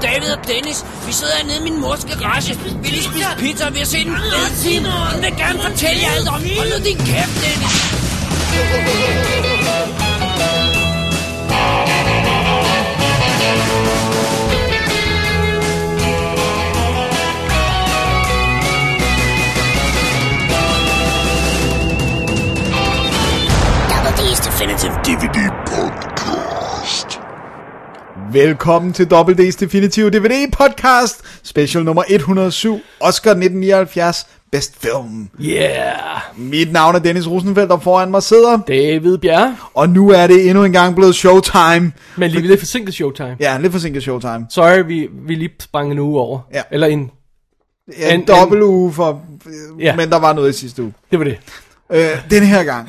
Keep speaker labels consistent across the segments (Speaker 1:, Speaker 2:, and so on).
Speaker 1: Dennis. Vi sidder hernede i min mors garage. Vi lige spise pizza, og vi har set en fed film. Hun vil gerne fortælle jer alt om. Hold nu din kæft, Dennis.
Speaker 2: WD's Definitive DVD Podcast.
Speaker 3: Velkommen til WD's Definitive DVD Podcast, special nummer 107, Oscar 1979, Best Film.
Speaker 4: Yeah,
Speaker 3: Mit navn er Dennis Rosenfeldt, og foran mig sidder,
Speaker 4: David Bjerre.
Speaker 3: og nu er det endnu en gang blevet showtime.
Speaker 4: Men lige lidt forsinket showtime.
Speaker 3: Ja, lidt forsinket showtime.
Speaker 4: Sorry, vi, vi lige sprang en uge over.
Speaker 3: Ja.
Speaker 4: Eller en,
Speaker 3: Ja, en
Speaker 4: En-
Speaker 3: dobbelt uge for, øh,
Speaker 4: Ja.
Speaker 3: men der var noget i sidste uge.
Speaker 4: det var det.
Speaker 3: Øh, den her gang,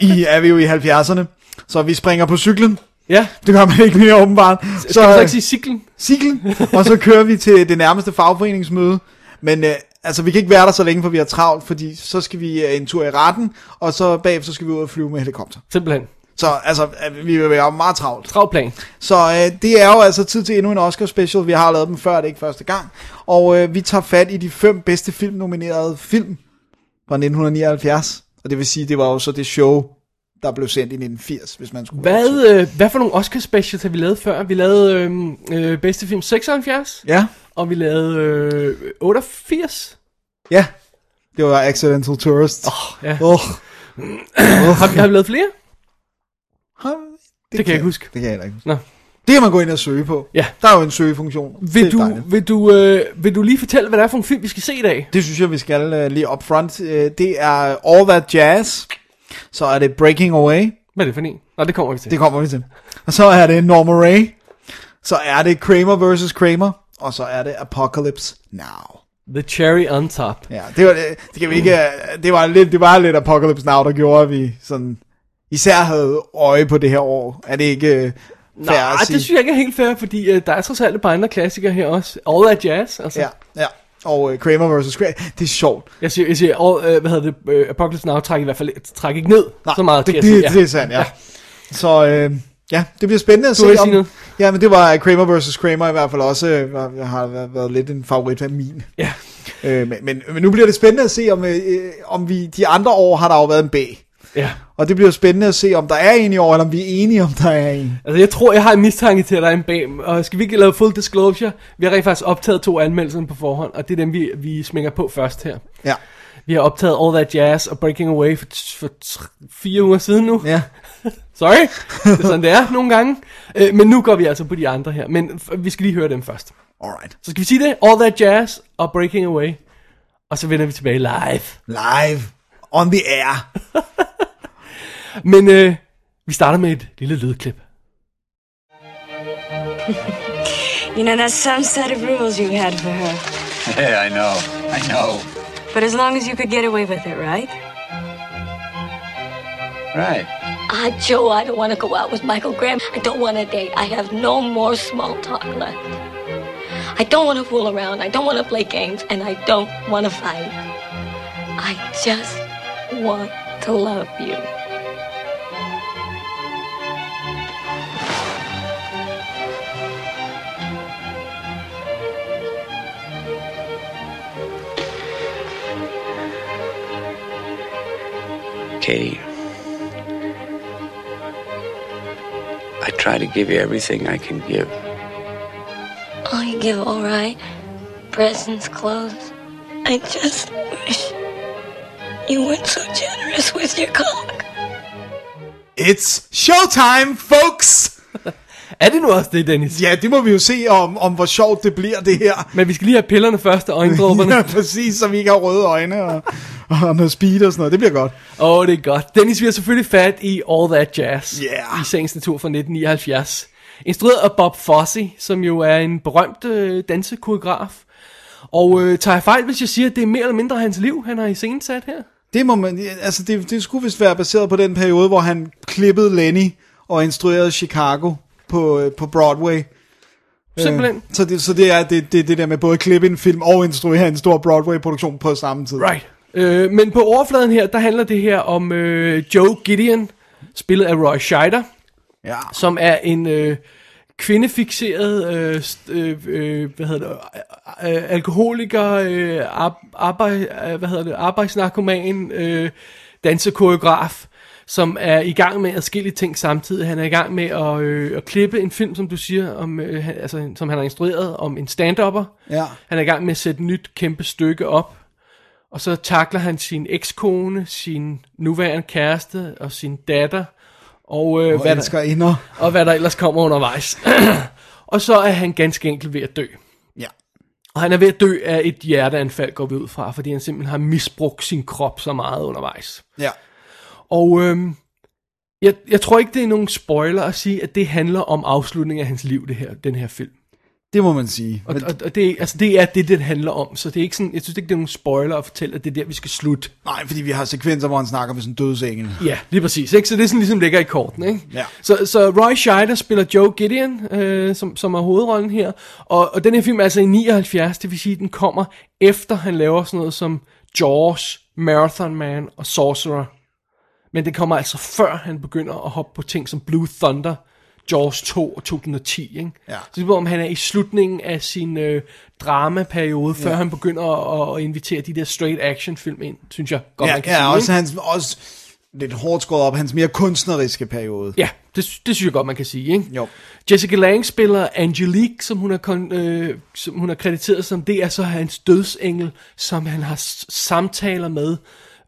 Speaker 3: I er vi jo i 70'erne, så vi springer på cyklen.
Speaker 4: Ja,
Speaker 3: Det gør man ikke mere åbenbart.
Speaker 4: så, skal man
Speaker 3: øh,
Speaker 4: så ikke sige ciklen?
Speaker 3: cyklen, og så kører vi til det nærmeste fagforeningsmøde. Men øh, altså, vi kan ikke være der så længe, for vi har travlt, fordi så skal vi øh, en tur i retten, og så bagefter skal vi ud og flyve med helikopter.
Speaker 4: Simpelthen.
Speaker 3: Så altså, øh, vi vil være meget travlt.
Speaker 4: Travl plan.
Speaker 3: Så øh, det er jo altså tid til endnu en Oscar special. Vi har lavet dem før, det er ikke første gang. Og øh, vi tager fat i de fem bedste filmnominerede film fra 1979. Og det vil sige, det var jo så det show, der blev sendt i 1980, hvis man skulle...
Speaker 4: Hvad, øh, hvad for nogle Oscar specials har vi lavet før? Vi lavede øh, øh, bedste film 76,
Speaker 3: Ja,
Speaker 4: og vi lavede øh, 88.
Speaker 3: ja. Det var Accidental Tourist.
Speaker 4: Oh, ja.
Speaker 3: Åh.
Speaker 4: Har, vi, har vi lavet flere?
Speaker 3: Har vi?
Speaker 4: Det kan jeg ikke huske.
Speaker 3: Det kan jeg heller ikke huske.
Speaker 4: Nå.
Speaker 3: Det kan man gå ind og søge på.
Speaker 4: Ja.
Speaker 3: Der er jo en søgefunktion. det er
Speaker 4: Vil du,
Speaker 3: dejligt.
Speaker 4: vil, du, øh, vil du lige fortælle, hvad det er for en film, vi skal se i dag?
Speaker 3: Det synes jeg, vi skal uh, lige up front. Uh, det er All That Jazz. Så er det Breaking Away.
Speaker 4: Hvad er det for en? Nå, det kommer vi til.
Speaker 3: Det kommer vi til. Og så er det Norma Ray. Så er det Kramer vs. Kramer. Og så er det Apocalypse Now.
Speaker 4: The Cherry on Top.
Speaker 3: Ja, det var, det, det kan vi ikke, øh, det var lidt, det var lidt Apocalypse Now, der gjorde, at vi sådan, især havde øje på det her år. Er det ikke øh, fair
Speaker 4: Nej,
Speaker 3: at sige?
Speaker 4: det synes jeg ikke er helt fair, fordi øh, der er trods alt et par andre klassikere her også. All That Jazz, altså.
Speaker 3: Ja, ja. Og øh, Kramer vs. Kramer, det er sjovt.
Speaker 4: Jeg siger, jeg siger all, øh, hvad hedder det, øh, Apocalypse Now træk i hvert fald træk ikke ned
Speaker 3: Nej,
Speaker 4: så meget.
Speaker 3: det,
Speaker 4: kan
Speaker 3: det,
Speaker 4: jeg sige.
Speaker 3: det, det er sandt, ja. ja. Så øh, ja, det bliver spændende at
Speaker 4: Du
Speaker 3: se
Speaker 4: vil
Speaker 3: om...
Speaker 4: sige noget?
Speaker 3: Ja, men det var øh, Kramer vs. Kramer i hvert fald også, øh, var- har været- været lidt en favorit af min.
Speaker 4: Ja.
Speaker 3: Øh, men, men, men nu bliver det spændende at se, om, øh, om vi de andre år har der jo været en B.
Speaker 4: ja.
Speaker 3: Og det bliver spændende at se, om der er en i år, eller om vi er enige om, der er en.
Speaker 4: Altså, jeg tror, jeg har en mistanke til, at der er en bag. Og skal vi ikke lave full disclosure? Vi har rent faktisk optaget to anmeldelser på forhånd, og det er dem, vi, vi smækker på først her.
Speaker 3: Ja,
Speaker 4: Vi har optaget All That Jazz og Breaking Away for, for tr- fire uger siden nu.
Speaker 3: ja.
Speaker 4: Sorry, det er sådan, det er nogle gange. Øh, men nu går vi altså på de andre her. Men f- vi skal lige høre dem først.
Speaker 3: Alright.
Speaker 4: Så skal vi sige det? All That Jazz og Breaking Away. Og så vender vi tilbage live.
Speaker 3: Live. On the air.
Speaker 4: Men øh, vi starter med et lille lydklip.
Speaker 5: You know, that's some set of rules you had for her.
Speaker 6: Yeah, I know. I know.
Speaker 5: But as long as you could get away with it, right?
Speaker 6: Right.
Speaker 7: I, Uh, Joe, I don't want to go out with Michael Graham. I don't want to date. I have no more small talk left. I don't want to fool around. I don't want to play games. And I don't want to fight. I just want to love you.
Speaker 8: Katie, I try to give you everything I can give.
Speaker 7: All Oh, you give, all right? Presents, clothes. I just wish you weren't so generous with your cock.
Speaker 3: It's showtime, folks!
Speaker 4: Er det nu også det, Dennis?
Speaker 3: Ja, det må vi jo se, om, om hvor sjovt det bliver, det her.
Speaker 4: Men vi skal lige have pillerne først og øjendråberne.
Speaker 3: Ja, præcis, så vi ikke har røde øjne og, og noget speed og sådan noget. Det bliver godt.
Speaker 4: Åh, oh, det er godt. Dennis, vi har selvfølgelig fat i All That Jazz.
Speaker 3: Yeah.
Speaker 4: I sagens natur fra 1979. Instrueret af Bob Fosse, som jo er en berømt øh, dansekoreograf. Og øh, tager jeg fejl, hvis jeg siger, at det er mere eller mindre hans liv, han har iscenesat her?
Speaker 3: Det må man, altså det, det skulle vist være baseret på den periode, hvor han klippede Lenny og instruerede Chicago på, øh, på Broadway.
Speaker 4: Simpelthen.
Speaker 3: Så det, så det er det, det, det der med både at klippe en film og instruere en stor Broadway-produktion på samme tid.
Speaker 4: Right. Øh, men på overfladen her, der handler det her om øh, Joe Gideon, spillet af Roy Scheider,
Speaker 3: Ja.
Speaker 4: som er en øh, kvindefixeret, øh, st- øh, øh, hvad hedder det, øh, øh, alkoholiker, øh, ar- arbejde, øh, hvad hedder det, arbejdsnarkoman, øh, dansekoreograf, som er i gang med adskillige ting samtidig. Han er i gang med at, øh, at klippe en film, som du siger, om, øh, han- altså, som han har instrueret, om en stand-upper.
Speaker 3: Ja.
Speaker 4: Han er i gang med at sætte et nyt kæmpe stykke op. Og så takler han sin ekskone, sin nuværende kæreste og sin datter. Og, øh,
Speaker 3: Og
Speaker 4: hvad
Speaker 3: elsker
Speaker 4: der,
Speaker 3: inder.
Speaker 4: og hvad der ellers kommer undervejs. og så er han ganske enkelt ved at dø.
Speaker 3: Ja.
Speaker 4: Og han er ved at dø af et hjerteanfald, går vi ud fra, fordi han simpelthen har misbrugt sin krop så meget undervejs.
Speaker 3: Ja.
Speaker 4: Og øhm, jeg, jeg tror ikke, det er nogen spoiler at sige, at det handler om afslutningen af hans liv, det her, den her film.
Speaker 3: Det må man sige.
Speaker 4: Og,
Speaker 3: Men,
Speaker 4: og, og det, altså, det er det, det handler om, så det er ikke sådan, jeg synes ikke, det er nogen spoiler at fortælle, at det er der, vi skal slutte.
Speaker 3: nej, fordi vi har sekvenser, hvor han snakker med sådan en dødsengel.
Speaker 4: Ja, lige præcis. Ikke? Så det er sådan ligesom ligger i korten. Ikke?
Speaker 3: Ja.
Speaker 4: Så, så Roy Scheider spiller Joe Gideon, øh, som, som er hovedrollen her. Og, og den her film er altså i 79, det vil sige, at den kommer efter han laver sådan noget som Jaws, Marathon Man og Sorcerer. Men den kommer altså før han begynder at hoppe på ting som Blue Thunder, Jaws 2 og 2010. Ikke?
Speaker 3: Ja.
Speaker 4: Så det er om han er i slutningen af sin øh, dramaperiode, før han begynder at, at invitere de der straight action film ind, synes jeg godt
Speaker 3: Ja,
Speaker 4: man kan sige.
Speaker 3: ja
Speaker 4: ikke?
Speaker 3: også hans, også lidt hårdt skåret op, hans mere kunstneriske periode.
Speaker 4: Ja, det, sy- det synes jeg godt, man kan sige, ikke?
Speaker 3: Jo.
Speaker 4: Jessica Lange spiller Angelique, som hun er, kon, øh, som hun er krediteret som. Det er så hans dødsengel, som han har s- samtaler med.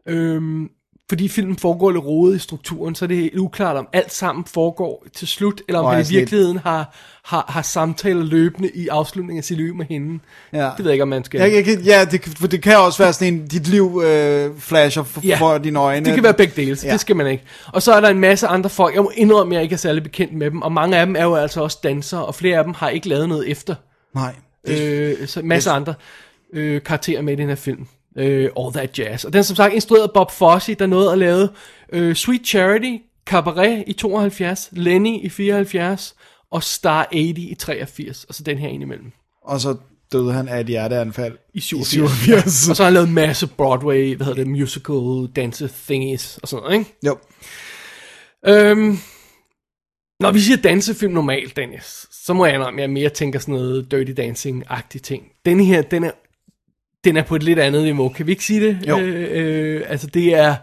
Speaker 4: Øhm, fordi filmen foregår lidt rodet i strukturen, så er det er uklart, om alt sammen foregår til slut, eller om
Speaker 3: Og
Speaker 4: han
Speaker 3: er
Speaker 4: i
Speaker 3: sådan
Speaker 4: virkeligheden har, har, har samtaler løbende i afslutningen af sit liv med hende.
Speaker 3: Ja.
Speaker 4: Det ved jeg ikke, om man skal...
Speaker 3: Jeg, jeg, kan- ja, det, kan- for det kan også være sådan en, dit liv øh, flasher for,
Speaker 4: Ja,
Speaker 3: ja, for dine øjne.
Speaker 4: Det kan være begge dele, så ja.
Speaker 3: Ja.
Speaker 4: det skal man ikke. Og så er der en masse andre folk, jeg må indrømme, at jeg ikke er særlig bekendt med dem, og mange af dem er jo altså også dansere, og flere af dem har ikke lavet noget efter.
Speaker 3: Nej. Det,
Speaker 4: Øh, så en masse andre øh, karakterer med i den her film. Øh, All That Jazz. Og den er som sagt instrueret af Bob Fosse, der nåede at lave øh, Sweet Charity, Cabaret i 72, Lenny i 74, og Star 80 i 83, og så den her indimellem.
Speaker 3: og så døde han af et hjerteanfald.
Speaker 4: I 87.
Speaker 3: 87.
Speaker 4: Og så har han lavet en masse Broadway, hvad hedder det, musical, danse thingies og sådan noget, ikke?
Speaker 3: Jo.
Speaker 4: Øhm, når vi siger dansefilm normalt, Dennis, så må jeg indrømme, at jeg mere tænker sådan noget Dirty Dancing-agtig ting. Den her, den er, den er på et lidt andet niveau. Kan vi ikke sige det?
Speaker 3: Jo.
Speaker 4: Øh, øh, altså, det er...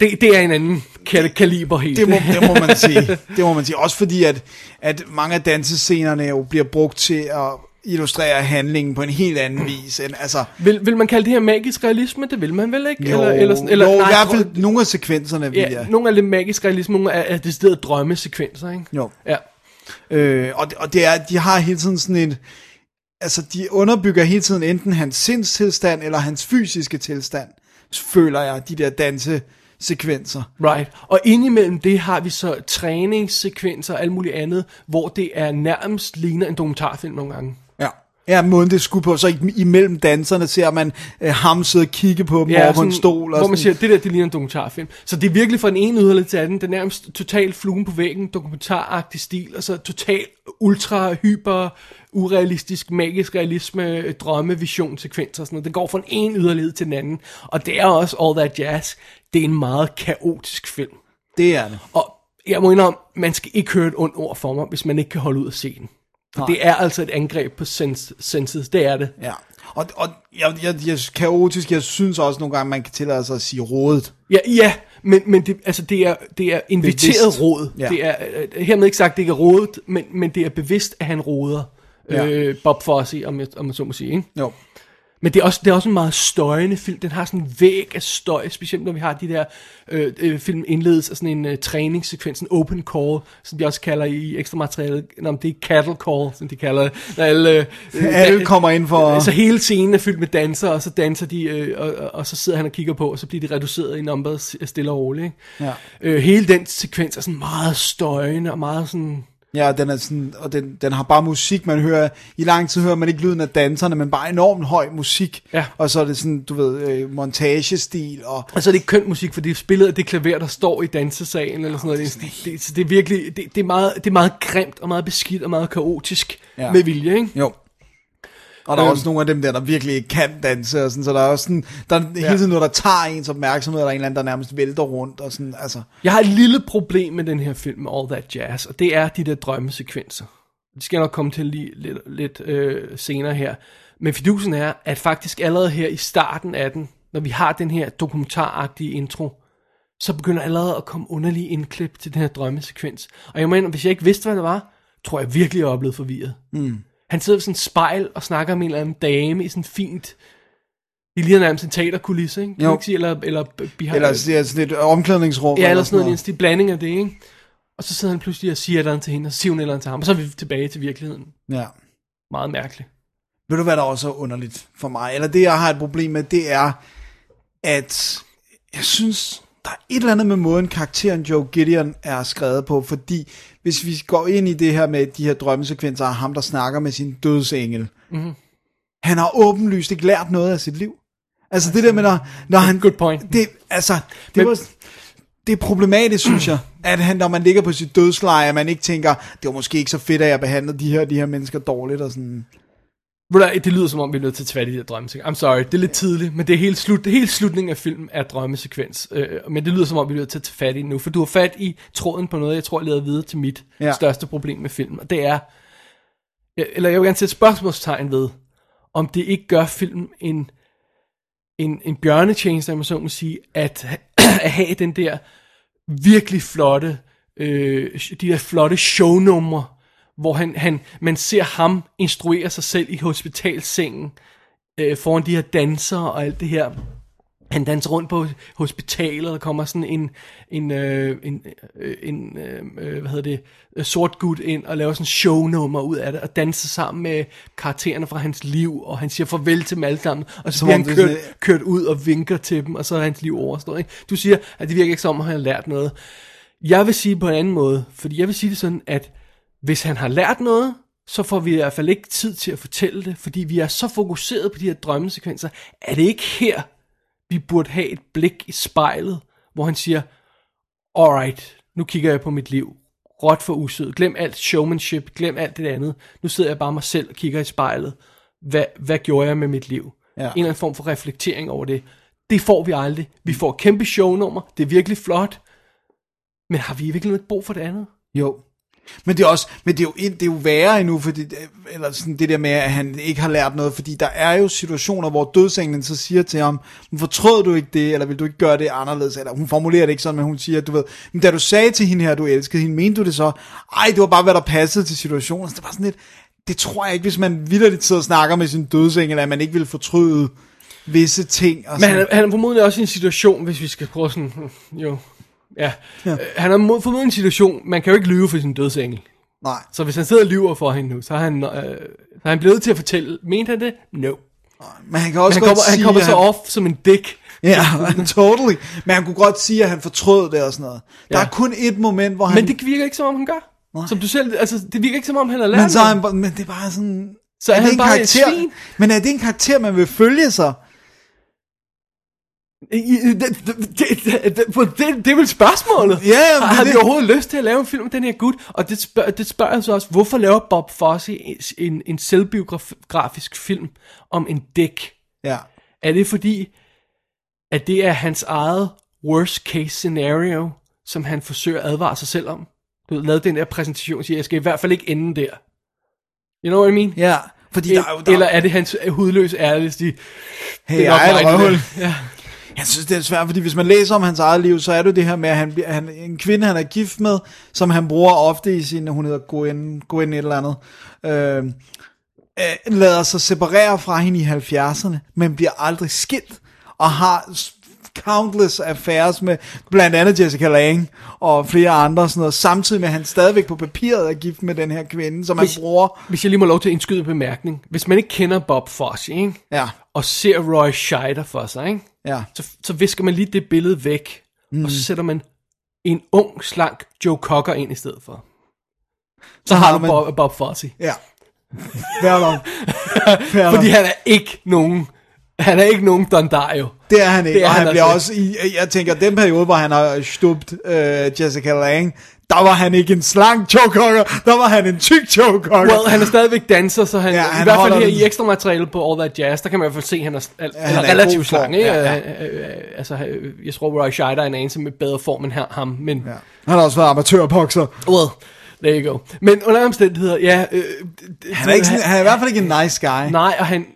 Speaker 4: Det, det er en anden kal- kaliber helt.
Speaker 3: Det må, det må man sige. Det må man sige. Også fordi, at, at mange af dansescenerne jo bliver brugt til at illustrere handlingen på en helt anden vis. End, altså,
Speaker 4: vil, vil man kalde det her magisk realisme? Det vil man vel ikke?
Speaker 3: jo,
Speaker 4: eller, eller, sådan, eller
Speaker 3: jo
Speaker 4: nej,
Speaker 3: i hvert
Speaker 4: tror-
Speaker 3: fald nogle af sekvenserne vil
Speaker 4: Ja,
Speaker 3: jeg.
Speaker 4: Nogle er lidt magisk realisme, nogle er, er decideret drømmesekvenser, ikke?
Speaker 3: Jo.
Speaker 4: Ja.
Speaker 3: Øh, og, det- og det er, de har hele tiden sådan et, altså de underbygger hele tiden enten hans sindstilstand eller hans fysiske tilstand, føler jeg, de der dansesekvenser.
Speaker 4: Right. Og indimellem det har vi så træningssekvenser og alt muligt andet, hvor det er nærmest ligner en dokumentarfilm nogle gange.
Speaker 3: Ja. Ja, måden det skulle på, så i- imellem danserne ser man øh, ham sidde og kigge på dem ja, over på en stol. Og
Speaker 4: hvor man
Speaker 3: sådan.
Speaker 4: siger, det der, det ligner en dokumentarfilm. Så det er virkelig fra den ene yderlighed til den anden. Det er nærmest total fluen på væggen, dokumentaragtig stil, og så total ultra, hyper, urealistisk, magisk realisme, øh, drømme, vision, sekvenser og sådan noget. Det går fra den ene yderlighed til den anden. Og det er også All That Jazz. Det er en meget kaotisk film.
Speaker 3: Det er det.
Speaker 4: Og jeg må indrømme, man skal ikke høre et ondt ord for mig, hvis man ikke kan holde ud at se den. For det er altså et angreb på sens- senses, det er det.
Speaker 3: Ja. Og, og jeg, jeg, jeg, kaotisk, jeg synes også nogle gange, man kan tillade sig at sige rodet.
Speaker 4: Ja, ja men, men det, altså det, er, det er inviteret
Speaker 3: Bevidst.
Speaker 4: det råd. Ja.
Speaker 3: Ja.
Speaker 4: Det er, øh, hermed ikke sagt, at det ikke er rådet, men, men det er bevidst, at han råder ja.
Speaker 3: Ja.
Speaker 4: øh, Bob Fosse, om jeg, om jeg så må sige. Ikke?
Speaker 3: Jo.
Speaker 4: Men det er, også, det er også en meget støjende film. Den har sådan en væg af støj, specielt når vi har de der øh, øh, film indledes af sådan en øh, træningssekvens, en open call, som de også kalder i ekstra materialet. Nå, men det er cattle call, som de kalder det. Når alle, øh,
Speaker 3: Alle kommer ind for...
Speaker 4: Så hele scenen er fyldt med danser, og så danser de, øh, og, og, og så sidder han og kigger på, og så bliver de reduceret i numbers stille og roligt. Ikke?
Speaker 3: Ja.
Speaker 4: Øh, hele den sekvens er sådan meget støjende, og meget sådan...
Speaker 3: Ja, den er sådan, og den, den har bare musik, man hører, i lang tid hører man ikke lyden af danserne, men bare enormt høj musik,
Speaker 4: Ja.
Speaker 3: og så er det sådan, du ved, øh, montagestil, og
Speaker 4: Altså det er ikke kønt musik, for det er spillet af det klaver, der står i dansesalen eller sådan noget. Det, er- det, så det er virkelig, det, det, er meget, det er meget grimt og meget beskidt og meget kaotisk ja.
Speaker 3: Ja.
Speaker 4: med vilje, ikke?
Speaker 3: jo, Og der er
Speaker 4: Øhm.
Speaker 3: også nogle af dem der, der virkelig ikke kan danse, og sådan, så der er også sådan, der er hele tiden noget, der tager ens opmærksomhed, og der er en eller anden, der nærmest vælter rundt, og sådan, altså.
Speaker 4: Jeg har et lille problem med den her film, med All That Jazz, og det er de der drømmesekvenser. Det skal jeg nok komme til lige lidt, lidt øh, senere her. Men fidusen er, at faktisk allerede her i starten af den, når vi har den her dokumentaragtige intro, så begynder allerede at komme underlige indklip til den her drømmesekvens. Og jeg mener, hvis jeg ikke vidste, hvad det var, tror jeg virkelig, jeg er blevet forvirret. Mm. Han sidder ved sådan et spejl og snakker med en eller anden dame i sådan fint... Det ligner nærmest en teaterkulisse, ikke? Kan
Speaker 3: Jo.
Speaker 4: man ikke sige? Eller, eller, behind,
Speaker 3: Eller altså, det er sådan et omklædningsrum.
Speaker 4: Ja, eller sådan noget, en stil blanding af det, ikke? Og så sidder han pludselig og siger et eller andet til hende, og så siger hun et eller andet til ham, og så er vi tilbage til virkeligheden.
Speaker 3: Ja.
Speaker 4: Meget mærkeligt.
Speaker 3: Ved du, hvad der også er underligt for mig? Eller det, jeg har et problem med, det er, at jeg synes, der er et eller andet med måden, karakteren Joe Gideon er skrevet på, fordi hvis vi går ind i det her med de her drømmesekvenser af ham, der snakker med sin dødsengel, mm-hmm.
Speaker 4: Mhm.
Speaker 3: han har åbenlyst ikke lært noget af sit liv. Altså det der med, når, når han...
Speaker 4: Good point.
Speaker 3: Det, altså, det
Speaker 4: Men-
Speaker 3: Men, var, det er problematisk, synes jeg, at han, når man ligger på sit dødsleje, at man ikke tænker, det var måske ikke så fedt, at jeg behandlede de her, de her mennesker dårligt, og sådan...
Speaker 4: Ved du hvad, Det lyder som om, vi er nødt til at tage fat i de her drømmesekvenser. I'm sorry, det er lidt tidligt, men det er hele, slut, det hele slutningen af filmen er drømmesekvens. Øh, men det lyder som om, vi er nødt til at tage fat i det nu, for du har fat i tråden på noget, jeg tror leder videre til mit ja.
Speaker 3: Ja.
Speaker 4: største problem med filmen, og det er, jeg- eller jeg vil gerne sætte spørgsmålstegn ved, om det ikke gør filmen en, en, en bjørnetjeneste, om man så må sige, at, ha- at have den der virkelig flotte, øh, de der flotte shownumre, hvor han, han, man ser ham instruere sig selv i hospitalsengen, øh, foran de her dansere og alt det her. Han danser rundt på hospitalet, og der kommer sådan en, en, øh, en, øh, en øh, øh, hvad hedder det, øh, sort gut ind og laver sådan en shownummer ud af det, og danser sammen med karaktererne fra hans liv, og han siger farvel til dem alle sammen, og så
Speaker 3: Som
Speaker 4: bliver
Speaker 3: om
Speaker 4: han
Speaker 3: det er
Speaker 4: kørt,
Speaker 3: sådan et-
Speaker 4: kørt ud og vinker til dem, og så er hans liv overstået. Ikke? Du siger, at det virker ikke som om, han har lært noget. Jeg vil sige det på en anden måde, fordi jeg vil sige det sådan, at hvis han har lært noget, så får vi i hvert fald ikke tid til at fortælle det, fordi vi er så fokuseret på de her drømmesekvenser. Er det ikke her, vi burde have et blik i spejlet, hvor han siger, alright, nu kigger jeg på mit liv. Råt for usød. Glem alt showmanship. Glem alt det andet. Nu sidder jeg bare mig selv og kigger i spejlet. Hvad, hvad gjorde jeg med mit liv? Ja. En eller anden form for reflektering over det. Det får vi aldrig. Vi får et kæmpe shownummer. Det er virkelig flot. Men har vi virkelig ikke brug for det andet?
Speaker 3: Jo. Men det er også, men det er jo, ind- det er jo værre endnu, fordi, eller sådan det der med, at han ikke har lært noget, fordi der er jo situationer, hvor dødsenglen så siger til ham, "Men fortrød du ikke det, eller vil du ikke gøre det anderledes, eller hun formulerer det ikke sådan, men hun siger, du ved, men da du sagde til hende her, at du elskede hende, mente du det så? Ej, det var bare, hvad der passede til situationen, så det var sådan lidt, det tror jeg ikke, hvis man vildt sidder og snakker med sin dødsengel, at man ikke vil fortryde visse ting. Og
Speaker 4: Men
Speaker 3: sådan.
Speaker 4: han, er- han er formodentlig også i en situation, hvis vi skal prøve sådan, hmm, jo, ja. ja. Øh, han er mod- formodentlig i en situation, man kan jo ikke lyve for sin dødsengel.
Speaker 3: Nej.
Speaker 4: Så hvis han sidder og lyver for hende nu, så er han, øh, så er han blevet til at fortælle, mente han det? No.
Speaker 3: Men han kan også
Speaker 4: Han
Speaker 3: godt
Speaker 4: kommer,
Speaker 3: sige,
Speaker 4: han kommer
Speaker 3: at
Speaker 4: så off som en dick.
Speaker 3: Ja, totally. Men han kunne godt sige, at han fortrød det og sådan noget. Der
Speaker 4: Ja.
Speaker 3: er kun et moment, hvor han...
Speaker 4: Men det virker ikke som om, han gør.
Speaker 3: Nej.
Speaker 4: Som du selv, altså, det virker ikke som om, han har lært
Speaker 3: men, så er
Speaker 4: noget.
Speaker 3: han, bare- men det er bare sådan...
Speaker 4: Så er
Speaker 3: det
Speaker 4: han
Speaker 3: en
Speaker 4: bare et svin?
Speaker 3: Men er det en karakter, man vil følge sig?
Speaker 4: I- i- det- det- det- det- for Det det er vel spørgsmålet.
Speaker 3: Ja, ja, men
Speaker 4: har har
Speaker 3: det-
Speaker 4: vi overhovedet lyst til at lave en film med den her gut? Og det spørger, det spørger jeg så også, hvorfor laver Bob Fosse en, en, en selvbiografisk film om en dæk?
Speaker 3: Ja.
Speaker 4: Er det fordi, at det er hans eget worst case scenario, som han forsøger at advare sig selv om? Du ved, lavede den der præsentation og siger, jeg skal i hvert fald ikke ende der. You know what I mean?
Speaker 3: Ja. Fordi der er jo... Der,
Speaker 4: Eller er det hans hudløs ærligste?
Speaker 3: hey,
Speaker 4: det er nok
Speaker 3: ej,
Speaker 4: mig,
Speaker 3: et røvhul.
Speaker 4: det Ja.
Speaker 3: Jeg synes, det er svært, fordi hvis man læser om hans eget liv, så er det jo det her med, at han, bliver- han, en kvinde, han er gift med, som han bruger ofte i sin, hun hedder Gwen, Gwen et eller andet, øh, øh, lader sig separere fra hende i 70'erne, men bliver aldrig skilt, og har s- countless affairs med blandt andet Jessica Lange og flere andre, sådan noget, samtidig med, at han stadigvæk på papiret er gift med den her kvinde, som han
Speaker 4: Hvis-
Speaker 3: bruger.
Speaker 4: Hvis jeg lige må lov til at indskyde en bemærkning. Hvis man ikke kender Bob Fosse, ikke?
Speaker 3: Ja,
Speaker 4: og ser Roy Scheider for sig, ikke?
Speaker 3: ja.
Speaker 4: så, så visker man lige det billede væk, mm. og så sætter man en ung, slank Joe Cocker ind i stedet for. Så har du
Speaker 3: man-
Speaker 4: Bob, Bob Fosse.
Speaker 3: Ja. Fair nok. Fair nok.
Speaker 4: Fordi han er ikke nogen, han er ikke nogen Dondario.
Speaker 3: Det er han ikke,
Speaker 4: Det er
Speaker 3: og
Speaker 4: han
Speaker 3: han,
Speaker 4: altså
Speaker 3: bliver også i, jeg tænker, den periode, hvor han har stubt øh, Jessica Lange, der var han ikke en slank chokehocker, der var han en tyk chokehocker.
Speaker 4: Well, han er stadigvæk danser, så han, ja,
Speaker 3: Ja,
Speaker 4: han i
Speaker 3: han
Speaker 4: hvert fald
Speaker 3: holder
Speaker 4: her
Speaker 3: den.
Speaker 4: i ekstra materiale på All That Jazz, der kan man i hvert fald se, at han er, al, ja,
Speaker 3: han
Speaker 4: han er
Speaker 3: er i god
Speaker 4: relativt
Speaker 3: form.
Speaker 4: slang. Ikke?
Speaker 3: Ja,
Speaker 4: Ja,
Speaker 3: ja.
Speaker 4: ja. Øh, øh, altså, øh, jeg tror, Roy Scheider er en anelse med bedre form end her, ham, men ja.
Speaker 3: Ja. Han har også været amatørboxer.
Speaker 4: well, there you go. Men under omstændigheder, ja... Øh, d-
Speaker 3: Han er, ikke sådan, han er i hvert fald ikke en nice guy.
Speaker 4: Nej, og han...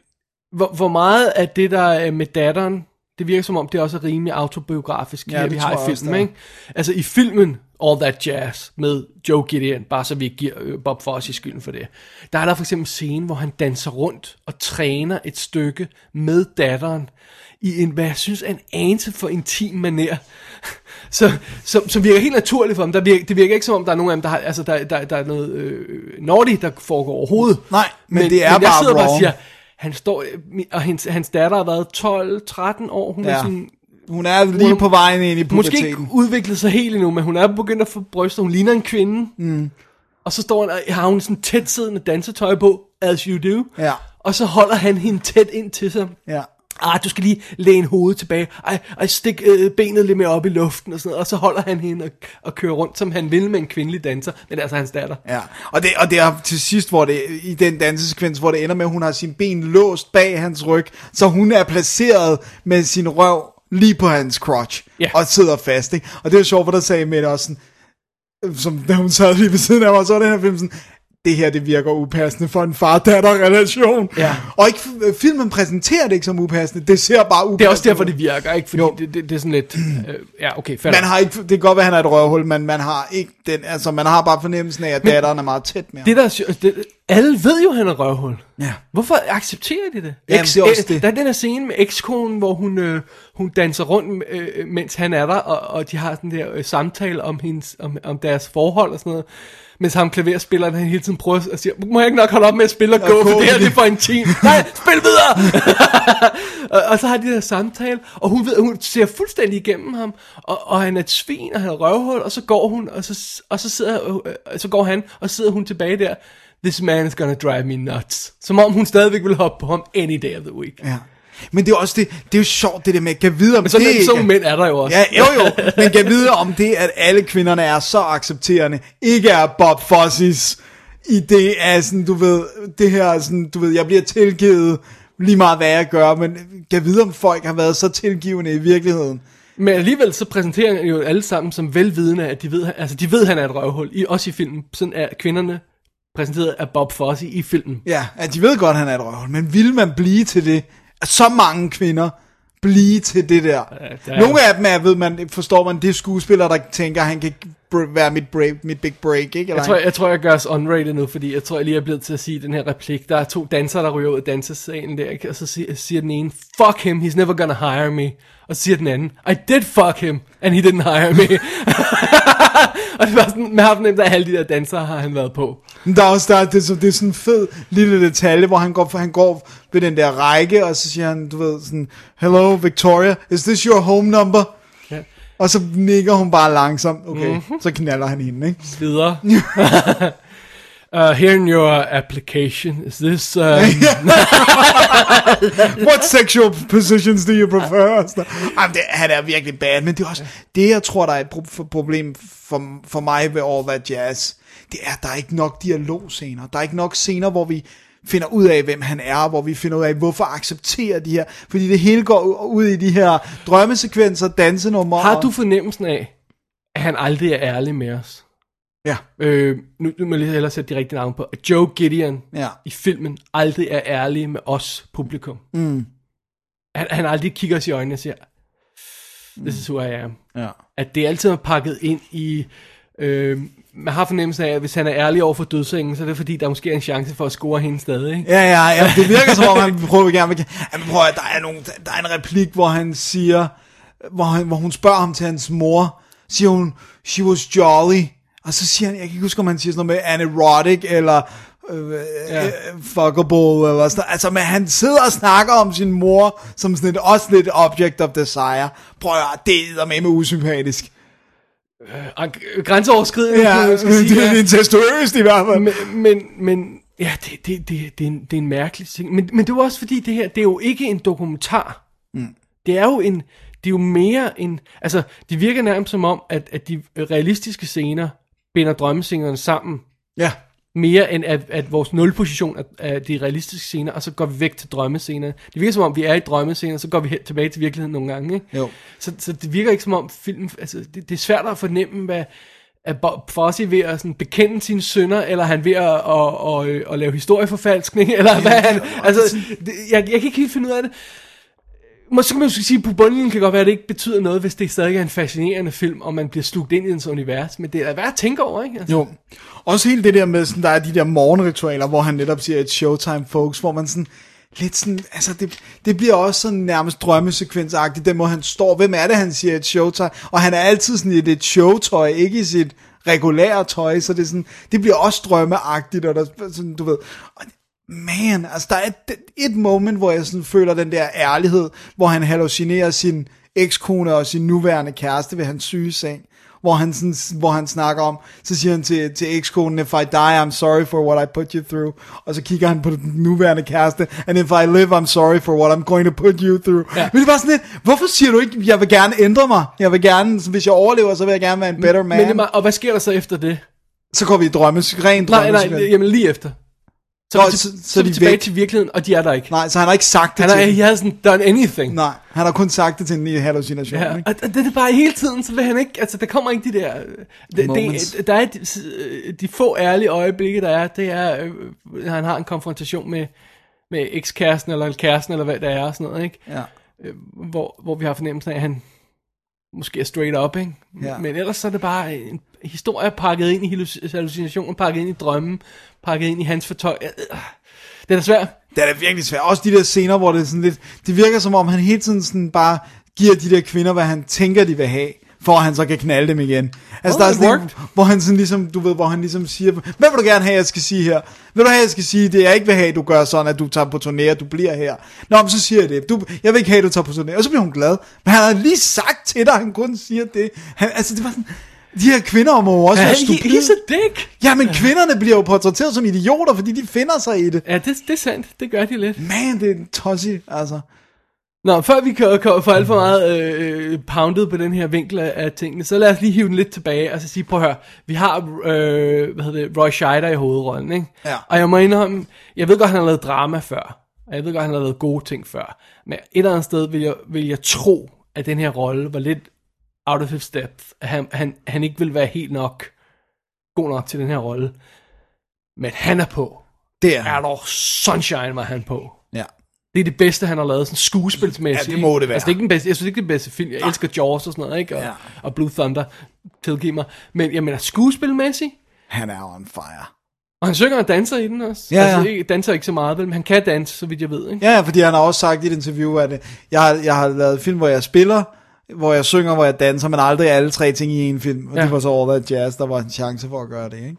Speaker 4: Hvor, hvor meget af det, der er med datteren, det virker som om, det også er rimelig autobiografisk,
Speaker 3: Ja,
Speaker 4: ja, her,
Speaker 3: det
Speaker 4: vi har
Speaker 3: tror jeg
Speaker 4: i
Speaker 3: også,
Speaker 4: filmen.
Speaker 3: det er.
Speaker 4: Ikke? Altså i filmen All That Jazz med Joe Gideon, bare så vi ikke giver øh, Bob Fosse skylden for det, der er der for eksempel en scene, hvor han danser rundt og træner et stykke med datteren i en, hvad jeg synes er en anelse for intim manér. Så, som, som virker helt naturligt for dem. Der virker, det virker ikke som om, der er nogen af dem, der, har, altså, der, der, der er noget øh, naughty, der foregår overhovedet.
Speaker 3: Nej, men det er
Speaker 4: men jeg
Speaker 3: bare
Speaker 4: sidder bare og
Speaker 3: wrong.
Speaker 4: siger, han står, øh, og hans, hans datter har været 12-13 år, hun ja. er
Speaker 3: Ja.
Speaker 4: sådan,
Speaker 3: Hun er lige
Speaker 4: Hun-
Speaker 3: på vejen ind i
Speaker 4: måske ikke
Speaker 3: puberteten.
Speaker 4: udviklet sig helt endnu, men hun er begyndt at få bryster, hun ligner en kvinde, mm. og så står han, og har hun sådan tæt siddende dansetøj på, as you do,
Speaker 3: Ja.
Speaker 4: og så holder han hende tæt ind til sig.
Speaker 3: Ja.
Speaker 4: Ah, du skal lige læne hovedet tilbage. Ej, ej stik øh, benet lidt mere op i luften og sådan noget. Og så holder han hende og, og kører rundt, som han vil med en kvindelig danser. Men det er altså hans datter.
Speaker 3: Ja, og det, og det er til sidst, hvor det, i den dansesekvens, hvor det ender med, at hun har sine ben låst bag hans ryg, så hun er placeret med sin røv lige på hans crotch,
Speaker 4: Ja.
Speaker 3: og sidder fast, ikke? Og det er jo sjovt, for der sagde Mette også sådan, øh, som da hun sad lige ved siden af mig, så var den her film sådan, det her, det virker upassende for en far-datter-relation.
Speaker 4: Ja.
Speaker 3: Og ikke, filmen præsenterer det ikke som upassende, det ser bare upassende
Speaker 4: Det er også derfor,
Speaker 3: ud.
Speaker 4: det virker, ikke? Fordi det, det, det, er sådan lidt... Øh, ja, okay, fair
Speaker 3: Man har ikke, det kan godt være, at han er et røvhul, men man har ikke den, altså man har bare fornemmelsen af, at datteren er meget tæt med ham.
Speaker 4: Det der, er sjo- det, alle ved jo, at han er røvhul.
Speaker 3: Ja.
Speaker 4: Hvorfor accepterer de det?
Speaker 3: Jamen, det er også
Speaker 4: øh,
Speaker 3: det.
Speaker 4: Der er den her scene med ekskonen, hvor hun, øh, hun danser rundt, øh, mens han er der, og, og de har den der øh, samtale om, hendes, om, om deres forhold og sådan noget. Mens ham klaverspilleren, han hele tiden prøver at sige, må jeg ikke nok holde op med at spille og gå,
Speaker 3: gå
Speaker 4: for det her
Speaker 3: med
Speaker 4: det er
Speaker 3: det."
Speaker 4: for intimt. Nej, spil videre! og, og så har de den her samtale, og hun, ved, hun ser fuldstændig igennem ham, og, og han er et svin, og han er et røvhul, og så går hun, og så, og så, sidder, øh, øh, så går han, og sidder hun tilbage der, this man is gonna drive me nuts. Som om hun stadigvæk vil hoppe på ham any day of the week.
Speaker 3: Ja. Men det er også det, det er jo sjovt det der med, kan vide om
Speaker 4: Men sådan
Speaker 3: det
Speaker 4: det, så
Speaker 3: ikke-
Speaker 4: mænd er der jo også.
Speaker 3: Ja, jo jo, men kan vide om det, at alle kvinderne er så accepterende, ikke er Bob Fosses idé af sådan, du ved, det her er sådan, du ved, jeg bliver tilgivet lige meget hvad jeg gør, men kan vide om folk har været så tilgivende i virkeligheden.
Speaker 4: Men alligevel så præsenterer han jo alle sammen som velvidende, at de ved, altså de ved, han er et røvhul. I, også i filmen, sådan er kvinderne præsenteret af Bob Fosse i filmen.
Speaker 3: Ja, at de ved godt, han er et røvhul, men vil man blive til det? At Så mange kvinder blive til det der.
Speaker 4: der er-
Speaker 3: Ja, Nogle af dem er, ved man, forstår man, det er skuespillere, der tænker, han kan br- være mit, break, mit big break, ikke? Eller
Speaker 4: Jeg tror, jeg, jeg tror, jeg gør os unrated nu, fordi jeg tror, jeg lige er blevet til at sige den her replik. Der er to dansere, der ryger ud af dansesalen der, ikke? og så siger, siger den ene, fuck him, he's never gonna hire me. Og så siger den anden, I did fuck him, and he didn't hire me. og det var sådan, man har fornemt, at alle de der dansere har han været på.
Speaker 3: Men Der er også der, er det, så det er sådan en fed lille detalje, hvor han går, han går ved den der række, og så siger han, du ved, sådan, Hello Victoria, is this your home number?
Speaker 4: Ja. Mhm.
Speaker 3: Og så nikker hun bare langsomt, okay, mm-hmm. så knaller han hende, ikke?
Speaker 4: Videre. Uh, here in your application, is this... Uh,
Speaker 3: What sexual positions do you prefer? Og sådan noget. Ej, men det, han er virkelig bad, men det er også, det jeg tror, der er et pro- for- problem for, for mig ved All That Jazz, det er, at der er ikke nok dialogscener. Der er ikke nok scener, hvor vi finder ud af, hvem han er, hvor vi finder ud af, hvorfor accepterer de her, fordi det hele går u- ud i de her drømmesekvenser, dansenummer.
Speaker 4: har
Speaker 3: og-
Speaker 4: du fornemmelsen af, at han aldrig er ærlig med os?
Speaker 3: Ja,
Speaker 4: Øh, nu, nu må jeg lige hellere sætte de rigtige navne på. At Joe Gideon
Speaker 3: ja.
Speaker 4: i filmen aldrig er ærlige med os publikum. Mm. Han, han aldrig kigger os i øjnene og siger, this is who I am.
Speaker 3: ja.
Speaker 4: At det altid er pakket ind i, øh, man har fornemmelsen af, at hvis han er ærlig over for dødsengen, så er det fordi, der måske er en chance for at score hende stadig. Ikke?
Speaker 3: Ja, ja, ja, det virker som om, han prøver gerne vil... Jamen, prøv at, der er, nogle, der er en replik, hvor han siger, hvor, han, hvor hun spørger ham til hans mor, siger hun, she was jolly, og så siger han, jeg kan ikke huske, om han siger sådan noget med anerotic, eller øh, ja. fuckable, eller sådan Altså, men han sidder og snakker om sin mor, som sådan et, også lidt object of desire. Prøv at, høre, det er med med usympatisk.
Speaker 4: Og Ah, g- grænseoverskridende,
Speaker 3: Ja,
Speaker 4: kan man måske sige,
Speaker 3: det er incestuøst i hvert fald.
Speaker 4: men, men, men ja, det, det, det, det, er en, det er en mærkelig ting. Men, men det er jo også fordi, det her, det er jo ikke en dokumentar. Mm. Det er jo en, det er jo mere en, altså, det virker nærmest som om, at, at de realistiske scener binder drømmesingeren sammen,
Speaker 3: Ja.
Speaker 4: mere end at, at vores nulposition er, er de realistiske scener, og så går vi væk til drømmescener. Det virker som om, vi er i drømmescener, og så går vi hen, tilbage til virkeligheden nogle gange. Ikke?
Speaker 3: Jo.
Speaker 4: Så, så det virker ikke som om filmen, altså det, det er svært at fornemme, hvad at Bob Fosse ved at sådan bekende sine sønner, eller han ved at, at, at, at, at lave historieforfalskning, eller hvad han, altså, det, jeg, jeg kan ikke helt finde ud af det. Måske kan man jo sige, at på bunden kan godt være, at det ikke betyder noget, hvis det stadig er en fascinerende film, og man bliver slugt ind i dens univers, men det er da værd at tænke over, ikke? Altså,
Speaker 3: Jo. Også hele det der med, sådan, der er de der morgenritualer, hvor han netop siger, it's showtime, folks, hvor man sådan, lidt sådan, altså det, det bliver også sådan nærmest drømmesekvensagtigt, den måde han står, hvem er det, han siger, it's showtime, og han er altid sådan i det showtøj, ikke i sit regulære tøj, så det, er sådan, det bliver også drømmeagtigt, og der, er sådan, du ved, og man, altså der er et, et moment, hvor jeg sådan føler den der ærlighed, hvor han hallucinerer sin ekskone og sin nuværende kæreste ved hans sygeseng, hvor han, sådan, hvor han snakker om, så siger han til, til ekskonen, if I die, I'm sorry for what I put you through, og så kigger han på den nuværende kæreste, and if I live, I'm sorry for what I'm going to put you through. Ja. Men det var sådan lidt, hvorfor siger du ikke, jeg vil gerne ændre mig, jeg vil gerne, hvis jeg overlever, så vil jeg gerne være en better man,
Speaker 4: men det er meget, og hvad sker der så efter det?
Speaker 3: så går vi i drømmes, ren
Speaker 4: Nej, nej,
Speaker 3: drømmesekvens.
Speaker 4: nej, jamen lige efter. Så,
Speaker 3: Nå,
Speaker 4: er vi til,
Speaker 3: så-
Speaker 4: så,
Speaker 3: så
Speaker 4: så,
Speaker 3: er
Speaker 4: er vi
Speaker 3: de
Speaker 4: tilbage
Speaker 3: væk.
Speaker 4: væk. til virkeligheden, og de er der ikke.
Speaker 3: nej, så han har ikke sagt det
Speaker 4: Han
Speaker 3: til
Speaker 4: er,
Speaker 3: hende.
Speaker 4: he hasn't done anything.
Speaker 3: Nej, han har kun sagt det til en i hallucination.
Speaker 4: Ja,
Speaker 3: Ja.
Speaker 4: og, og det er bare hele tiden, så vil han ikke, altså der kommer ikke de der, det,
Speaker 3: Moments.
Speaker 4: det, der er de, øh, de få ærlige øjeblikke, der er, det er, øh, når han har en konfrontation med, med ekskæresten, eller kæresten, eller hvad der er, og sådan noget, ikke?
Speaker 3: Ja.
Speaker 4: Hvor, hvor vi har fornemmelsen af, at han måske er straight up, ikke?
Speaker 3: Ja.
Speaker 4: Men ellers så er det bare en historie pakket ind i halluc- hallucinationen, pakket ind i drømmen, pakket ind i hans fortøj. Øh, øh. Det er da svært.
Speaker 3: Det er da virkelig svært. Også de der scener, hvor det er sådan lidt... Det virker som om, han hele tiden sådan bare giver de der kvinder, hvad han tænker, de vil have for at han så kan knalde dem igen. Altså,
Speaker 4: Oh,
Speaker 3: der er
Speaker 4: it
Speaker 3: sådan en,
Speaker 4: worked.
Speaker 3: hvor han sådan ligesom, du ved, hvor han ligesom siger, hvad vil du gerne have, jeg skal sige her? Vil du have, jeg skal sige det? Jeg ikke vil have, du gør sådan, at du tager på turné, og du bliver her. Nå, men så siger jeg det. Du, jeg vil ikke have, du tager på turné. Og så bliver hun glad. Men han havde lige sagt til dig, at han kun siger det. Han, altså, det var sådan... De her kvinder må jo også
Speaker 4: Ja,
Speaker 3: være
Speaker 4: he,
Speaker 3: stupide.
Speaker 4: he's a dick.
Speaker 3: Ja, men kvinderne bliver jo portrætteret som idioter, fordi de finder sig i det.
Speaker 4: Ja, det, det er sandt. Det gør de lidt.
Speaker 3: Man, det er en tossi, altså.
Speaker 4: Nå, før vi kan, kan få alt for meget øh, poundet på den her vinkel af, af tingene, så lad os lige hive den lidt tilbage og så sige, prøv at høre, vi har øh, hvad hedder det, Roy Scheider i hovedrollen, ikke?
Speaker 3: Ja.
Speaker 4: Og jeg må indrømme, jeg ved godt, han har lavet drama før, og jeg ved godt, han har lavet gode ting før, men et eller andet sted vil jeg, vil jeg tro, at den her rolle var lidt out of his depth, at han, han, han ikke ville være helt nok god nok til den her rolle. Men han er på.
Speaker 3: Det er
Speaker 4: Er
Speaker 3: han.
Speaker 4: der sunshine, var han på.
Speaker 3: Ja.
Speaker 4: Det er det bedste, han har lavet, sådan skuespilsmæssigt.
Speaker 3: Ja, det må
Speaker 4: ikke?
Speaker 3: det være.
Speaker 4: Altså, det er ikke den bedste, jeg synes ikke, det er den bedste film. Jeg elsker Jaws og sådan noget, ikke? Og,
Speaker 3: Ja.
Speaker 4: og Blue Thunder, tilgiv mig. Men jeg mener, skuespilmæssigt,
Speaker 3: Han er on fire.
Speaker 4: og han synger og danser i den også.
Speaker 3: Ja,
Speaker 4: altså,
Speaker 3: ja.
Speaker 4: ikke, danser ikke så meget, vel, men han kan danse, så vidt jeg ved, ikke?
Speaker 3: Ja, ja, fordi han har også sagt i et interview, at øh, jeg har, jeg har lavet film, hvor jeg spiller, hvor jeg synger, hvor jeg danser, men aldrig alle tre ting i en film. Og ja.
Speaker 4: Ja.
Speaker 3: det var så over That Jazz, der var en chance for at gøre det, ikke?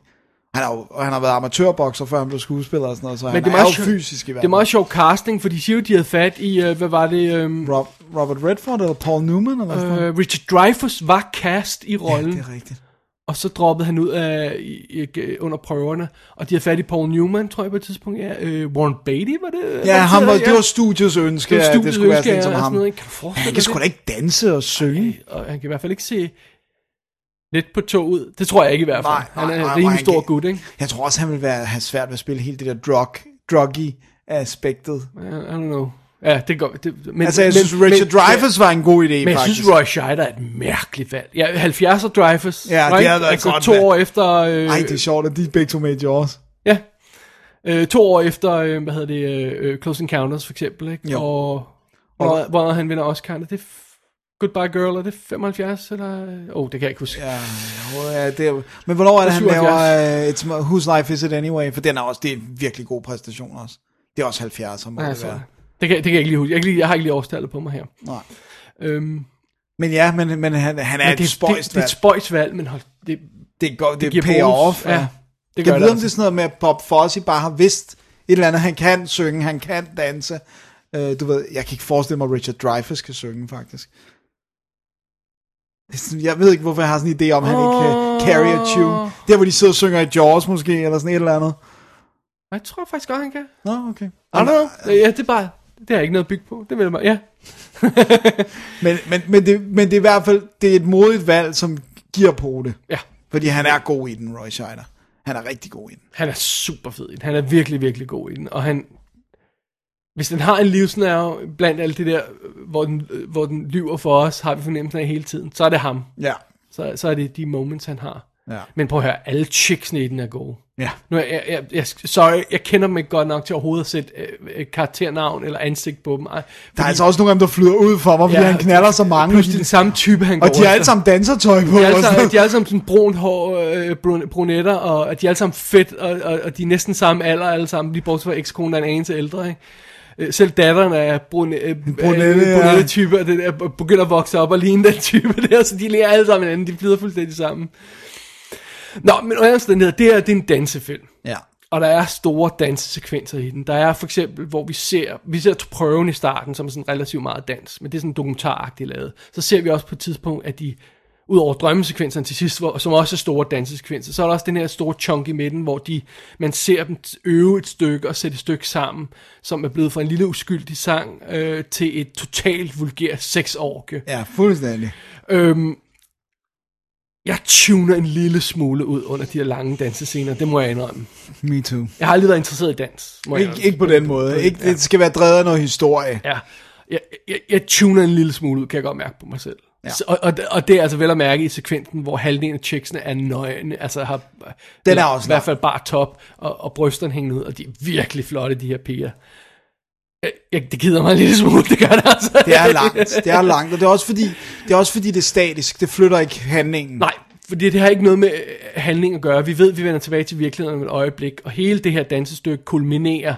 Speaker 3: Han har, jo, og han har været amatørbokser, før han blev skuespiller og sådan noget, så men han det er, jo
Speaker 4: sjovt-
Speaker 3: fysisk i hvert
Speaker 4: Det
Speaker 3: fald.
Speaker 4: er meget sjov casting, for de siger jo, de havde fat i, øh, hvad var det, øhm,
Speaker 3: Rob, Robert Redford eller Paul Newman eller sådan noget.
Speaker 4: øh, Richard Dreyfuss var cast i rollen.
Speaker 3: Det er rigtigt.
Speaker 4: Og så droppede han ud af, i, i, under prøverne, og de havde fat i Paul Newman, tror jeg på et tidspunkt, ja. Øh, Warren Beatty, var det?
Speaker 3: Ja, han var,
Speaker 4: Ja.
Speaker 3: det var studios ønske,
Speaker 4: Det var
Speaker 3: at det skulle være sådan
Speaker 4: studieønske,
Speaker 3: som
Speaker 4: ja, og
Speaker 3: ham.
Speaker 4: noget, ikke? Kan du forestille
Speaker 3: Han
Speaker 4: dig
Speaker 3: kan sgu da ikke danse og synge.
Speaker 4: det? Og han kan i hvert fald ikke se lidt på tog ud. Det tror jeg ikke i hvert fald.
Speaker 3: Nej, nej,
Speaker 4: han er
Speaker 3: nej,
Speaker 4: en
Speaker 3: nej,
Speaker 4: rimelig
Speaker 3: han
Speaker 4: stor
Speaker 3: kan-
Speaker 4: gut, ikke?
Speaker 3: Jeg tror også, han vil være, have svært ved at spille hele det der drug, druggy aspektet.
Speaker 4: I I don't know. Ja, det går. Det, men,
Speaker 3: Altså, jeg
Speaker 4: men,
Speaker 3: synes, Richard Dreyfuss var en god idé,
Speaker 4: Men jeg
Speaker 3: faktisk.
Speaker 4: synes, Roy Scheider er et mærkeligt valg. Ja, 70'er Dreyfus.
Speaker 3: Ja, det
Speaker 4: right?
Speaker 3: havde været
Speaker 4: altså,
Speaker 3: godt
Speaker 4: to
Speaker 3: valg.
Speaker 4: år efter... Øh,
Speaker 3: Ej, det er sjovt, at de begge to med i Jaws.
Speaker 4: Ja. Øh, to år efter, øh, hvad hedder det, øh, øh, Close Encounters for eksempel, ikke?
Speaker 3: Jo.
Speaker 4: Og, hvor, hvor han vinder Oscar, det er f- Goodbye Girl, er det 75, eller... Åh, oh, det kan jeg ikke huske.
Speaker 3: Ja, jo, ja, det er, men hvornår er det, han
Speaker 4: 77?
Speaker 3: laver uh, it's, my- Whose Life Is It Anyway? For den er også, det er en virkelig god præstation også. Det er også 70'er, må
Speaker 4: Ja,
Speaker 3: det
Speaker 4: så,
Speaker 3: være.
Speaker 4: det, kan, det kan jeg ikke lige huske. Jeg, kan ikke lige, jeg har ikke lige årstallet på mig her.
Speaker 3: Nej.
Speaker 4: Øhm,
Speaker 3: Men ja, men, men han, han er
Speaker 4: men det,
Speaker 3: et spøjst,
Speaker 4: det, det er et spøjs valg, men hold, det,
Speaker 3: det, det, det,
Speaker 4: giver
Speaker 3: det payer
Speaker 4: bonus.
Speaker 3: off. Ja.
Speaker 4: Ja, det gør
Speaker 3: Jeg ved,
Speaker 4: det,
Speaker 3: om det
Speaker 4: altså.
Speaker 3: er sådan noget med, at Bob Fosse bare har vidst et eller andet. Han kan synge, han kan danse. Øh, du ved, jeg kan ikke forestille mig, at Richard Dreyfuss kan synge, faktisk. Det er sådan- Jeg ved ikke, hvorfor jeg har sådan en idé om, at han ikke kan carry a tune. Der, hvor de sidder og synger i Jaws måske, eller sådan et eller andet.
Speaker 4: Jeg tror faktisk godt, han kan.
Speaker 3: Nå, okay.
Speaker 4: I don't know. Ja, det er bare... Det har jeg ikke noget at bygge på. Det vil jeg bare... Ja,
Speaker 3: Men, men, men, det, men det er i hvert fald det er et modigt valg, som giver på det.
Speaker 4: ja.
Speaker 3: Fordi han er god i den, Roy Scheider. Han er rigtig god i den.
Speaker 4: Han er super fed i den. Han er virkelig, virkelig god i den. Og han... Hvis den har en livsnerve blandt alt det der, hvor den, øh, hvor den lyver for os, har vi fornemmelsen af hele tiden, så er det ham.
Speaker 3: Ja.
Speaker 4: Så, så er det de moments, han har.
Speaker 3: Ja.
Speaker 4: Men prøv at høre, alle chicksene i den er gode.
Speaker 3: Ja.
Speaker 4: Nu, er jeg, jeg, jeg, sorry, jeg kender dem ikke godt nok til overhovedet at sætte øh, øh, karakternavn eller ansigt på dem. Ej,
Speaker 3: Der er
Speaker 4: fordi-
Speaker 3: altså også nogle af dem, der flyder ud for mig, fordi ja, han knaller så mange.
Speaker 4: Plus den samme type, han
Speaker 3: Og
Speaker 4: går
Speaker 3: de har
Speaker 4: efter.
Speaker 3: alle sammen dansertøj på.
Speaker 4: De er alle
Speaker 3: og sådan
Speaker 4: sammen,
Speaker 3: noget.
Speaker 4: de er alle sammen sådan brunt hår, øh, brun- brunetter, og og de er alle sammen fedt, og, og, og de er næsten samme alder alle sammen, lige bortset fra ekskonen, der er en anelse ældre, ikke? Øh, Selv datteren er brune, øh,
Speaker 3: brunette, ja.
Speaker 4: brunette type, og det der, og begynder at vokse op og ligne den type der, så de lærer alle sammen hinanden, de flyder fuldstændig sammen. Nå, men under alle omstændigheder, det her det er en dansefilm.
Speaker 3: Ja.
Speaker 4: Og der er store dansesekvenser i den. Der er for eksempel, hvor vi ser, vi ser prøven i starten, som er sådan relativt meget dans, men det er sådan dokumentaragtigt lavet. Så ser vi også på et tidspunkt, at de, udover drømmesekvenserne til sidst, hvor, som også er store dansesekvenser, så er der også den her store chunk i midten, hvor de, man ser dem t- øve et stykke og sætte et stykke sammen, som er blevet fra en lille uskyldig sang øh, til et totalt vulgært sexorgie.
Speaker 3: Ja, fuldstændig.
Speaker 4: Øhm, jeg tuner en lille smule ud under de her lange dansescener, det må jeg indrømme.
Speaker 3: Me too.
Speaker 4: Jeg har aldrig været interesseret i dans. Må
Speaker 3: Ikke,
Speaker 4: jeg,
Speaker 3: ikke på den måde. Ikke, det skal være drevet af noget historie.
Speaker 4: Ja. Jeg, jeg, jeg tuner en lille smule ud, kan jeg godt mærke på mig selv. Ja. Så, og, og, og det er altså vel at mærke i sekvensen, hvor halvdelen af chicksene er nøgne, altså har
Speaker 3: Den er
Speaker 4: eller
Speaker 3: også
Speaker 4: i hvert fald bare top, og, og brysterne hængende ud, og de er virkelig flotte, de her piger. Jeg, jeg, det gider mig en lille smule, det gør det altså.
Speaker 3: Det er langt. Det er langt. Og det er også fordi, det er, også fordi, det er statisk. Det flytter ikke handlingen.
Speaker 4: Nej, fordi det har ikke noget med øh, handling at gøre. Vi ved, at vi vender tilbage til virkeligheden om et øjeblik, og hele det her dansestykke kulminerer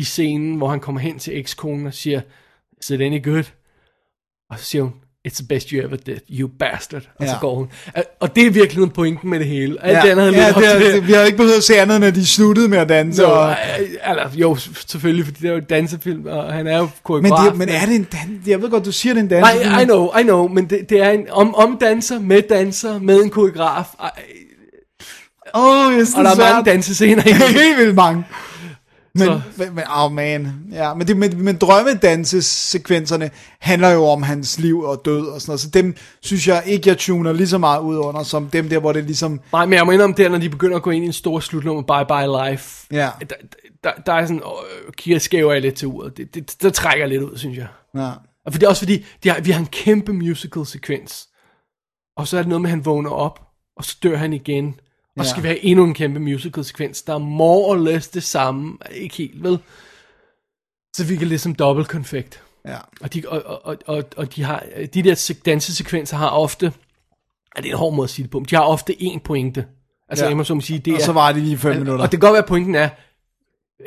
Speaker 4: i scenen, hvor han kommer hen til ekskonen og siger, Is it any good? Og så siger hun, It's the best you ever did, you bastard. Og ja. så
Speaker 3: Ja.
Speaker 4: går hun. Al- Og det er virkelig pointen med det hele. Alt
Speaker 3: Ja,
Speaker 4: ja. det andet havde
Speaker 3: ja,
Speaker 4: ledt op
Speaker 3: det,
Speaker 4: til
Speaker 3: er- altså det, vi har ikke behøvet at se andet, end at de sluttede med at danse.
Speaker 4: Så,
Speaker 3: og,
Speaker 4: eller, jo, selvfølgelig, fordi det er jo et dansefilm, og han er jo
Speaker 3: men,
Speaker 4: koreograf.
Speaker 3: det, men er det en dans? Jeg ved godt, du siger, det er en dans.
Speaker 4: Nej, I know, I know, men det, det er en om, om danser, med danser, med en koreograf. Ej,
Speaker 3: Åh, oh, jeg
Speaker 4: Og der er mange dansescener i det.
Speaker 3: Helt vildt mange. Men,
Speaker 4: Så-
Speaker 3: men, men oh man. Ja, men, det, men, men drømmedansesekvenserne handler jo om hans liv og død og sådan noget, så dem synes jeg ikke, jeg tuner lige så meget ud under, som dem der, hvor det ligesom...
Speaker 4: Nej, men jeg må indrømme der, når de begynder at gå ind i en stor slutnummer, Bye Bye Life.
Speaker 3: Ja.
Speaker 4: Der, der, der er sådan, øh, kigger skæver jeg lidt til uret. Det, det, der trækker jeg lidt ud, synes jeg.
Speaker 3: Ja.
Speaker 4: Og for det er også fordi, de har, vi har en kæmpe musical-sekvens. Og så er det noget med, at han vågner op, og så dør han igen. Og så
Speaker 3: Ja.
Speaker 4: skal vi have endnu en kæmpe musical-sekvens. Der er more or less det samme. Ikke helt, vel? Så vi kan ligesom dobbelt-konfekt.
Speaker 3: ja.
Speaker 4: Og de, og, og- og, og, og de, har, de der se- dansesekvenser har ofte, er det er en hård måde at sige det på, men de har ofte én pointe. Altså
Speaker 3: Ja.
Speaker 4: ja. jeg må så må sige, det
Speaker 3: Og
Speaker 4: er,
Speaker 3: så var det lige 5 minutter.
Speaker 4: og det kan godt være, at pointen er,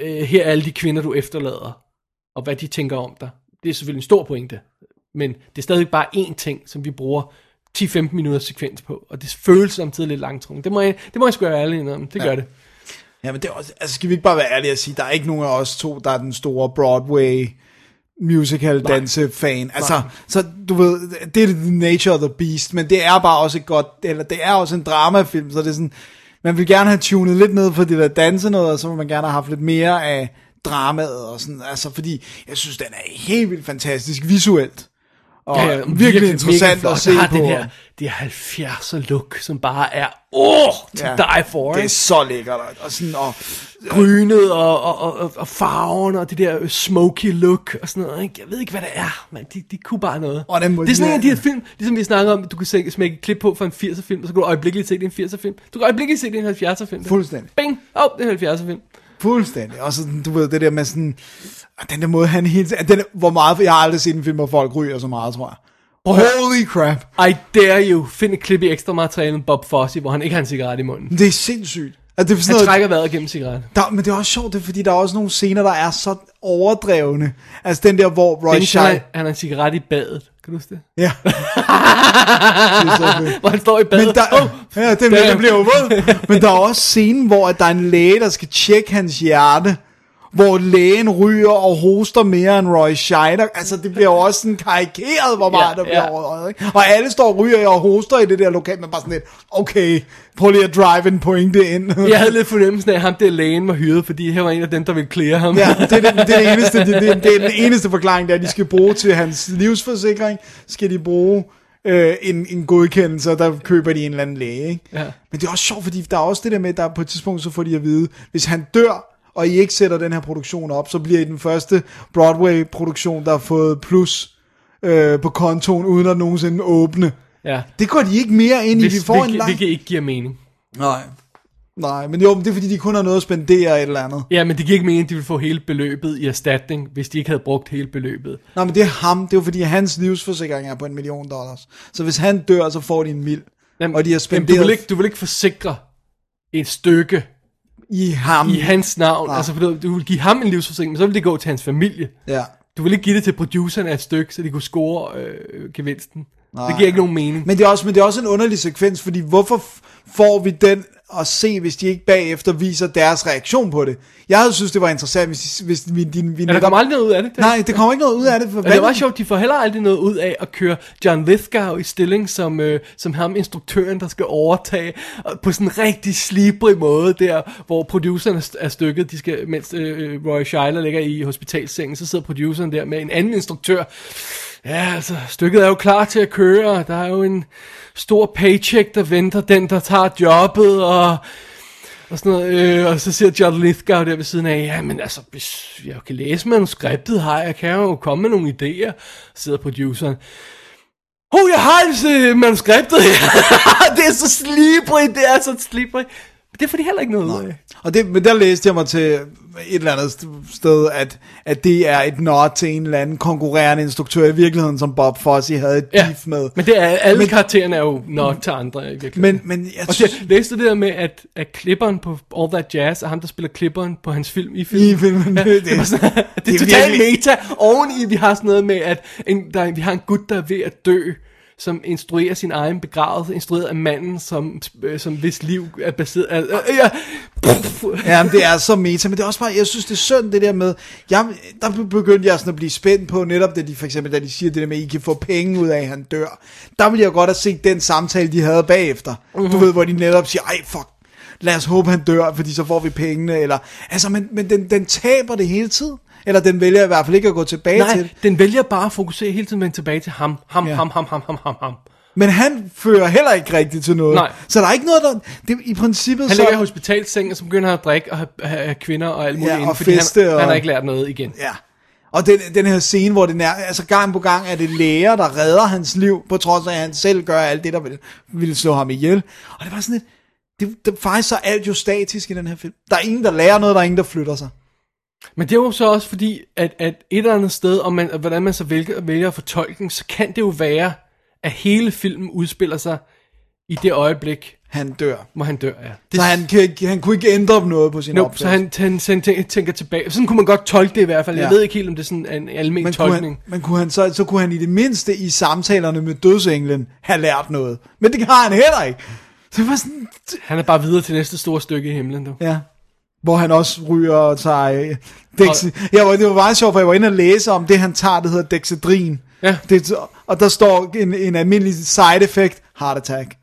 Speaker 4: øh, her er alle de kvinder, du efterlader, og hvad de tænker om dig. Det er selvfølgelig en stor pointe, men det er stadig bare én ting, som vi bruger 10-15 minutters sekvens på, og det føles samtidig lidt langtrunget. Det må jeg, det må jeg sgu være ærlig om, det ja. gør det.
Speaker 3: Ja, men det er også, altså skal vi ikke bare være ærlige og sige, der er ikke nogen af os to, der er den store Broadway musical dansefan. Altså,
Speaker 4: Nej.
Speaker 3: så du ved, det er the nature of the beast, men det er bare også et godt, eller det er også en dramafilm, så det er sådan, man vil gerne have tunet lidt ned for det der danse noget, og så vil man gerne have haft lidt mere af dramaet og sådan, altså fordi, jeg synes, den er helt vildt fantastisk visuelt. Og ja, virkelig, virkelig
Speaker 4: mega
Speaker 3: interessant
Speaker 4: flot.
Speaker 3: at se
Speaker 4: Der har
Speaker 3: på.
Speaker 4: Det her, det her 70'er look, som bare er, åh, oh, to ja, die for.
Speaker 3: det er
Speaker 4: ikke?
Speaker 3: så lækkert, og- og sådan, og
Speaker 4: grynet og, og, og- og, og farven og det der smoky look og sådan noget. Ikke? Jeg ved ikke, hvad det er, men de, de kunne bare noget.
Speaker 3: Og den må-
Speaker 4: det er sådan en af de her film, ligesom vi snakker om, du kan se- smække et klip på fra en 80'er film, og så kan du øjeblikkeligt se, det er en 80'er film. Du kan øjeblikkeligt se, det er en 70'er film.
Speaker 3: Fuldstændig.
Speaker 4: Bing! Åh, oh, det er en 70'er film.
Speaker 3: Fuldstændig. Og så, du ved, det der med sådan, ah, den der måde, han hele tiden, den, hvor meget, jeg har aldrig set en film, hvor folk ryger så meget, tror jeg. Holy crap.
Speaker 4: I dare you, find et klip i ekstra materialet med Bob Fosse, hvor han ikke har en cigaret i munden.
Speaker 3: Det er sindssygt. Altså, det er sådan
Speaker 4: Han
Speaker 3: noget,
Speaker 4: trækker vejret gennem cigaretten.
Speaker 3: der, men det er også sjovt, det er, fordi der er også nogle scener, der er så overdrevne. Altså den der, hvor Roy
Speaker 4: Den, han,
Speaker 3: Scheider...
Speaker 4: har- han har en cigaret i badet. Kan du huske det?
Speaker 3: Ja. Det er så fedt.
Speaker 4: Hvor han står i badet.
Speaker 3: Men der,
Speaker 4: Åh,
Speaker 3: ja, den,
Speaker 4: damn.
Speaker 3: den bliver jo våd. Men der er også scenen, hvor at der er en læge, der skal tjekke hans hjerte. Hvor lægen ryger og hoster mere end Roy Scheider. Altså, det bliver jo også sådan karikeret, hvor meget ja,
Speaker 4: Ja,
Speaker 3: der bliver
Speaker 4: ja.
Speaker 3: ja. ikke? Og alle står og ryger og hoster i det der lokal, men bare sådan lidt, okay, prøv lige at drive en pointe ind.
Speaker 4: Jeg havde lidt fornemmelsen af, at ham der lægen var hyret, fordi han var en af dem, der ville klæde ham.
Speaker 3: Ja, det er, det, det, er det eneste, det, det, det er den eneste forklaring, der de skal bruge til hans livsforsikring, skal de bruge øh, en, en godkendelse, og der køber de en eller anden læge. Ikke?
Speaker 4: Ja.
Speaker 3: Men det er også sjovt, fordi der er også det der med, at der på et tidspunkt, så får de at vide, hvis han dør, og I ikke sætter den her produktion op, så bliver I den første Broadway-produktion, der har fået plus øh, på kontoen, uden at nogensinde åbne.
Speaker 4: Ja.
Speaker 3: Det går de ikke mere ind i,
Speaker 4: Hvis,
Speaker 3: vi får en
Speaker 4: hvilket,
Speaker 3: lang...
Speaker 4: hvilket ikke giver mening.
Speaker 3: Nej. Nej, men jo, men det er fordi, de kun har noget at spendere et eller andet.
Speaker 4: Ja, men det giver ikke mening, at de ville få hele beløbet i erstatning, hvis de ikke havde brugt hele beløbet.
Speaker 3: Nej, men det er ham. Det er jo fordi, hans livsforsikring er på en million dollars. Så hvis han dør, så får de en mil. Jamen, og de har spenderet
Speaker 4: du, vil ikke, du vil ikke forsikre et stykke
Speaker 3: i ham.
Speaker 4: i hans
Speaker 3: Nej.
Speaker 4: navn. Nej. Altså, for du, du vil give ham en livsforsikring, men så vil det gå til hans familie.
Speaker 3: Ja.
Speaker 4: Du vil ikke give det til producerne af et stykke, så de kunne score øh, gevinsten. Nej. Det giver ikke nogen mening.
Speaker 3: Men det, er også, men det er også en underlig sekvens, fordi hvorfor f- får vi den at se, hvis de ikke bagefter viser deres reaktion på det? Jeg havde synes, det var interessant, hvis, de- hvis vi, din, vi
Speaker 4: Ja, der kommer aldrig noget ud af det.
Speaker 3: Nej, det kommer ikke noget ud af det. For
Speaker 4: Og det er meget sjovt, de får heller aldrig noget ud af at køre John Lithgow i stilling som, øh, som ham, instruktøren, der skal overtage, og på sådan en rigtig slibrig måde der, hvor produceren er st- er stykket, de skal, mens øh, øh, Roy Scheiler ligger i hospitalsengen, så sidder produceren der med en anden instruktør. Ja, altså, stykket er jo klar til at køre, og der er jo en stor paycheck, der venter den, der tager jobbet, og... Og, sådan noget, øh, og så siger John Lithgow der ved siden af, ja, men altså, hvis jeg kan læse manuskriptet her, jeg kan jo komme med nogle idéer, sidder produceren. Hov, jeg har altså øh, manuskriptet her. det er så slibrigt, det er så slibrigt. Men det får de heller ikke noget ud af.
Speaker 3: Og det, men der læste jeg mig til et eller andet st- sted, at, at det er et nod til en eller anden konkurrerende instruktør i virkeligheden, som Bob Fosse havde et ja. beef med.
Speaker 4: men det er, alle
Speaker 3: Men-
Speaker 4: men, karaktererne er jo nok til andre i virkeligheden.
Speaker 3: Men, men jeg
Speaker 4: og
Speaker 3: synes,
Speaker 4: det, læste du det der med, at, at klipperen på All That Jazz, og ham, der spiller klipperen på hans film i filmen.
Speaker 3: I filmen,
Speaker 4: Ja,
Speaker 3: det-
Speaker 4: det, det, var sådan, det, det
Speaker 3: det
Speaker 4: er
Speaker 3: er
Speaker 4: totalt
Speaker 3: virkelig-
Speaker 4: meta. Oveni, vi har sådan noget med, at en, der, vi har en gut, der er ved at dø, som instruerer sin egen begravelse, instrueret af manden, som, øh, som hvis liv er baseret... af- Øh, ja, puff,
Speaker 3: Ja, men det er så meta, men det er også bare, jeg synes, det er synd det der med, jeg, der be- begyndte jeg sådan at blive spændt på, netop da de, for eksempel, da de siger det der med, at I kan få penge ud af, at han dør. Der ville jeg godt have set den samtale, de havde bagefter. Mm-hmm.
Speaker 4: Mhm.
Speaker 3: Du ved, hvor de netop siger, ej fuck, lad os håbe, han dør, fordi så får vi pengene, eller, altså, men, men den, den taber det hele tiden. Eller den vælger i hvert fald ikke at gå tilbage
Speaker 4: nej,
Speaker 3: til.
Speaker 4: den vælger bare at fokusere hele tiden vende tilbage til ham. Ham,
Speaker 3: Ja.
Speaker 4: ham, ham, ham, ham, ham, ham.
Speaker 3: Men han fører heller ikke rigtigt til noget.
Speaker 4: Nej.
Speaker 3: Så der er ikke noget, der... Det, I princippet
Speaker 4: Han
Speaker 3: så...
Speaker 4: ligger i hospitalsengen, og så begynder han at drikke og have, have, have kvinder og alt muligt
Speaker 3: Ja,
Speaker 4: inden,
Speaker 3: og
Speaker 4: fordi han,
Speaker 3: feste og-
Speaker 4: han har ikke lært noget igen.
Speaker 3: Ja. Og den, den her scene, hvor den er, altså gang på gang er det læger, der redder hans liv, på trods af, at han selv gør alt det, der ville, ville slå ham ihjel. Og det var sådan lidt, det, det, faktisk så er alt jo statisk i den her film. Der er ingen, der lærer noget, der er ingen, der flytter sig.
Speaker 4: Men det er jo så også fordi, at, at et eller andet sted, om man, hvordan man så vælger, vælger at fortolke den, så kan det jo være, at hele filmen udspiller sig i det øjeblik,
Speaker 3: Han dør.
Speaker 4: hvor han dør. Ja. Det,
Speaker 3: Så han, kan, ikke- han kunne ikke ændre på noget på sin
Speaker 4: nope,
Speaker 3: opfattelse.
Speaker 4: så han, han, han tænker, tænker tilbage. Sådan kunne man godt tolke det i hvert fald.
Speaker 3: Ja.
Speaker 4: Jeg ved ikke helt, om det er sådan en almen
Speaker 3: men kunne,
Speaker 4: tolkning.
Speaker 3: han, men kunne han så, så kunne han i det mindste i samtalerne med dødsenglen have lært noget. Men det har han heller ikke. Så det var sådan,
Speaker 4: Han er bare videre til næste store stykke i himlen. Du.
Speaker 3: Ja. Hvor han også ryger og tager... Øh, Dexi- ja, hvor- det var meget sjovt, for jeg var inde og læse om det, han tager, det hedder Dexedrin.
Speaker 4: Ja.
Speaker 3: Det, er- og der står en, en almindelig side effect, heart attack.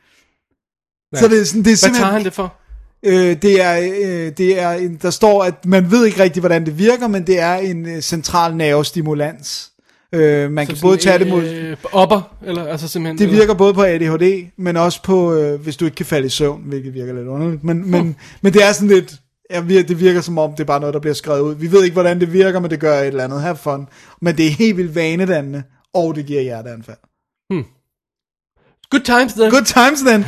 Speaker 3: Ja. Så det er, sådan, det er
Speaker 4: Hvad tager han
Speaker 3: simpelthen,
Speaker 4: det for?
Speaker 3: øh, det er, øh, det er en, der står, at man ved ikke rigtig, hvordan det virker, men det er en øh, central nervestimulans. Øh, man
Speaker 4: Som
Speaker 3: kan både tage
Speaker 4: sådan
Speaker 3: det
Speaker 4: en,
Speaker 3: mod...
Speaker 4: Øh, opper, eller altså simpelthen...
Speaker 3: Det
Speaker 4: eller-
Speaker 3: virker både på ADHD, men også på, øh, hvis du ikke kan falde i søvn, hvilket virker lidt underligt. Men, men, men det er sådan lidt, ja, vir- det virker som om, det er bare noget, der bliver skrevet ud. Vi ved ikke, hvordan det virker, men det gør et eller andet. Have fun. Men det er helt vildt vanedannende, og det giver hjerteanfald.
Speaker 4: Good times, then.
Speaker 3: Good times then.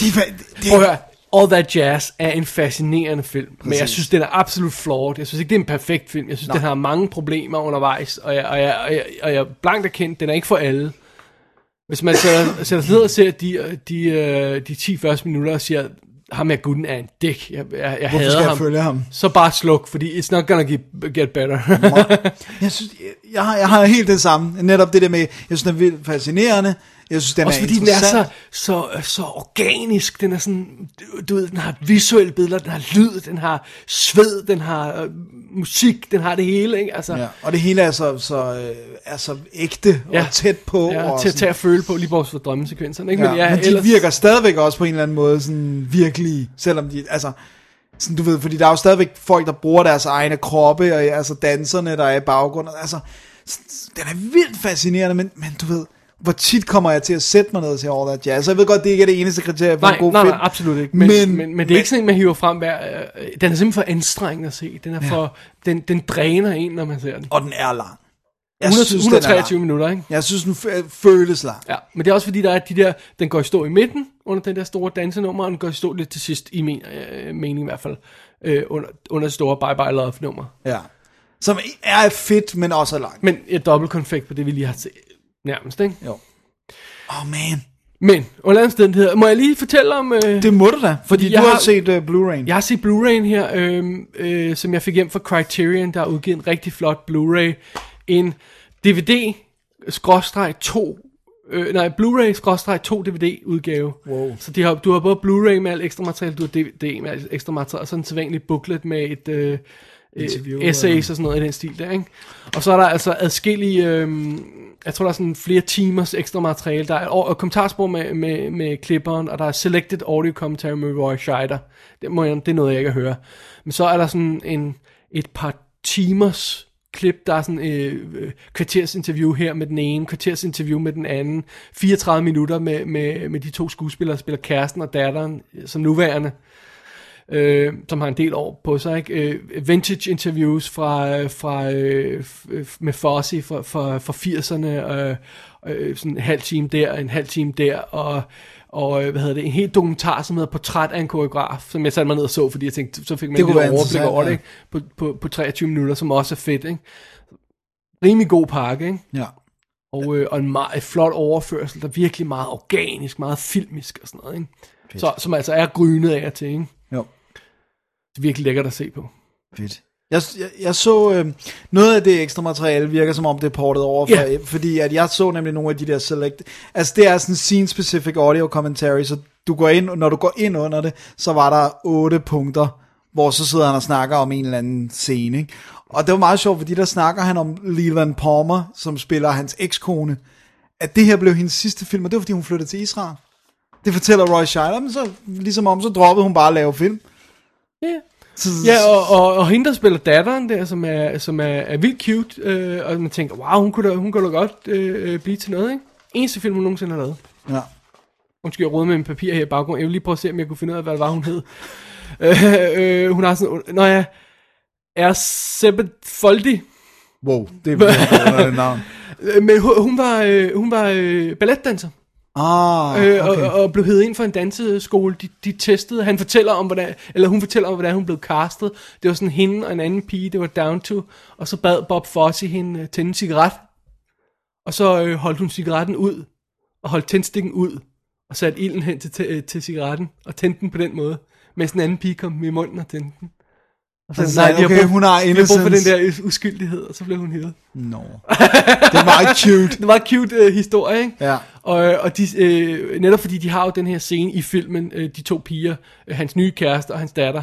Speaker 3: De, er fa- de,
Speaker 4: Prøv
Speaker 3: de,
Speaker 4: at høre, All That Jazz er en fascinerende film, men jeg
Speaker 3: Præcis.
Speaker 4: synes, den er absolut flawed. Jeg synes ikke, det er en perfekt film. Jeg synes, Nej. den har mange problemer undervejs, og jeg, og jeg, og jeg, og jeg er blankt erkendt, den er ikke for alle. Hvis man sætter, sætter sig ned og ser de, de, øh, de 10 første minutter og siger, ham her gutten er en dæk, jeg, jeg, jeg
Speaker 3: Hvorfor
Speaker 4: hader
Speaker 3: skal jeg
Speaker 4: ham.
Speaker 3: følge ham?
Speaker 4: Så bare sluk, fordi it's not gonna get, get better.
Speaker 3: jeg, synes, jeg, jeg, har, jeg har helt det samme. Netop det der med, jeg synes, den er vildt fascinerende. Jeg synes, den
Speaker 4: Også
Speaker 3: er
Speaker 4: fordi den er
Speaker 3: interessant.
Speaker 4: så, så, øh, så organisk, den er sådan, du ved, den har visuelle billeder, den har lyd, den har sved, den har øh, musik, den har det hele, ikke? Altså,
Speaker 3: Ja, og det hele er så, så, øh, er så ægte og
Speaker 4: Ja.
Speaker 3: tæt på.
Speaker 4: ja,
Speaker 3: og
Speaker 4: til at
Speaker 3: sådan-
Speaker 4: tage at føle på, lige bortset fra drømmesekvenserne, ikke?
Speaker 3: Ja, men, ja, men de ellers... virker stadigvæk også på en eller anden måde sådan virkelig, selvom de, altså, sådan, du ved, fordi der er jo stadigvæk folk, der bruger deres egne kroppe, og altså danserne, der er i baggrunden, altså, s- s- den er vildt fascinerende, men, men du ved, hvor tit kommer jeg til at sætte mig ned og se All That Jazz? Jeg ved godt, det ikke er det eneste kriterie for
Speaker 4: Nej,
Speaker 3: en god
Speaker 4: nej,
Speaker 3: film.
Speaker 4: nej, absolut ikke. Men, men, men, men det er ikke sådan en, man hiver frem hver... Øh, den er simpelthen for anstrengende at se. Den, er for, den, den dræner en, når man ser den.
Speaker 3: Og den er lang. Jeg
Speaker 4: 100,
Speaker 3: synes, den er
Speaker 4: 123
Speaker 3: lang.
Speaker 4: minutter, ikke?
Speaker 3: Jeg synes, den fø- føles lang.
Speaker 4: Ja, men det er også fordi, der er de der, den går i stå i midten under den der store dansenummer, og den går i stå lidt til sidst, i min øh, mening i hvert fald, øh, under, under det store Bye Bye Love nummer.
Speaker 3: Ja. Som er fedt, men også er lang.
Speaker 4: Men et dobbelt konfekt på det, vi lige har set nærmest, ikke?
Speaker 3: Jo. Oh man.
Speaker 4: Men, under omstændigheder, må jeg lige fortælle om... Øh,
Speaker 3: Det må du da, fordi
Speaker 4: jeg
Speaker 3: du har,
Speaker 4: har-
Speaker 3: set uh, Blu-ray.
Speaker 4: Jeg har set Blu-ray'en her, øh, øh, som jeg fik hjem fra Criterion, der har udgivet en rigtig flot Blu-ray. En DVD, skråstreg 2, øh, nej, Blu-ray, skråstreg 2 DVD udgave. Wow. Så de har, du har både Blu-ray med alt ekstra materiale, du har DVD med alt ekstra materiale, og sådan en sædvanlig booklet med et... Øh, øh, essays og sådan noget i den stil der, ikke? Og så er der altså adskillige, øh, jeg tror der er sådan flere timers ekstra materiale, der er og, og kommentarspor med, med, med klipperen, og der er selected audio commentary med Roy Scheider, det, må jeg, det er noget jeg ikke kan høre. Men så er der sådan en, et par timers klip, der er sådan øh, øh, kvarters interview her med den ene, kvarters interview med den anden, 34 minutter med, med, med de to skuespillere, der spiller kæresten og datteren, øh, som nuværende øh, som har en del år på sig, ikke? Øh, vintage interviews fra, øh, fra øh, f- øh, med Fosse fra, fra, fra 80'erne, øh, øh, sådan en halv time der, en halv time der, og, og øh, hvad hedder det, en helt dokumentar, som hedder Portræt af en koreograf, som jeg satte mig ned og så, fordi jeg tænkte, så fik man
Speaker 3: Det
Speaker 4: det
Speaker 3: kunne
Speaker 4: lidt
Speaker 3: være
Speaker 4: overblik
Speaker 3: interessant,
Speaker 4: over det,
Speaker 3: ja.
Speaker 4: ikke? På, på, på 23 minutter, som også er fedt, ikke? Rimelig god pakke, ikke?
Speaker 3: Ja.
Speaker 4: Og, øh, og en meget et flot overførsel, der er virkelig meget organisk, meget filmisk og sådan noget, ikke? Så, som altså er grynet af og til, ikke?
Speaker 3: Jo.
Speaker 4: Det er virkelig lækkert at se på.
Speaker 3: Fedt. Jeg, jeg, jeg så øh, noget af det ekstra materiale virker som om det er portet over fra,
Speaker 4: Ja.
Speaker 3: yeah. fordi at jeg så nemlig nogle af de der select, altså det er sådan scene specific audio commentary, så du går ind, når du går ind under det, så var der otte punkter, hvor så sidder han og snakker om en eller anden scene, ikke? og det var meget sjovt, fordi der snakker han om Leland Palmer, som spiller hans ekskone, at det her blev hendes sidste film, og det var fordi hun flyttede til Israel. Det fortæller Roy Scheider, men så ligesom om, så droppede hun bare at lave film.
Speaker 4: Ja.
Speaker 3: Så,
Speaker 4: Ja, og, og, og hende, der spiller datteren der, som er, som er, er vildt cute, øh, og man tænker, wow, hun kunne da, hun kunne da godt øh, øh, blive til noget, ikke? Eneste film, hun nogensinde har lavet.
Speaker 3: ja.
Speaker 4: Undskyld, jeg roder med en papir her i baggrunden. Jeg vil lige prøve at se, om jeg kunne finde ud af, hvad det var, hun hed. øh, øh, hun har sådan... Nå ja, er Sebbet Foldi.
Speaker 3: Wow, det er virkelig underligt navn.
Speaker 4: Øh, Men hun, hun var, øh, hun var øh, balletdanser.
Speaker 3: Ah,
Speaker 4: øh,
Speaker 3: okay.
Speaker 4: og, og blev hævet ind for en danseskole. De, de testede. Han fortæller om hvordan, eller hun fortæller om hvordan hun blev castet. Det var sådan hende og en anden pige, det var down to, og så bad Bob Fosse hende øh, tænde en cigaret. Og så øh, holdt hun cigaretten ud og holdt tændstikken ud og satte ilden hen til, til, øh, til cigaretten og tændte den på den måde, mens en anden pige kom med i munden og tændte den. Og så,
Speaker 3: Altså, okay, hun har
Speaker 4: vi har brug for den
Speaker 3: innocence."
Speaker 4: der øh, uskyldighed, og så blev hun hævet.
Speaker 3: Nå. Det er meget cute.
Speaker 4: Det var en cute øh, historie, ikke?
Speaker 3: Ja.
Speaker 4: Og, øh, og de, øh, netop fordi de har jo den her scene i filmen, øh, de to piger, øh, hans nye kæreste og hans datter,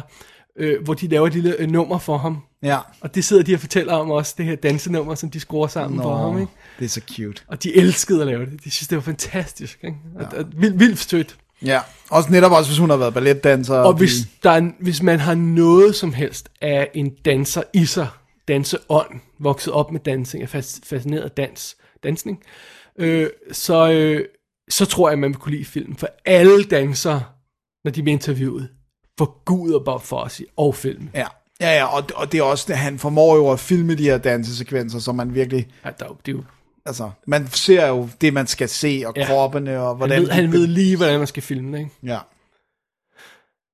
Speaker 4: øh, hvor de laver et lille øh, nummer for ham.
Speaker 3: Ja.
Speaker 4: Og det sidder de og fortæller om også, det her dansenummer, som de skruer sammen Nå. for ham, ikke?
Speaker 3: det er så cute.
Speaker 4: Og de elskede at lave det. De synes, det var fantastisk, ikke? Og, ja. og, vildt, vildt sødt.
Speaker 3: Ja. Også netop også, hvis hun har været balletdanser.
Speaker 4: Og hvis, der er, en- hvis man har noget som helst af en danser i sig, danseånd, vokset op med dansning, er fas- fascineret af dans, dansning, øh, så, øh, så tror jeg, man vil kunne lide filmen. For alle dansere, når de bliver interviewet, forguder Bob Fosse og filmen.
Speaker 3: Ja. Ja, ja, og, og det er også, han formår jo at filme de her dansesekvenser, så man virkelig,
Speaker 4: Ja, der, er jo- det er jo,
Speaker 3: altså, man ser jo det, man skal se, og ja.
Speaker 4: Ja.
Speaker 3: kroppene, og
Speaker 4: han,
Speaker 3: hvordan...
Speaker 4: ved, han ved lige, hvordan man skal filme det, ikke?
Speaker 3: Ja.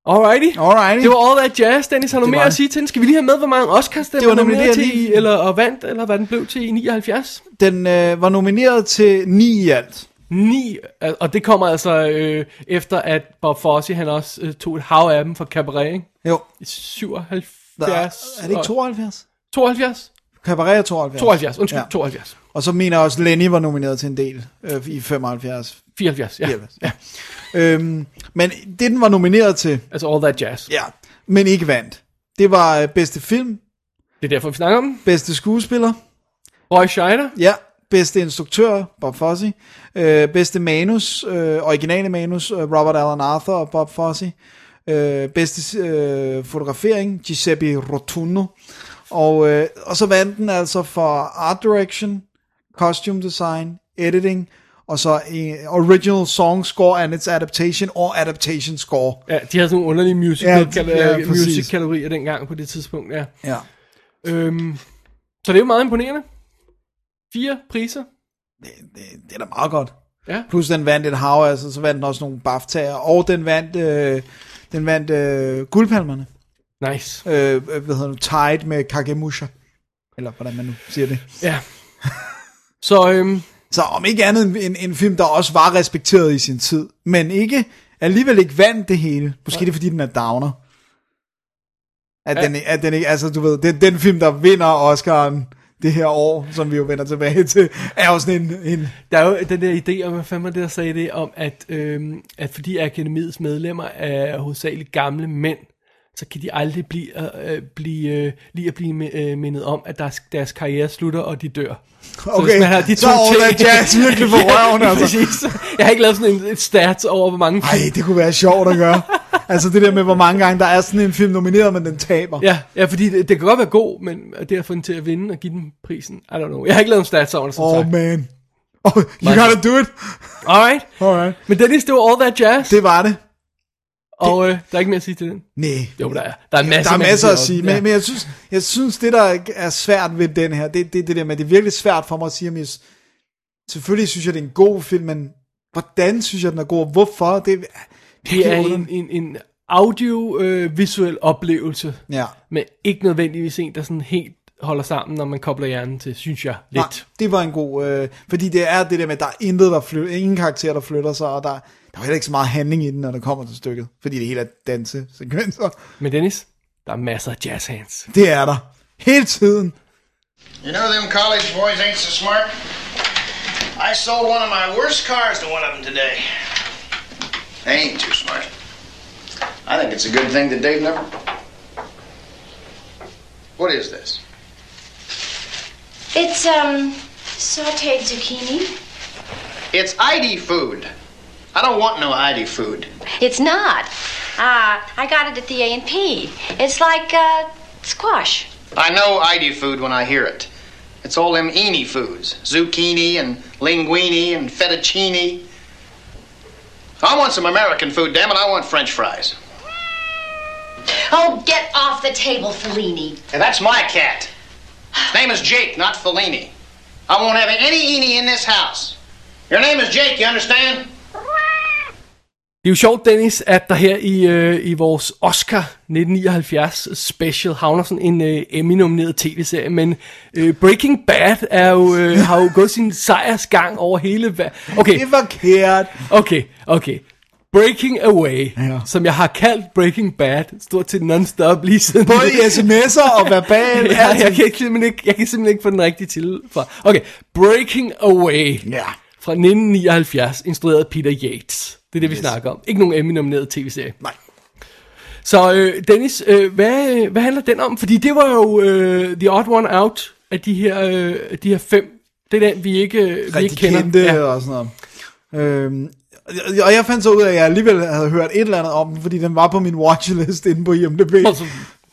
Speaker 4: Alrighty.
Speaker 3: Alrighty.
Speaker 4: Det var All That Jazz, Dennis. Har du
Speaker 3: Det
Speaker 4: mere
Speaker 3: var
Speaker 4: at
Speaker 3: det.
Speaker 4: sige til den? Skal vi lige have med, hvor mange Oscars den
Speaker 3: Det var
Speaker 4: var
Speaker 3: nemlig
Speaker 4: nomineret
Speaker 3: det, jeg
Speaker 4: til, i,
Speaker 3: lige-
Speaker 4: eller og vandt, eller hvad den blev til i 79?
Speaker 3: Den øh, var nomineret til 9 i alt.
Speaker 4: 9, al- og det kommer altså øh, efter, at Bob Fosse, han også øh, tog et hav af dem fra Cabaret, ikke?
Speaker 3: Jo.
Speaker 4: I 77.
Speaker 3: Der, er det ikke
Speaker 4: og-
Speaker 3: 72?
Speaker 4: 72?
Speaker 3: Cabaret er 72.
Speaker 4: 72, undskyld,
Speaker 3: Ja.
Speaker 4: ja. 72.
Speaker 3: Og så mener jeg også, Lenny var nomineret til en del øh, i 75.
Speaker 4: 74, ja.
Speaker 3: Ja. ja. Øhm, men det, den var nomineret til,
Speaker 4: Altså All That Jazz.
Speaker 3: Ja, men ikke vandt. Det var øh, bedste film,
Speaker 4: Det er derfor, vi snakker om den.
Speaker 3: bedste skuespiller,
Speaker 4: Roy Scheider,
Speaker 3: ja, bedste instruktør, Bob Fosse, øh, bedste manus, øh, originale manus, øh, Robert Allen Arthur og Bob Fosse, øh, bedste øh, fotografering, Giuseppe Rotuno, og, øh, og så vandt den altså for art direction, costume design, editing og så øh, original song score and its adaptation, og adaptation score.
Speaker 4: Ja, de havde sådan nogle underlige
Speaker 3: Ja,
Speaker 4: musical,
Speaker 3: de-
Speaker 4: ja,
Speaker 3: ja,
Speaker 4: ja,
Speaker 3: præcis.
Speaker 4: music kategorier dengang på det tidspunkt, ja.
Speaker 3: Ja.
Speaker 4: Øhm, så det er jo meget imponerende. Fire priser.
Speaker 3: Det, det er da meget godt.
Speaker 4: Ja.
Speaker 3: Plus den vandt et hav, altså, så vandt den også nogle BAFTA'er, og den vandt, øh, den vandt øh, guldpalmerne.
Speaker 4: Nice.
Speaker 3: Øh, øh, hvad hedder nu, tied med Kagemusha. Eller hvordan man nu siger det.
Speaker 4: Ja. Så øhm,
Speaker 3: Så om ikke andet en, en, en film, der også var respekteret i sin tid, men ikke alligevel ikke vandt det hele. Måske det er fordi, den er downer. At den, at den ikke, altså du ved, den, den film, der vinder Oscaren det her år, som vi jo vender tilbage til, er jo sådan en, en
Speaker 4: Der er jo den der idé om, hvad fanden var det, der sagde det, om at, øhm, at fordi akademiets medlemmer er hovedsageligt gamle mænd, så kan de aldrig blive, øh, øh, blive, øh, lige at blive mi- øh, mindet om, at deres, deres karriere slutter, og de dør.
Speaker 3: Okay, så er All That Jazz virkelig på røven, altså.
Speaker 4: Præcis. Jeg har ikke lavet sådan en, et stats over, hvor mange...
Speaker 3: Ej, det kunne være sjovt at gøre. altså det der med, hvor mange gange der er sådan en film nomineret, men den taber.
Speaker 4: Ja, ja, fordi det, det kan godt være god, men at det at få den til at vinde og give den prisen, I don't know. Jeg har ikke lavet en stats over det, som
Speaker 3: oh
Speaker 4: sagt.
Speaker 3: man. Oh, you gotta do it.
Speaker 4: Alright.
Speaker 3: Alright.
Speaker 4: Men Dennis, det var All That Jazz, det,
Speaker 3: Det var det.
Speaker 4: og øh, der er ikke mere at sige til den.
Speaker 3: Nej.
Speaker 4: Jo, der er. Der er masser,
Speaker 3: Der er
Speaker 4: Altså, man kan
Speaker 3: masser at
Speaker 4: om
Speaker 3: sige,
Speaker 4: den.
Speaker 3: men,
Speaker 4: Ja.
Speaker 3: men jeg, synes, jeg synes, det der er svært ved den her, det er det, det der med, det er virkelig svært for mig at sige, om jeg, s- selvfølgelig synes jeg, det er en god film, men hvordan synes jeg, den er god, og hvorfor? Det, er-
Speaker 4: Det er en,
Speaker 3: underligt.
Speaker 4: en, en audiovisuel øh, oplevelse,
Speaker 3: Ja.
Speaker 4: men ikke nødvendigvis en, der sådan helt holder sammen, når man kobler hjernen til, synes jeg, lidt.
Speaker 3: Nej, det var en god, øh, fordi det er det der med, at der er intet, der flytter, ingen karakter, der flytter sig, og der, der er heller ikke så meget handling i den, når det kommer til stykket, fordi det hele er dansesekvenser.
Speaker 4: Men Dennis, der er masser af jazz hands.
Speaker 3: Det er der. Hele tiden.
Speaker 9: You know them college boys ain't so smart. I sold one of my worst cars to one of them today.
Speaker 6: They ain't too smart. I think it's a good thing that Dave never. What is this?
Speaker 5: It's, um, sauteed zucchini.
Speaker 9: It's ID food. I don't want no ID food.
Speaker 5: It's not. Uh, I got it at the A&P. It's like, uh, squash.
Speaker 9: I know ID food when I hear it. It's all them eeny foods zucchini and linguine and fettuccine. I want some American food, damn it. I want French fries.
Speaker 5: Oh, get off the table, Fellini.
Speaker 9: And that's my cat. His name is Jake, not Fellini. I won't have any eeny in this house. Your name is Jake, you understand?
Speaker 4: Det er jo sjovt, Dennis, at der her i, øh, i vores Oscar 1979 special havner sådan en øh, Emmy-nomineret tv-serie, men øh, Breaking Bad er jo, øh, har jo gået sin sejrsgang over hele... va- Okay,
Speaker 3: Det var kært.
Speaker 4: Okay, okay. Breaking Away,
Speaker 3: Ja.
Speaker 4: ja. som jeg har kaldt Breaking Bad, stort set non-stop lige siden.
Speaker 3: Både i sms'er og verbal.
Speaker 4: ja, jeg, kan ikke, simpelthen ikke, jeg kan simpelthen ikke få den rigtige til fra. Okay, Breaking Away
Speaker 3: Ja.
Speaker 4: fra 1979, instrueret af Peter Yates. Det er det, vi snakker om. Ikke nogen Emmy-nomineret tv-serie.
Speaker 3: Nej.
Speaker 4: Så øh, Dennis, øh, hvad, øh, hvad handler den om? Fordi det var jo øh, The Odd One Out af de her, øh, de her fem. Det er den, vi ikke, øh, vi ikke
Speaker 3: Rigtig
Speaker 4: kender.
Speaker 3: kendte ja. og sådan noget. Øhm, og- og jeg fandt så ud af, at jeg alligevel havde hørt et eller andet om den, fordi den var på min watchlist inde på IMDb.
Speaker 4: Og så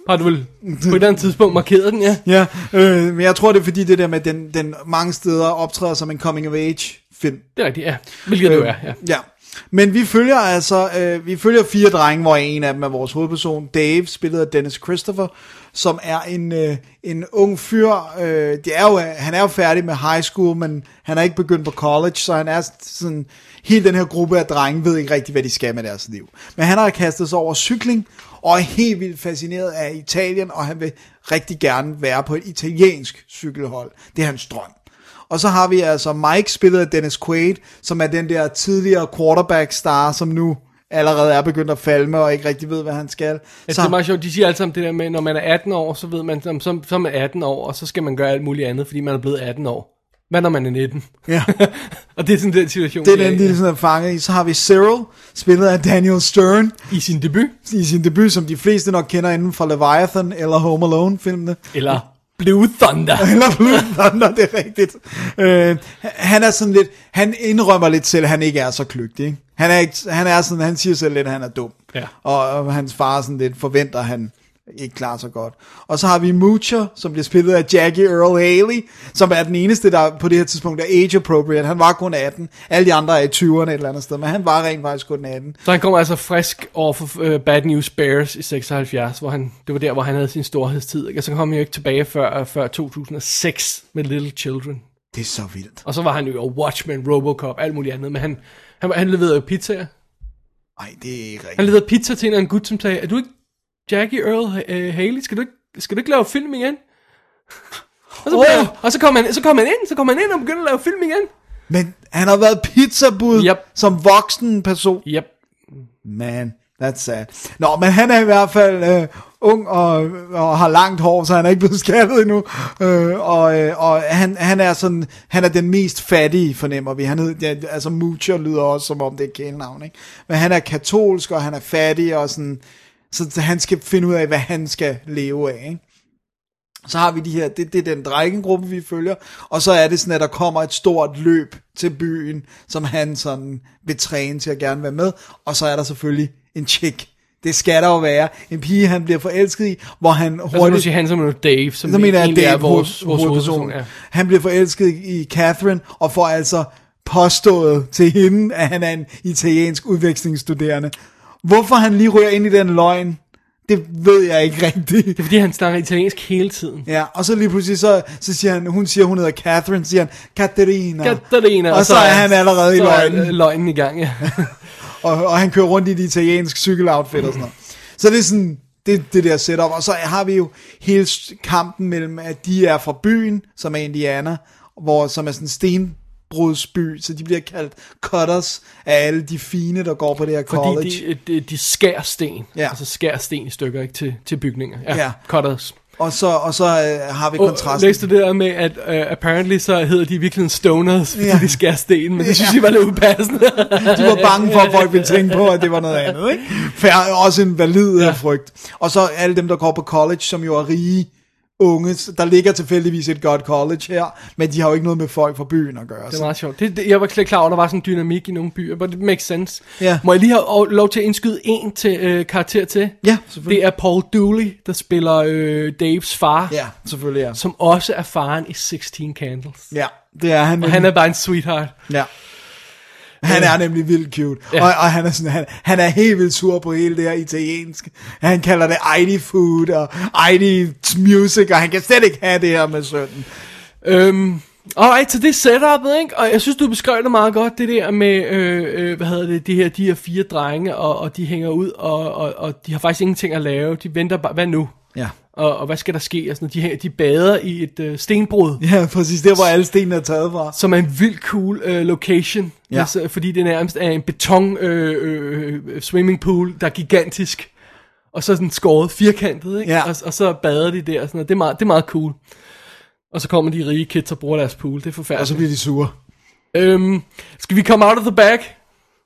Speaker 4: har du vel på et eller andet tidspunkt markeret den, ja?
Speaker 3: Ja, øh, men jeg tror, det er fordi det der med, at den, den mange steder optræder som en coming-of-age-film.
Speaker 4: Det er rigtigt, ja. Hvilket
Speaker 3: Øh,
Speaker 4: det jo er, ja.
Speaker 3: Ja. Men vi følger altså, øh, vi følger fire drenge, hvor en af dem er vores hovedperson, Dave, spillet af Dennis Christopher, som er en, øh, en ung fyr. Øh, det er jo, han er jo færdig med high school, men han er ikke begyndt på college, så han er sådan, hele den her gruppe af drenge ved ikke rigtig, hvad de skal med deres liv. Men han har kastet sig over cykling, og er helt vildt fascineret af Italien, og han vil rigtig gerne være på et italiensk cykelhold. Det er hans drøm. Og så har vi altså Mike, spillet af Dennis Quaid, som er den der tidligere quarterback-star, som nu allerede er begyndt at falme og ikke rigtig ved, hvad han skal.
Speaker 4: Ja,
Speaker 3: Så,
Speaker 4: det er meget sjovt, de siger alle sammen det der med, når man er 18 år, så ved man, "Nå, men så, så er man 18 år, og så skal man gøre alt muligt andet, fordi man er blevet 18 år. Hvad når man er 19?
Speaker 3: ja,
Speaker 4: og det er sådan den situation,
Speaker 3: det
Speaker 4: vi
Speaker 3: er den, de er sådan er fanget i. Så har vi Cyril, spillet af Daniel Stern,
Speaker 4: i sin debut,
Speaker 3: i sin debut, som de fleste nok kender inden fra Leviathan eller Home Alone-filmene.
Speaker 4: eller Blue Thunder.
Speaker 3: Eller Blue Thunder, det er rigtigt. Øh, han er sådan lidt, han indrømmer lidt selv, at han ikke er så kløgtig. Ikke? Han, er ikke, han er sådan, han siger selv lidt, at han er dum.
Speaker 4: Ja.
Speaker 3: Og, og hans far sådan lidt forventer, at han ikke klarer sig godt. Og så har vi Moocher, som bliver spillet af Jackie Earl Haley, som er den eneste, der på det her tidspunkt er age appropriate. Han var kun 18. Alle de andre er i 20'erne et eller andet sted, men han var rent faktisk kun 18.
Speaker 4: Så han kommer altså frisk off of uh, Bad News Bears i 76, hvor han, det var der, hvor han havde sin storhedstid. Ikke? Og så kom han jo ikke tilbage før, øh, før 2006 med Little Children.
Speaker 3: Det er så vildt.
Speaker 4: Og så var han jo over Watchmen, Robocop, alt muligt andet. Men han, han, han leverede jo pizzaer.
Speaker 3: Nej, det er ikke
Speaker 4: Han
Speaker 3: rigtigt.
Speaker 4: leverede pizza til en eller anden gut, som sagde, er du ikke Jackie Earl uh, Haley? Skal du ikke, skal du ikke lave film igen? og så,
Speaker 3: Åh!
Speaker 4: oh. og så, kom han, så kom han ind, så kom han ind og begyndte at lave film igen.
Speaker 3: Men han har været pizzabud
Speaker 4: Yep.
Speaker 3: som voksen person.
Speaker 4: Yep.
Speaker 3: Man, that's sad. Nå, men han er i hvert fald øh, ung og, og har langt hår, så han er ikke blevet skattet endnu. Øh, og øh, og han, han, er sådan, han er den mest fattige, fornemmer vi. Han hed, ja, altså Mucha lyder også, som om det er et kælenavn, ikke? Men han er katolsk, og han er fattig, og sådan, så han skal finde ud af, hvad han skal leve af, ikke? Så har vi de her, det, det er den drengegruppe, vi følger, og så er det sådan, at der kommer et stort løb til byen, som han sådan vil træne til at gerne være med, og så er der selvfølgelig en chick. Det skal der jo være. En pige, han bliver forelsket i, hvor han
Speaker 4: Og så nu
Speaker 3: hurtigt...
Speaker 4: siger han, som er Dave, som
Speaker 3: Så mener jeg, at
Speaker 4: egentlig
Speaker 3: det
Speaker 4: er vores, vores hovedperson. Ja.
Speaker 3: Han bliver forelsket i Catherine, og får altså påstået til hende, at han er en italiensk udvekslingsstuderende. Hvorfor han lige rører ind i den løgn, det ved jeg ikke rigtigt.
Speaker 4: Fordi han snakker italiensk hele tiden.
Speaker 3: Ja, og så lige pludselig, så, så siger han, hun siger, hun hedder Catherine, siger han, Katerina.
Speaker 4: Katarina.
Speaker 3: Og, så er han allerede i
Speaker 4: så er, øh,
Speaker 3: løgnen,
Speaker 4: løgnen i gang, ja.
Speaker 3: og, og han kører rundt i et italiensk cykeloutfit og sådan noget. Så det er sådan, det, det der setup, og så har vi jo hele s- kampen mellem, at de er fra byen, som er Indiana, hvor, som er sådan en stenbrudsby, så de bliver kaldt cutters af alle de fine, der går på det her college.
Speaker 4: Fordi de, øh, de, de skærer sten.
Speaker 3: Ja.
Speaker 4: Altså skærer sten i stykker, ikke? Til, til bygninger. Ja.
Speaker 3: Ja.
Speaker 4: ja. Cutters.
Speaker 3: Og så, og så øh, har vi
Speaker 4: Og
Speaker 3: kontrasten.
Speaker 4: læste det der med, at uh, apparently så hedder de i virkeligheden stoners, fordi
Speaker 3: Ja.
Speaker 4: ja. de skærer sten, men
Speaker 3: Ja.
Speaker 4: det synes jeg var lidt upassende.
Speaker 3: De var bange for, at folk ville tænke på, at det var noget andet, ikke? For jeg er også en valid ja. frygt. Og så alle dem, der går på college, som jo er rige unge. Der ligger tilfældigvis et godt college her, men de har jo ikke noget med folk fra byen at gøre.
Speaker 4: Det
Speaker 3: Så.
Speaker 4: er meget sjovt. Det, det, jeg var slet ikke klar over, at der var sådan en dynamik i nogle byer, but it makes sense.
Speaker 3: Ja.
Speaker 4: Må jeg lige have o- lov til at indskyde en til, øh, karakter til?
Speaker 3: Ja, selvfølgelig.
Speaker 4: Det er Paul Dooley, der spiller øh, Daves far,
Speaker 3: Ja, selvfølgelig ja.
Speaker 4: som også er faren i 16 Candles.
Speaker 3: Ja, det er han.
Speaker 4: Og han er bare en sweetheart.
Speaker 3: Ja. Han er nemlig vildt cute. Ja.
Speaker 4: Ja.
Speaker 3: Og, og han, er sådan, han, han er helt vildt sur på hele det her italienske. Han kalder det ID food og ID music, og han kan slet ikke have det her med sønnen.
Speaker 4: Øhm, alright, så det er setupet, ikke? Og jeg synes, du beskrev det meget godt, det der med, øh, øh, hvad hedder det, det her, de her fire drenge, og, og de hænger ud, og, og, og de har faktisk ingenting at lave. De venter bare, hvad nu?
Speaker 3: Ja.
Speaker 4: Og, og hvad skal der ske? Og sådan, noget. de, hæ- de bader i et øh, stenbrud.
Speaker 3: Ja, præcis. Der, hvor alle stenene er taget fra.
Speaker 4: Som er en vildt cool øh, location,
Speaker 3: Ja.
Speaker 4: altså, fordi det nærmest er en beton øh, øh, øh, swimming pool, der er gigantisk, og så sådan skåret firkantet, ikke?
Speaker 3: Ja.
Speaker 4: Og, og så bader de der, og sådan noget. Det, er meget, det er meget cool. Og så kommer de rige kids og bruger deres pool, det er forfærdeligt.
Speaker 3: Og så bliver de sure.
Speaker 4: Øhm, skal vi komme out of the bag?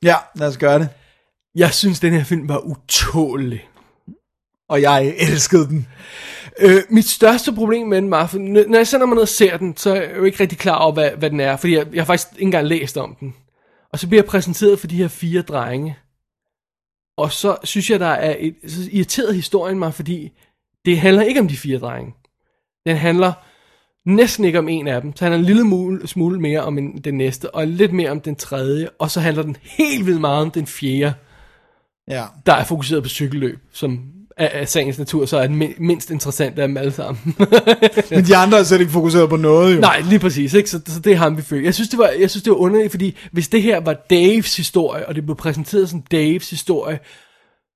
Speaker 3: Ja, lad os gøre det.
Speaker 4: Jeg synes, den her film var utålig.
Speaker 3: Og jeg elskede den.
Speaker 4: Øh, mit største problem med den var, for n- når jeg sender mig ned og ser den, så er jeg jo ikke rigtig klar over, hvad, hvad den er, fordi jeg, jeg har faktisk ikke engang læst om den. Og så bliver jeg præsenteret for de her fire drenge. Og så synes jeg, der er et, så irriteret historien mig, fordi det handler ikke om de fire drenge. Den handler næsten ikke om en af dem. Så handler en lille mul- smule mere om en, den næste, og lidt mere om den tredje, og så handler den helt vildt meget om den fjerde.
Speaker 3: Ja.
Speaker 4: der er fokuseret på cykelløb, som af, af sagens natur så er den mi- mindst interessante af dem alle sammen.
Speaker 3: Men de andre er slet ikke fokuseret på noget, jo.
Speaker 4: Nej, lige præcis, ikke? Så, så det er ham, vi følger. Jeg synes, det var, jeg synes, det var underligt, fordi hvis det her var Daves historie, og det blev præsenteret som Daves historie,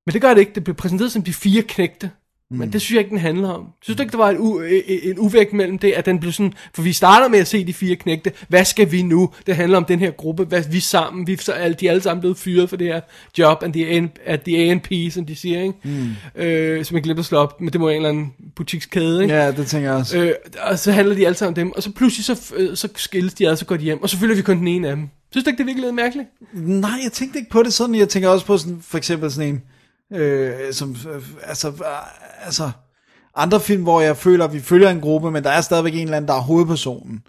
Speaker 4: men det gør det ikke, det blev præsenteret som de fire knægte, mm. men det synes jeg ikke, den handler om. Synes du ikke, der var en, u- øh, øh, en uvægt mellem det, at den blev sådan, for vi starter med at se de fire knægte, hvad skal vi nu? Det handler om den her gruppe, hvad, vi er sammen, vi er så alle, de er alle sammen blevet fyret for det her job, and the, N- at the ANP, som de siger, ikke? Mm. Øh, som jeg glemte at slå op, men det må en eller anden butikskæde, ikke?
Speaker 3: Ja, det tænker jeg også.
Speaker 4: Øh, og så handler de alle sammen om dem, og så pludselig så, øh, så skilles de ad, så går de hjem, og så følger vi kun den ene af dem. Synes du ikke, det virkelig lidt mærkeligt?
Speaker 3: Nej, jeg tænkte ikke på det sådan. Jeg tænker også på sådan, for eksempel sådan en, øh, som, øh, altså, øh, altså, andre film, hvor jeg føler, at vi følger en gruppe, men der er stadigvæk en eller anden, der er hovedpersonen.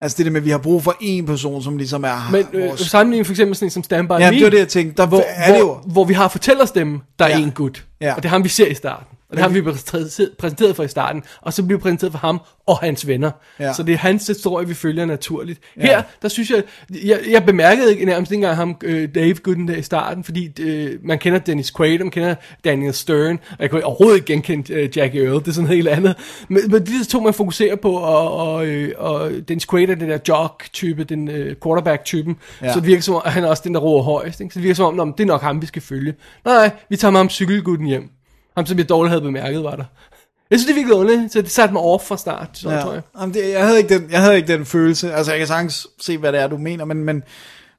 Speaker 3: Altså det der med, at vi har brug for en person, som ligesom er
Speaker 4: Men øh,
Speaker 3: vores...
Speaker 4: sammenlignet for eksempel sådan en som Stand By
Speaker 3: ja,
Speaker 4: Me,
Speaker 3: det var det, jeg tænkte. Der
Speaker 4: hvor,
Speaker 3: er det jo...
Speaker 4: hvor, hvor vi har fortællerstemmen, der
Speaker 3: Ja.
Speaker 4: er en gut,
Speaker 3: Ja.
Speaker 4: og det er ham, vi ser i starten. Og Og det har vi præsenteret- præsenteret for i starten, og så bliver vi præsenteret for ham og hans venner.
Speaker 3: Ja.
Speaker 4: Ja. Så det er hans historie, vi følger naturligt. Her, der synes jeg, jeg, jeg bemærkede ikke nærmest ikke engang ham, øh, Dave Gooden, i starten, fordi øh, man kender Dennis Quaid, man kender Daniel Stern, og jeg kunne overhovedet ikke genkende øh, Jackie Earl, det er sådan helt andet. Men, men de to, man fokuserer på, og, og, øh, og Dennis Quaid er den der jock-type, den øh, quarterback-typen,
Speaker 3: Ja.
Speaker 4: ja. så det virker som om, at han er også den, der roer højst. Ikke? Så det virker som om, "Nå, men det er nok ham, vi skal følge. Nej, vi tager med ham cykelgutten hjem. Ham, som jeg dårligt havde bemærket, var der. Jeg synes, det virkelig underligt, så det satte mig off fra start, så, ja. tror jeg.
Speaker 3: Jamen, det, jeg, havde ikke den, jeg havde ikke den følelse. Altså, jeg kan sagtens se, hvad det er, du mener, men, men,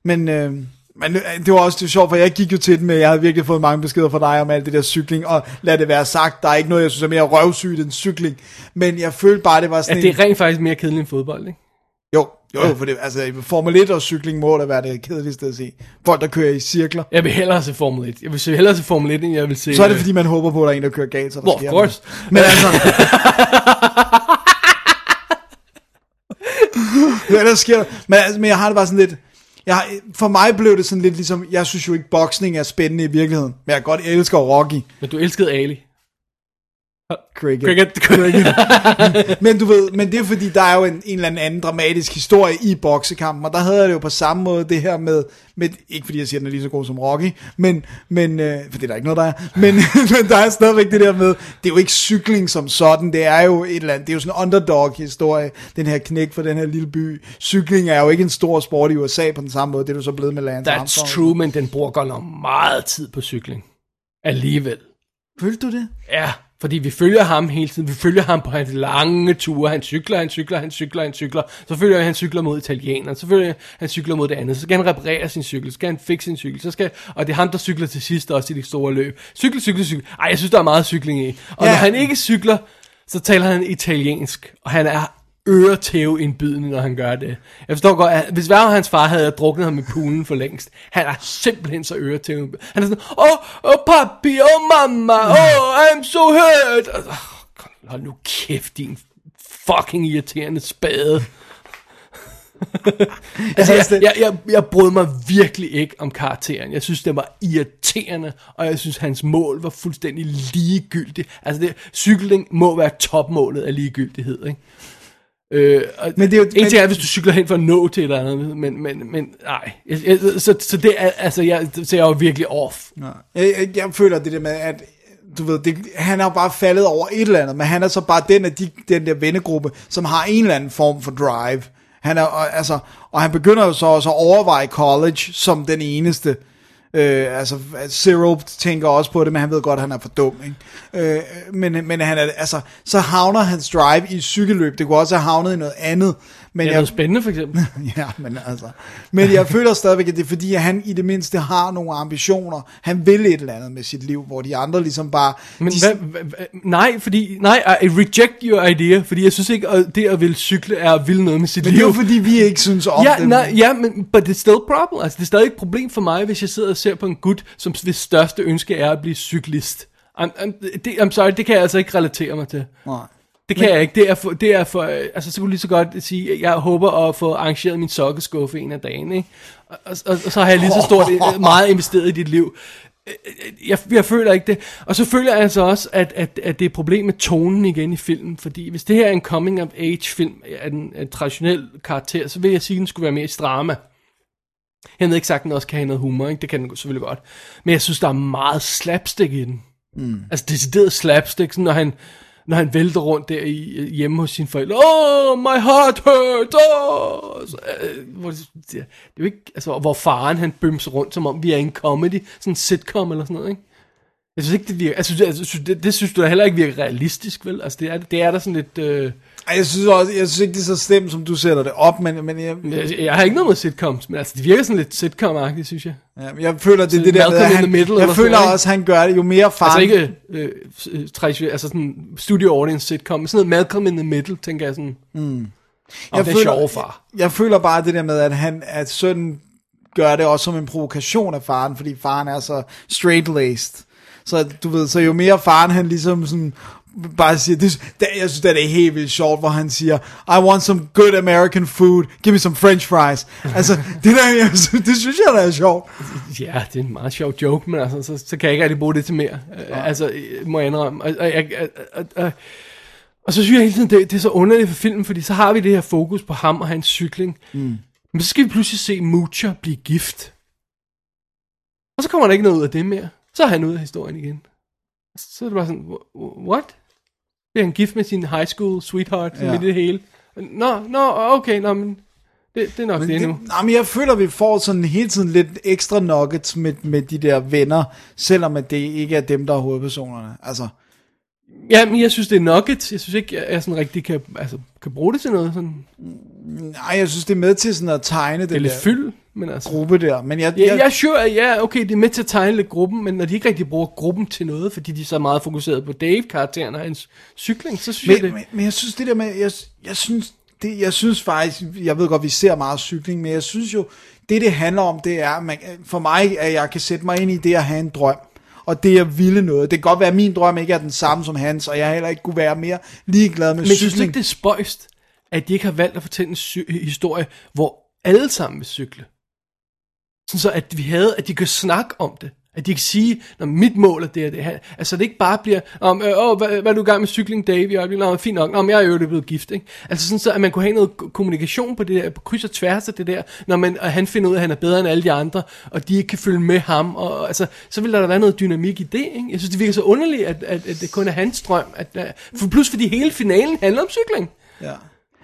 Speaker 3: men, øh, men øh, det var også det var sjovt, for jeg gik jo til den med, jeg havde virkelig fået mange beskeder fra dig om alt det der cykling, og lad det være sagt, der er ikke noget, jeg synes er mere røvsygt end cykling, men jeg følte bare, det var
Speaker 4: At
Speaker 3: sådan
Speaker 4: det
Speaker 3: en-
Speaker 4: er rent faktisk mere kedeligt end fodbold, ikke?
Speaker 3: Jo, jo, for det, altså Formel 1 og cykling må da være det kedeligste at se. Folk, der kører i cirkler.
Speaker 4: Jeg vil hellere se Formel 1. Jeg vil se hellere se Formel 1, end jeg vil se...
Speaker 3: Så er det,
Speaker 4: øh,
Speaker 3: fordi man håber på, at der er en, der kører galt, så der
Speaker 4: Well, of
Speaker 3: sker
Speaker 4: course.
Speaker 3: noget. Men altså... ja, der sker men, altså, men jeg har det bare sådan lidt... Jeg, har- for mig blev det sådan lidt ligesom, jeg synes jo ikke, boksning er spændende i virkeligheden, men jeg godt elsker Rocky.
Speaker 4: Men du elskede Ali.
Speaker 3: Cricket.
Speaker 4: Cricket. Cricket.
Speaker 3: Men du ved, men det er fordi, der er jo en, en eller anden, anden dramatisk historie i boksekampen, og der havde jeg det jo på samme måde, det her med, med ikke fordi jeg siger, at den er lige så god som Rocky, men, men øh, for det er der ikke noget, der er, men, men der er stadigvæk det der med, det er jo ikke cykling som sådan, det er jo et eller andet, det er jo sådan en underdog-historie, den her knæk for den her lille by. Cykling er jo ikke en stor sport i USA på den samme måde, det er du så blevet med Lance
Speaker 4: That's
Speaker 3: Armstrong.
Speaker 4: true, men den bruger godt nok meget tid på cykling. Alligevel.
Speaker 3: Følte du det?
Speaker 4: Ja, fordi vi følger ham hele tiden. Vi følger ham på hans lange ture. Han cykler, han cykler, han cykler, han cykler. Så følger jeg, han cykler mod italienerne. Så følger jeg, han cykler mod det andet. Så skal han reparere sin cykel. Så skal han fikse sin cykel. Så skal, og det er ham, der cykler til sidst også i det store løb. Cykel, cykel, cykel. Ej, jeg synes, der er meget cykling i.
Speaker 3: Ja.
Speaker 4: Og ja. når han ikke cykler, så taler han italiensk. Og han er øretæve indbydende, når han gør det. Jeg forstår godt, at hvis hver af hans far havde druknet ham i poolen for længst, han er simpelthen så øretæve. Han er sådan, oh, oh papi, oh mamma, oh, I'm so hurt. Og- åh, Hold nu kæft, din fucking irriterende spade.
Speaker 3: Altså,
Speaker 4: altså, jeg,
Speaker 3: det-
Speaker 4: jeg, jeg, jeg brød mig virkelig ikke om karakteren. Jeg synes, den var irriterende, og jeg synes, hans mål var fuldstændig ligegyldigt. Altså, det, cykling må være topmålet af ligegyldighed, ikke? Øh, og
Speaker 3: Men det er jo-
Speaker 4: en ting
Speaker 3: men-
Speaker 4: er, hvis du cykler hen for at nå til et eller andet, men, men, men nej. Jeg, jeg, så, så det er, altså, jeg, så jeg er jo virkelig off.
Speaker 3: Jeg, jeg, jeg føler det der med, at du ved, det, han er jo bare faldet over et eller andet, men han er så bare den af de, den der vennegruppe, som har en eller anden form for drive. Han er, og, altså, og han begynder jo så også at overveje college som den eneste. Øh, altså, Zero tænker også på det, men han ved godt, at han er for dum. Ikke? Øh, men, men han er, altså, så havner hans drive i et cykelløb. Det kunne også have havnet i noget andet. Men
Speaker 4: Det er noget spændende, for eksempel.
Speaker 3: Ja, men altså. Men jeg føler stadigvæk, at det er fordi, at han i det mindste har nogle ambitioner. Han vil et eller andet med sit liv, hvor de andre ligesom bare...
Speaker 4: Men
Speaker 3: de,
Speaker 4: hvad, hvad, hvad, nej, fordi, nej, I reject your idea, fordi jeg synes ikke, at det at ville cykle er at ville noget med sit
Speaker 3: men det er jo
Speaker 4: liv.
Speaker 3: fordi, vi ikke synes om
Speaker 4: ja,
Speaker 3: dem.
Speaker 4: nej, ja, men but it's still a problem. Altså, det er stadig et problem for mig, hvis jeg sidder og ser på en gut, som hvis største ønske er at blive cyklist. I'm, I'm, det, I'm sorry, det kan jeg altså ikke relatere mig til.
Speaker 3: nej.
Speaker 4: Det kan men, jeg ikke. Det er for, det er for øh, altså, så kunne jeg lige så godt sige, at jeg håber at få arrangeret min sokkeskuffe en af dagen, ikke? Og, og, og, og så har jeg lige så stort, øh, meget investeret i dit liv. Øh, øh, Jeg, jeg føler ikke det. Og så føler jeg altså også, at, at, at det er et problem med tonen igen i filmen, fordi hvis det her er en coming-of-age-film af en, af en traditionel karakter, så vil jeg sige, at den skulle være mere i drama. Jeg havde ikke sagt, at den også kan have noget humor, ikke? det kan den selvfølgelig godt. Men jeg synes, der er meget slapstick i den. Mm. Altså decideret slapstick, sådan, når han, når han vælter rundt der i, hjemme hos sine forældre. Oh, my heart hurts! Oh! Så, øh, hvor, det, det er jo ikke, altså, hvor faren han bømser rundt, som om vi er i en comedy, sådan en sitcom eller sådan noget, ikke? Jeg synes ikke, det virker, altså, det, altså, det, det synes du da heller ikke virker realistisk, vel? Altså, det er, det er der sådan lidt, øh,
Speaker 3: Ej, Jeg synes, også, jeg synes ikke, det er så slemt, som du sætter det op, men, men jeg,
Speaker 4: jeg, jeg har ikke noget med sitcoms, men altså, det virker sådan lidt sitcom-agtigt, synes jeg.
Speaker 3: ja, jeg føler, det er det der
Speaker 4: Malcolm
Speaker 3: med, at
Speaker 4: in
Speaker 3: han,
Speaker 4: the Middle eller
Speaker 3: jeg
Speaker 4: sådan
Speaker 3: føler
Speaker 4: noget, ikke?
Speaker 3: også, at han gør det jo mere far.
Speaker 4: Altså ikke øh, øh, traditionel, altså sådan studio audience sitcom, men sådan noget Malcolm in the Middle, tænker jeg sådan. Mm. Og
Speaker 3: Jeg
Speaker 4: det er
Speaker 3: føler-
Speaker 4: sjovt, far.
Speaker 3: jeg føler bare det der med, at, han, at sønnen gør det også som en provokation af faren, fordi faren er så straight-laced. Så du ved, så jo mere faren han ligesom sådan bare siger, det, det, jeg synes, det er helt vildt sjovt, hvor han siger, I want some good American food, give me some french fries. Altså, det, der, jeg, synes- det synes jeg, der er sjovt.
Speaker 4: Ja, det er en meget sjov joke, men altså, så, så kan jeg ikke rigtig bruge det til mere. Øh, altså, øh, må jeg indrømme. Og, og, jeg- øh, og, og, og, og så synes jeg hele tiden, det, det er så underligt for filmen, fordi så har vi det her fokus på ham og hans cykling. Mm. Men så skal vi pludselig se Moocher blive gift. Og så kommer der ikke noget ud af det mere. Så er han ude af historien igen. Så er det bare sådan, wh- wh- what? Bliver han gift med sin high school sweetheart
Speaker 3: Ja.
Speaker 4: ja. midt i det hele? Nå, nå, okay, nå, men det, det er nok
Speaker 3: Men
Speaker 4: det,
Speaker 3: det,
Speaker 4: nu.
Speaker 3: nej, men jeg føler, vi får sådan hele tiden lidt ekstra nuggets med, med de der venner, selvom at det ikke er dem, der er hovedpersonerne. Altså,
Speaker 4: Ja, men jeg synes, det er nuggets. Jeg synes ikke, jeg, jeg sådan rigtig kan, altså, kan bruge det til noget. Sådan.
Speaker 3: nej, jeg synes, det er med til sådan at tegne den
Speaker 4: Det er lidt
Speaker 3: der
Speaker 4: fyld, men altså...
Speaker 3: gruppe der. Men jeg,
Speaker 4: Ja, jeg er sure, at ja, okay, det er med til at tegne lidt gruppen, men når de ikke rigtig bruger gruppen til noget, fordi de er så meget fokuseret på Dave-karakteren og hans cykling, så synes
Speaker 3: men,
Speaker 4: jeg det...
Speaker 3: men, men jeg synes det der med, jeg, jeg synes, det, jeg synes faktisk, jeg ved godt, vi ser meget cykling, men jeg synes jo, det det handler om, det er, man, for mig, at jeg kan sætte mig ind i det at have en drøm, og det at ville noget. Det kan godt være, at min drøm ikke er den samme som hans, og jeg heller ikke kunne være mere ligeglad med
Speaker 4: Men synes du
Speaker 3: cykling.
Speaker 4: ikke, det er spøjst, at de ikke har valgt at fortælle en sy- historie, hvor alle sammen vil cykle? Sådan så, at vi havde, at de kan snakke om det. At de kan sige, når mit mål er det og det her. Altså, det ikke bare bliver, om, øh, åh, hvad, hvad, er du i gang med cykling, Dave? Jeg er fint nok. Nå, men jeg er jo blevet gift, ikke? Altså sådan så, at man kunne have noget ko- kommunikation på det der, på kryds og tværs af det der, når man, og han finder ud af, at han er bedre end alle de andre, og de ikke kan følge med ham, og, og altså, så vil der være noget dynamik i det, ikke? Jeg synes, det virker så underligt, at, at, at det kun er hans drøm, at, at, for plus fordi hele finalen handler om cykling.
Speaker 3: Ja.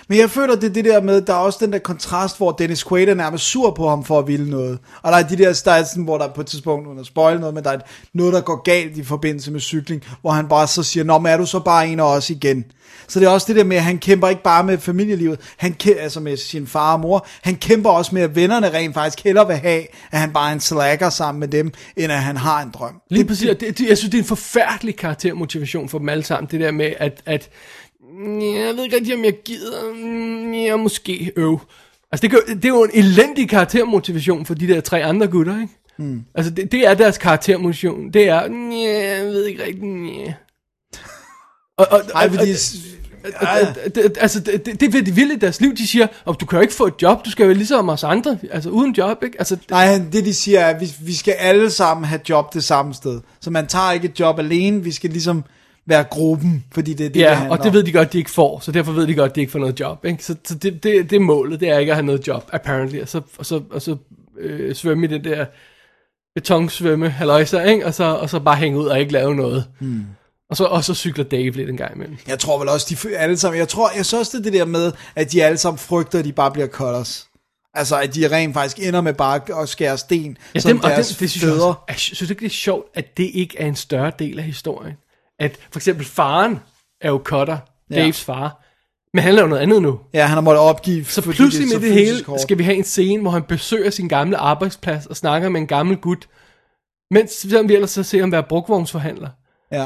Speaker 3: Men jeg føler, det er det der med, der er også den der kontrast, hvor Dennis Quaid er nærmest sur på ham for at ville noget. Og der er de der, der er sådan, hvor der på et tidspunkt, uden at spoil noget, men der er et- noget, der går galt i forbindelse med cykling, hvor han bare så siger, nå, men er du så bare en af os igen? Så det er også det der med, at han kæmper ikke bare med familielivet, han kæ- altså med sin far og mor, han kæmper også med, at vennerne rent faktisk hellere vil have, at han bare er en slacker sammen med dem, end at han har en drøm.
Speaker 4: Lige præcis, og det, det, jeg synes, det er en forfærdelig karaktermotivation for dem alle sammen, det der med, at, at "Mm, jeg ved ikke rigtig, om jeg gider, Mm, jeg måske øv. Altså, det, kan, jo- det er jo en elendig karaktermotivation for de der tre andre gutter, ikke? Mm. Altså, det, det er deres karaktermotivation, det er, "Mm, jeg ved ikke rigtig, mm." og, og,
Speaker 3: Nej,
Speaker 4: og-
Speaker 3: fordi...
Speaker 4: Ja. Altså, det, det, det vil de vildt i deres liv. De siger, at du kan jo ikke få et job, du skal være ligesom os andre, altså uden job, ikke? Altså,
Speaker 3: Nej, han- det de siger er, at vi, vi skal alle sammen have job det samme sted. Så man tager ikke et job alene, vi skal ligesom være gruppen, fordi det er det, det
Speaker 4: Ja,
Speaker 3: handler
Speaker 4: og det ved de godt, de ikke får, så derfor ved de godt, de ikke får noget job. Ikke? Så, så det, det, det er målet, det er ikke at have noget job, apparently. Og så, og så, og så øh, svømme i det der betonsvømme, halløjser, ikke? Og, så, og så bare hænge ud og ikke lave noget. Mm. Og, så, og så cykler Dave lidt en gang imellem.
Speaker 3: Jeg tror vel også, de fø- alle sammen, jeg tror, jeg synes også, det er det der med, at de alle sammen frygter, at de bare bliver cutters. Altså, at de rent faktisk ender med bare at skære sten,
Speaker 4: Ja,
Speaker 3: som
Speaker 4: dem, og
Speaker 3: deres
Speaker 4: det, det synes jeg, også,
Speaker 3: fædre.
Speaker 4: jeg sy- synes du ikke, det er sjovt, at det ikke er en større del af historien. At for eksempel faren er jo cutter,
Speaker 3: Ja.
Speaker 4: Daves far, men han laver noget andet nu.
Speaker 3: Ja, han har måttet opgive,
Speaker 4: Så
Speaker 3: fordi
Speaker 4: pludselig
Speaker 3: er
Speaker 4: med
Speaker 3: så
Speaker 4: det hele
Speaker 3: fysisk hårdt.
Speaker 4: skal vi have en scene, hvor han besøger sin gamle arbejdsplads og snakker med en gammel gut, mens selvom vi ellers så ser ham være brugvognsforhandler.
Speaker 3: Ja.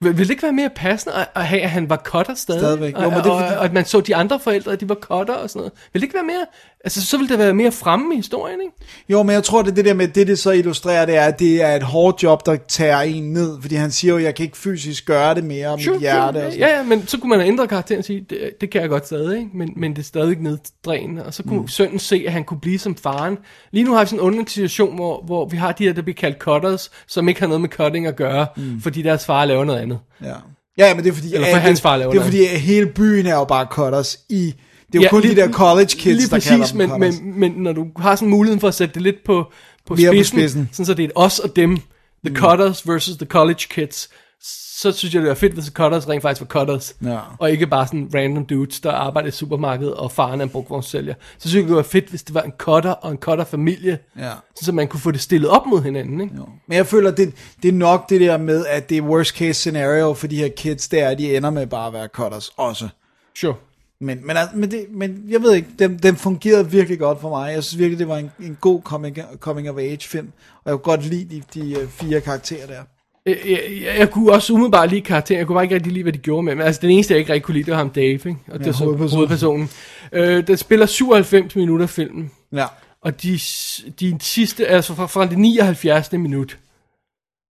Speaker 4: Vil, vil det ikke være mere passende at, at have, at han var cutter stadig?
Speaker 3: Stadigvæk. Jo, men
Speaker 4: og,
Speaker 3: det er
Speaker 4: det, og,
Speaker 3: fordi-
Speaker 4: og, at man så de andre forældre, at de var cutter og sådan noget. Vil det ikke være mere... Altså, så ville det være mere fremme i historien, ikke?
Speaker 3: Jo, men jeg tror, det er det der med, det det så illustrerer, det er, at det er et hårdt job, der tager en ned. Fordi han siger jo, jeg kan ikke fysisk gøre det mere, og mit hjerte. og sådan noget.
Speaker 4: ja, ja, men så kunne man have ændret karakteren og sige, det, det kan jeg godt stadig, ikke? Men, men det er stadig neddrænende. Og så kunne mm. sønnen se, at han kunne blive som faren. Lige nu har vi sådan en underlig situation, hvor, hvor vi har de her, der bliver kaldt cutters, som ikke har noget med cutting at gøre, mm. fordi deres far laver noget andet.
Speaker 3: Ja, ja men det er fordi...
Speaker 4: Eller for
Speaker 3: at-
Speaker 4: hans far laver
Speaker 3: Det er
Speaker 4: noget.
Speaker 3: fordi, at hele byen er jo bare cutters i... Det er jo kun de der college kids,
Speaker 4: lige
Speaker 3: der
Speaker 4: præcis,
Speaker 3: kalder dem
Speaker 4: men,
Speaker 3: cutters.
Speaker 4: men, men når du har sådan muligheden for at sætte det lidt på, på,
Speaker 3: Mere
Speaker 4: spidsen,
Speaker 3: på spidsen. Mm.
Speaker 4: sådan så det er et os og dem, the cutters versus the college kids, så synes jeg, det er fedt, hvis cutters rent faktisk var cutters,
Speaker 3: Ja.
Speaker 4: og ikke bare sådan random dudes, der arbejder i supermarkedet, og faren er en brugvognssælger. Så synes jeg, det var fedt, hvis det var en cutter og en cutter-familie,
Speaker 3: Ja.
Speaker 4: sådan så man kunne få det stillet op mod hinanden, ikke?
Speaker 3: Men jeg føler, det, det er nok det der med, at det er worst case scenario for de her kids, det er, at de ender med bare at være cutters også.
Speaker 4: Sure.
Speaker 3: Men, men, altså, men, det, men jeg ved ikke, den, den fungerede virkelig godt for mig. Jeg synes virkelig, det var en, en god coming, coming of age film, og jeg kunne godt lide de, de øh, fire karakterer der.
Speaker 4: Øh, Jeg, jeg, jeg kunne også umiddelbart lide karakteren. Jeg kunne bare ikke rigtig lide, hvad de gjorde med ham. Altså, den eneste, jeg ikke rigtig kunne lide, det var ham Dave, ikke? Og det er så
Speaker 3: hovedpersonen.
Speaker 4: hovedpersonen. Øh, den spiller 97 minutter filmen.
Speaker 3: Ja.
Speaker 4: Og de, s- de sidste, altså fra, fra det 79. minut,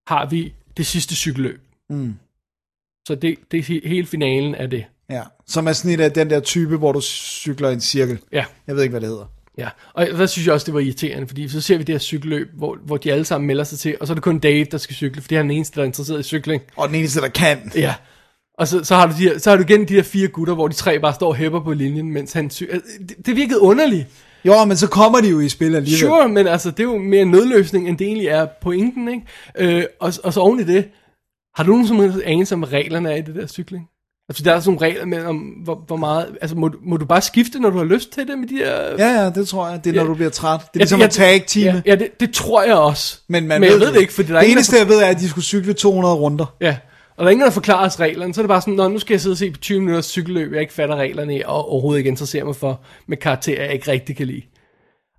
Speaker 4: har vi det sidste cykelløb. Mm. Så det, det er he- hele finalen af det.
Speaker 3: Ja. Som er sådan en af den der type, hvor du cykler i en cirkel.
Speaker 4: Ja.
Speaker 3: Jeg ved ikke, hvad det hedder.
Speaker 4: Ja, og der synes jeg også, det var irriterende, fordi så ser vi det her cykelløb, hvor, hvor de alle sammen melder sig til, og så er det kun Dave, der skal cykle, fordi han er den eneste, der er interesseret i cykling.
Speaker 3: Og den eneste, der kan.
Speaker 4: Ja. Og så, så, har du de her, så har du igen de her fire gutter, hvor de tre bare står og hæpper på linjen, mens han sy- altså, det, det virkede underligt.
Speaker 3: Jo, men så kommer de jo i spil alligevel.
Speaker 4: Sure, men altså, det er jo mere en nødløsning, end det egentlig er pointen, ikke? Øh, og, og så oven i det, har du nogen som helst anelse om, hvad reglerne er i det der cykling? Altså, der er sådan nogle regler med, om hvor, hvor meget... Altså, må, du- må du bare skifte, når du har lyst til det med de der...
Speaker 3: Ja, ja, det tror jeg. Det er, når
Speaker 4: Ja.
Speaker 3: du bliver træt. Det er ligesom en tag team.
Speaker 4: Ja, ja det, det tror jeg også.
Speaker 3: Men, man
Speaker 4: men jeg ved det ikke, for der er
Speaker 3: det
Speaker 4: ingen,
Speaker 3: eneste,
Speaker 4: der...
Speaker 3: jeg ved, er, at de skulle cykle 200 runder.
Speaker 4: Ja. Og der er ingen, der forklarer os reglerne. Så er det bare sådan, Nå, nu skal jeg sidde og se på 20 minutters cykelløb, jeg ikke fatter reglerne i, og overhovedet ikke interesserer mig for, med karakterer, jeg ikke rigtig kan lide.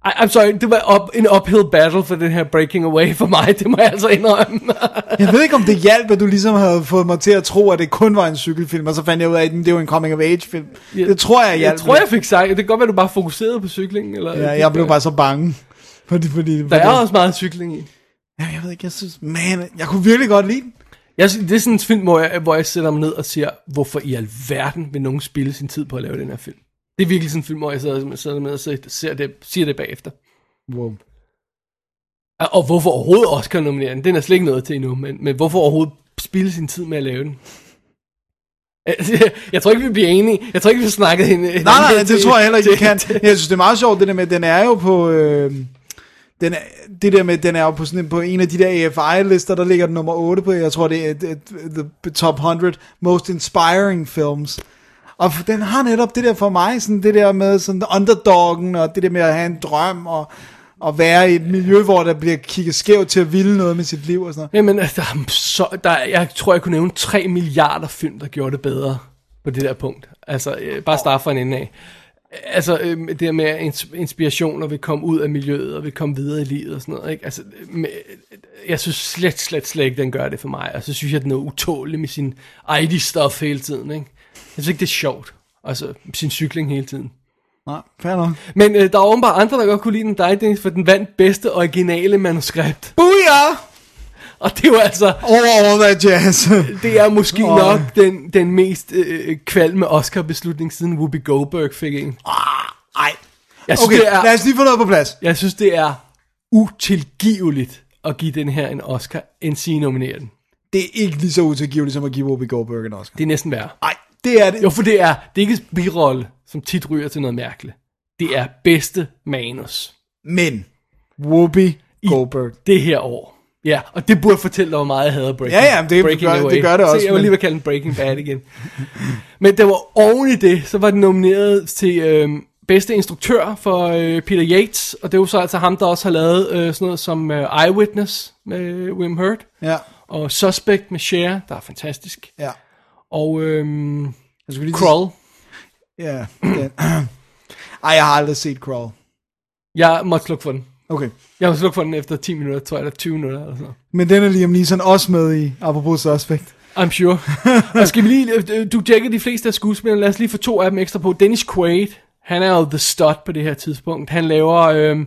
Speaker 4: Ej, I'm sorry, det var op, en uphill battle for den her breaking away for mig, det må jeg altså indrømme.
Speaker 3: Jeg ved ikke, om det hjalp, at du ligesom havde fået mig til at tro, at det kun var en cykelfilm, og så fandt jeg ud af, at det var en coming-of-age-film. Det tror jeg hjalp.
Speaker 4: jeg tror, jeg fik sagt, det kan godt være, du bare fokuserede på cyklingen. Eller
Speaker 3: Ja, jeg blev bare så bange. Fordi, fordi,
Speaker 4: Der er
Speaker 3: fordi-
Speaker 4: også meget cykling i.
Speaker 3: Ja, jeg ved ikke, jeg synes, man, jeg kunne virkelig godt lide den.
Speaker 4: Jeg, synes, det er sådan en film, hvor jeg, hvor jeg sætter mig ned og siger, hvorfor i alverden vil nogen spille sin tid på at lave den her film? Det er virkelig sådan en film, hvor jeg sidder, sidder med og ser, ser det, siger det bagefter.
Speaker 3: Wow.
Speaker 4: Og- Og hvorfor overhovedet Oscar nominere den? Den er slet ikke noget til endnu, men, men hvorfor overhovedet spille sin tid med at lave den? Altså, Jeg tror ikke, vi bliver enige. Jeg tror ikke, vi snakker hende.
Speaker 3: Nej, nej, det tror jeg heller ikke, jeg kan. Jeg synes, det er meget sjovt, det der med, at den er jo på... Øh, den er, det der med, at den er jo på, sådan, en- på en af de der AFI-lister, der ligger den nummer 8 på, jeg tror, det er det, the top 100 most inspiring films. Og f- den har netop det der for mig, sådan det der med sådan underdoggen, og det der med at have en drøm, og, og være i et miljø, hvor der bliver kigget skævt til at ville noget med sit liv og sådan noget.
Speaker 4: Jamen, altså, der, er så, der, er- jeg tror, jeg kunne nævne 3 milliarder film, der gjorde det bedre på det der punkt. Altså, øh, bare starte fra en ende af. Altså, øh, det der med at ins- inspirationer vil komme ud af miljøet, og vil komme videre i livet og sådan noget, ikke? Altså, øh, med, jeg synes slet, slet, slet ikke, den gør det for mig. Og så synes jeg, den er utålig med sin ID-stuff hele tiden, ikke? Jeg synes ikke, det er sjovt. Altså, sin cykling hele tiden.
Speaker 3: Nej, fair nok.
Speaker 4: Men øh, der er åbenbart andre, der godt kunne lide den dig, Dennis, for den vandt bedste originale manuskript.
Speaker 3: Booyah!
Speaker 4: Og det er jo altså...
Speaker 3: Over, over that jazz.
Speaker 4: Det er måske
Speaker 3: Åh.
Speaker 4: oh. nok den, den mest øh, kvalme Oscar-beslutning, siden Whoopi Goldberg fik en.
Speaker 3: Ah, Ej.
Speaker 4: Jeg synes,
Speaker 3: Okay,
Speaker 4: det er-
Speaker 3: lad os lige få noget på plads.
Speaker 4: Jeg synes, det er utilgiveligt at give den her en Oscar, end sige nominere den.
Speaker 3: det er ikke lige så utilgiveligt som at give Whoopi Goldberg en Oscar.
Speaker 4: Det er næsten værre.
Speaker 3: Nej, det er det.
Speaker 4: Jo, for det er, det er ikke en birolle, som tit ryger til noget mærkeligt. Det er bedste manus
Speaker 3: Men Whoopi
Speaker 4: I-
Speaker 3: Goldberg.
Speaker 4: det her år. Ja, og det burde fortælle dig, hvor meget jeg hader Breaking,
Speaker 3: Ja, ja, men det
Speaker 4: breaking
Speaker 3: gør- det gør det også,
Speaker 4: Se, jeg var
Speaker 3: men-
Speaker 4: lige ved at kalde den Breaking Bad igen. men der var oven i det, så var den nomineret til øh, bedste instruktør for øh, Peter Yates, og det var så altså ham, der også har lavet øh, sådan noget som øh, Eyewitness med Wim Hurt,
Speaker 3: Ja,
Speaker 4: og Suspect med Cher, der er fantastisk,
Speaker 3: ja.
Speaker 4: og øh,
Speaker 3: Jeg skulle lige
Speaker 4: Crawl.
Speaker 3: Ja, den. Ej, jeg har aldrig set Crawl.
Speaker 4: Jeg måtte slukke for den.
Speaker 3: Okay.
Speaker 4: Jeg måtte slukke for den efter 10 minutter, tror jeg, eller 20 minutter eller sådan noget.
Speaker 3: Men den er Liam Neeson også med i, apropos Suspect.
Speaker 4: I'm sure. og skal vi lige, øh, du tjekkede de fleste af skuespillerne, lad os lige få to af dem ekstra på. Dennis Quaid, han er jo the stud på det her tidspunkt. Han laver, øh,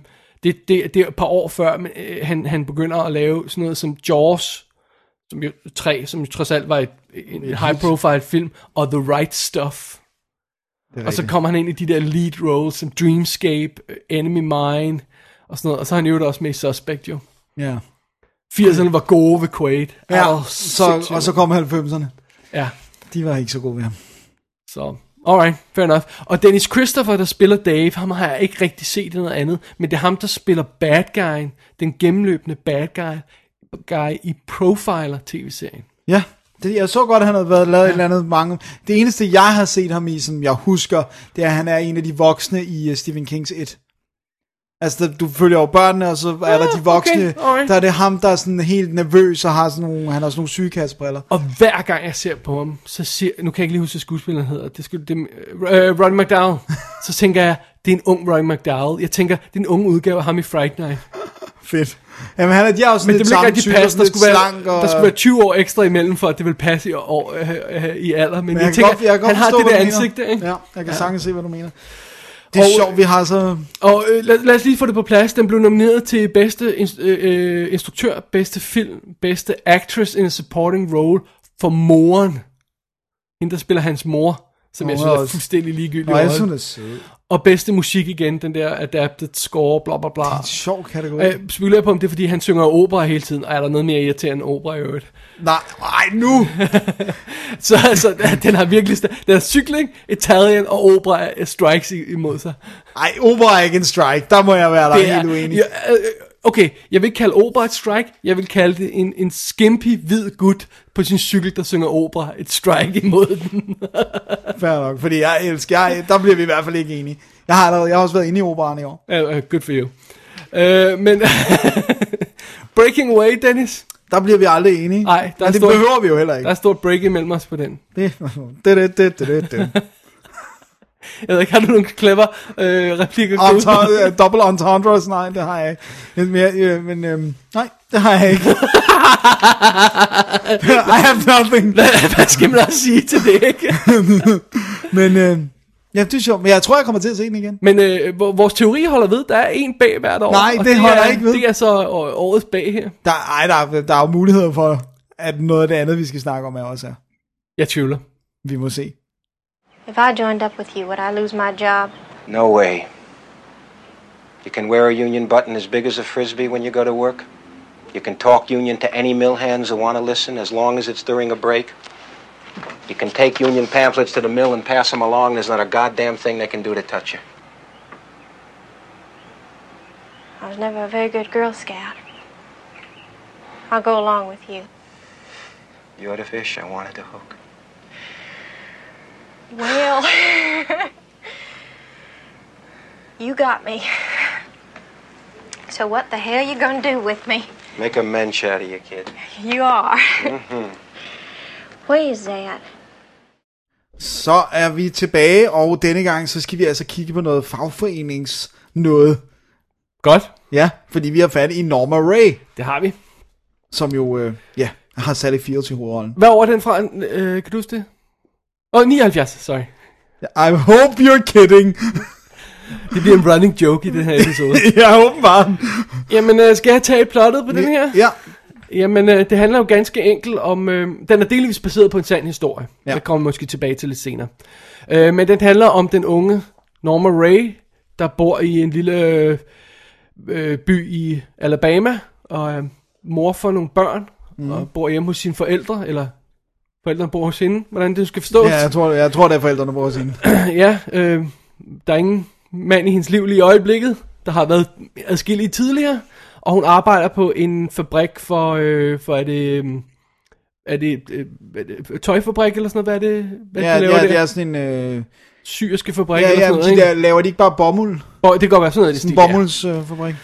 Speaker 4: det, det, det er et par år før, men, øh, han, han begynder at lave sådan noget som Jaws, som jo, 3, som jo trods alt var et, en high profile film, og The Right Stuff. Og så kommer han ind i de der lead roles som Dreamscape, øh, Enemy Mine og sådan noget. Og så er han jo også med i Suspect jo.
Speaker 3: Ja.
Speaker 4: 80'erne var gode ved Quaid.
Speaker 3: Mm. ja
Speaker 4: Er du
Speaker 3: så,
Speaker 4: sindssyg,
Speaker 3: og så
Speaker 4: mand?
Speaker 3: kom 90'erne.
Speaker 4: Ja.
Speaker 3: De var ikke så gode ved ham.
Speaker 4: Så, alright, fair enough. Og Dennis Christopher, der spiller Dave, ham har jeg ikke rigtig set i noget andet, men det er ham, der spiller bad guyen, den gennemløbende bad guy, guy i Profiler-tv-serien.
Speaker 3: Ja, det, jeg så godt, at han havde været lavet ja. et eller andet mange. Det eneste, jeg har set ham i, som jeg husker, det er, at han er en af de voksne i uh, Stephen Kings 1. Altså, der- du følger jo børnene, og så er ja, der de
Speaker 4: Ah, okay,
Speaker 3: voksne.
Speaker 4: alright.
Speaker 3: Der er det ham, der er sådan helt nervøs, og har sådan nogle, han har sådan nogle sygekassebriller.
Speaker 4: Og hver gang jeg ser på ham, så siger, nu kan jeg ikke lige huske, hvad skuespilleren hedder, det skulle, det, øh, Ron McDowell, så tænker jeg, det er en ung Ron McDowell. Jeg tænker, det er en ung udgave af ham i Fright Night.
Speaker 3: Fedt. Jamen, han er, de er jo sådan lidt
Speaker 4: Men det ville ikke
Speaker 3: samme
Speaker 4: rigtig
Speaker 3: type,
Speaker 4: passe.
Speaker 3: sådan
Speaker 4: Der
Speaker 3: lidt
Speaker 4: skulle, være,
Speaker 3: slank og...
Speaker 4: der skulle være 20 år ekstra imellem, for at det ville passe i, år, øh, øh, i alder. Men,
Speaker 3: Men
Speaker 4: jeg,
Speaker 3: kan
Speaker 4: tænker,
Speaker 3: godt- jeg kan godt
Speaker 4: han har
Speaker 3: forstå,
Speaker 4: det
Speaker 3: hvad
Speaker 4: der
Speaker 3: du
Speaker 4: ansigt der,
Speaker 3: mener.
Speaker 4: ikke?
Speaker 3: Ja, jeg kan sagtens se, hvad du mener. Det er
Speaker 4: Og-
Speaker 3: sjovt, vi har så...
Speaker 4: Og øh, lad, lad os lige få det på plads. Den blev nomineret til bedste ins- øh, øh, instruktør, bedste film, bedste actress in a supporting role for moren Hende, der spiller hans mor, som
Speaker 3: Nå, hun
Speaker 4: jeg synes
Speaker 3: er
Speaker 4: er
Speaker 3: også-
Speaker 4: fuldstændig ligegyldig.
Speaker 3: Nå, jeg
Speaker 4: rolle.
Speaker 3: synes, det er sød.
Speaker 4: Og bedste musik igen, den der adapted score, bla bla bla.
Speaker 3: En sjov kategori.
Speaker 4: Jeg spekulerer på, om det er, fordi han synger opera hele tiden, og er der noget mere irriterende end opera i øvrigt.
Speaker 3: Nej, ej, nu!
Speaker 4: Så altså, den har virkelig... sta- Den har cykling, Italian og opera er- er strikes i- imod sig.
Speaker 3: Ej, opera er ikke en strike. Der må jeg være der
Speaker 4: er-
Speaker 3: helt uenig.
Speaker 4: Ja, øh, okay, jeg vil ikke kalde opera et strike, jeg vil kalde det en, en skimpy hvid gut på sin cykel, der synger opera, et strike imod den.
Speaker 3: Fair nok, fordi jeg elsker, jeg, der bliver vi i hvert fald ikke enige. Jeg har, allerede, jeg har også været inde i operaen i år.
Speaker 4: Uh, uh, good for you. Uh, men Breaking Away, Dennis.
Speaker 3: Der bliver vi aldrig enige.
Speaker 4: Nej, der er
Speaker 3: Men det
Speaker 4: stor-
Speaker 3: behøver vi jo heller
Speaker 4: Der er
Speaker 3: ikke.
Speaker 4: et stort break imellem os på den.
Speaker 3: Det, det, det, det, det, det.
Speaker 4: Jeg ved ikke, har du nogle clever uh, replikker?
Speaker 3: Entendre, øh, double entendres, nej, det har jeg ikke. Men, mere, øh, men øh, nej, det har jeg ikke. I have nothing.
Speaker 4: Hvad- Hvad skal man også sige til det, ikke?
Speaker 3: Men øh, ja, det er sjovt, men jeg tror, jeg kommer til at se den igen.
Speaker 4: Men øh, vor- vores teori holder ved, der er en bag hvert år.
Speaker 3: Nej,
Speaker 4: og
Speaker 3: det holder
Speaker 4: er,
Speaker 3: ikke ved.
Speaker 4: Det er så øh, årets bag her.
Speaker 3: Der, ej, der, er- der er jo muligheder for, at noget af det andet, vi skal snakke om, er også her.
Speaker 4: Jeg tvivler.
Speaker 3: Vi må se.
Speaker 5: If I joined up with you, would I lose my job?
Speaker 9: No way. You can wear a union button as big as a frisbee when you go to work. You can talk union to any mill hands who want to listen as long as it's during a break. You can take union pamphlets to the mill and pass them along. There's not a goddamn thing they can do to touch you.
Speaker 5: I was never a very good Girl Scout. I'll go along with you.
Speaker 9: You're the fish I wanted to hook.
Speaker 5: Well, you got me. So what the hell you gonna do with me?
Speaker 9: Make a mensch out of you, kid.
Speaker 5: You are. What is that?
Speaker 3: Så er vi tilbage, og denne gang, så skal vi altså kigge på noget fagforenings noget.
Speaker 4: Godt.
Speaker 3: Ja, fordi vi har fat i Norma Ray,
Speaker 4: Det har vi.
Speaker 3: som jo, øh, ja, har Sally Fields i hovedrollen.
Speaker 4: Hvad år er den fra? Øh, kan du huske det? Åh, oh, 79, sorry.
Speaker 3: I hope you're kidding.
Speaker 4: Det bliver en running joke i den her episode.
Speaker 3: ja, åbenbart.
Speaker 4: Jamen, øh, skal jeg tage plottet på den her?
Speaker 3: Ja,
Speaker 4: Jamen, øh, det handler jo ganske enkelt om... Øh, den er delvis baseret på en sand historie.
Speaker 3: Ja.
Speaker 4: Ja. Det kommer vi måske tilbage til lidt senere. Øh, men den handler om den unge Norma Ray, der bor i en lille øh, øh, by i Alabama, og er mor for nogle børn, mm. og bor hjemme hos sine forældre, eller forældrene bor hos hende, hvordan det skal forstås.
Speaker 3: ja jeg, tror, jeg tror, det er forældrene bruger sin.
Speaker 4: ja, øh, der er ingen mand i hendes liv lige i øjeblikket. Der har været adskillige tidligere. Og hun arbejder på en fabrik for, øh, for er det, øh, er det, øh, er det tøjfabrik eller sådan noget? Hvad er det, hvad
Speaker 3: Ja,
Speaker 4: de laver
Speaker 3: ja,
Speaker 4: der?
Speaker 3: det er sådan en... Øh,
Speaker 4: Syriske fabrik
Speaker 3: ja,
Speaker 4: eller
Speaker 3: ja,
Speaker 4: sådan noget,
Speaker 3: de
Speaker 4: ikke?
Speaker 3: der, laver de ikke bare bomuld?
Speaker 4: Bo- det kan godt være sådan noget, i den
Speaker 3: Sådan en
Speaker 4: stil, ja.
Speaker 3: bomuldsfabrik.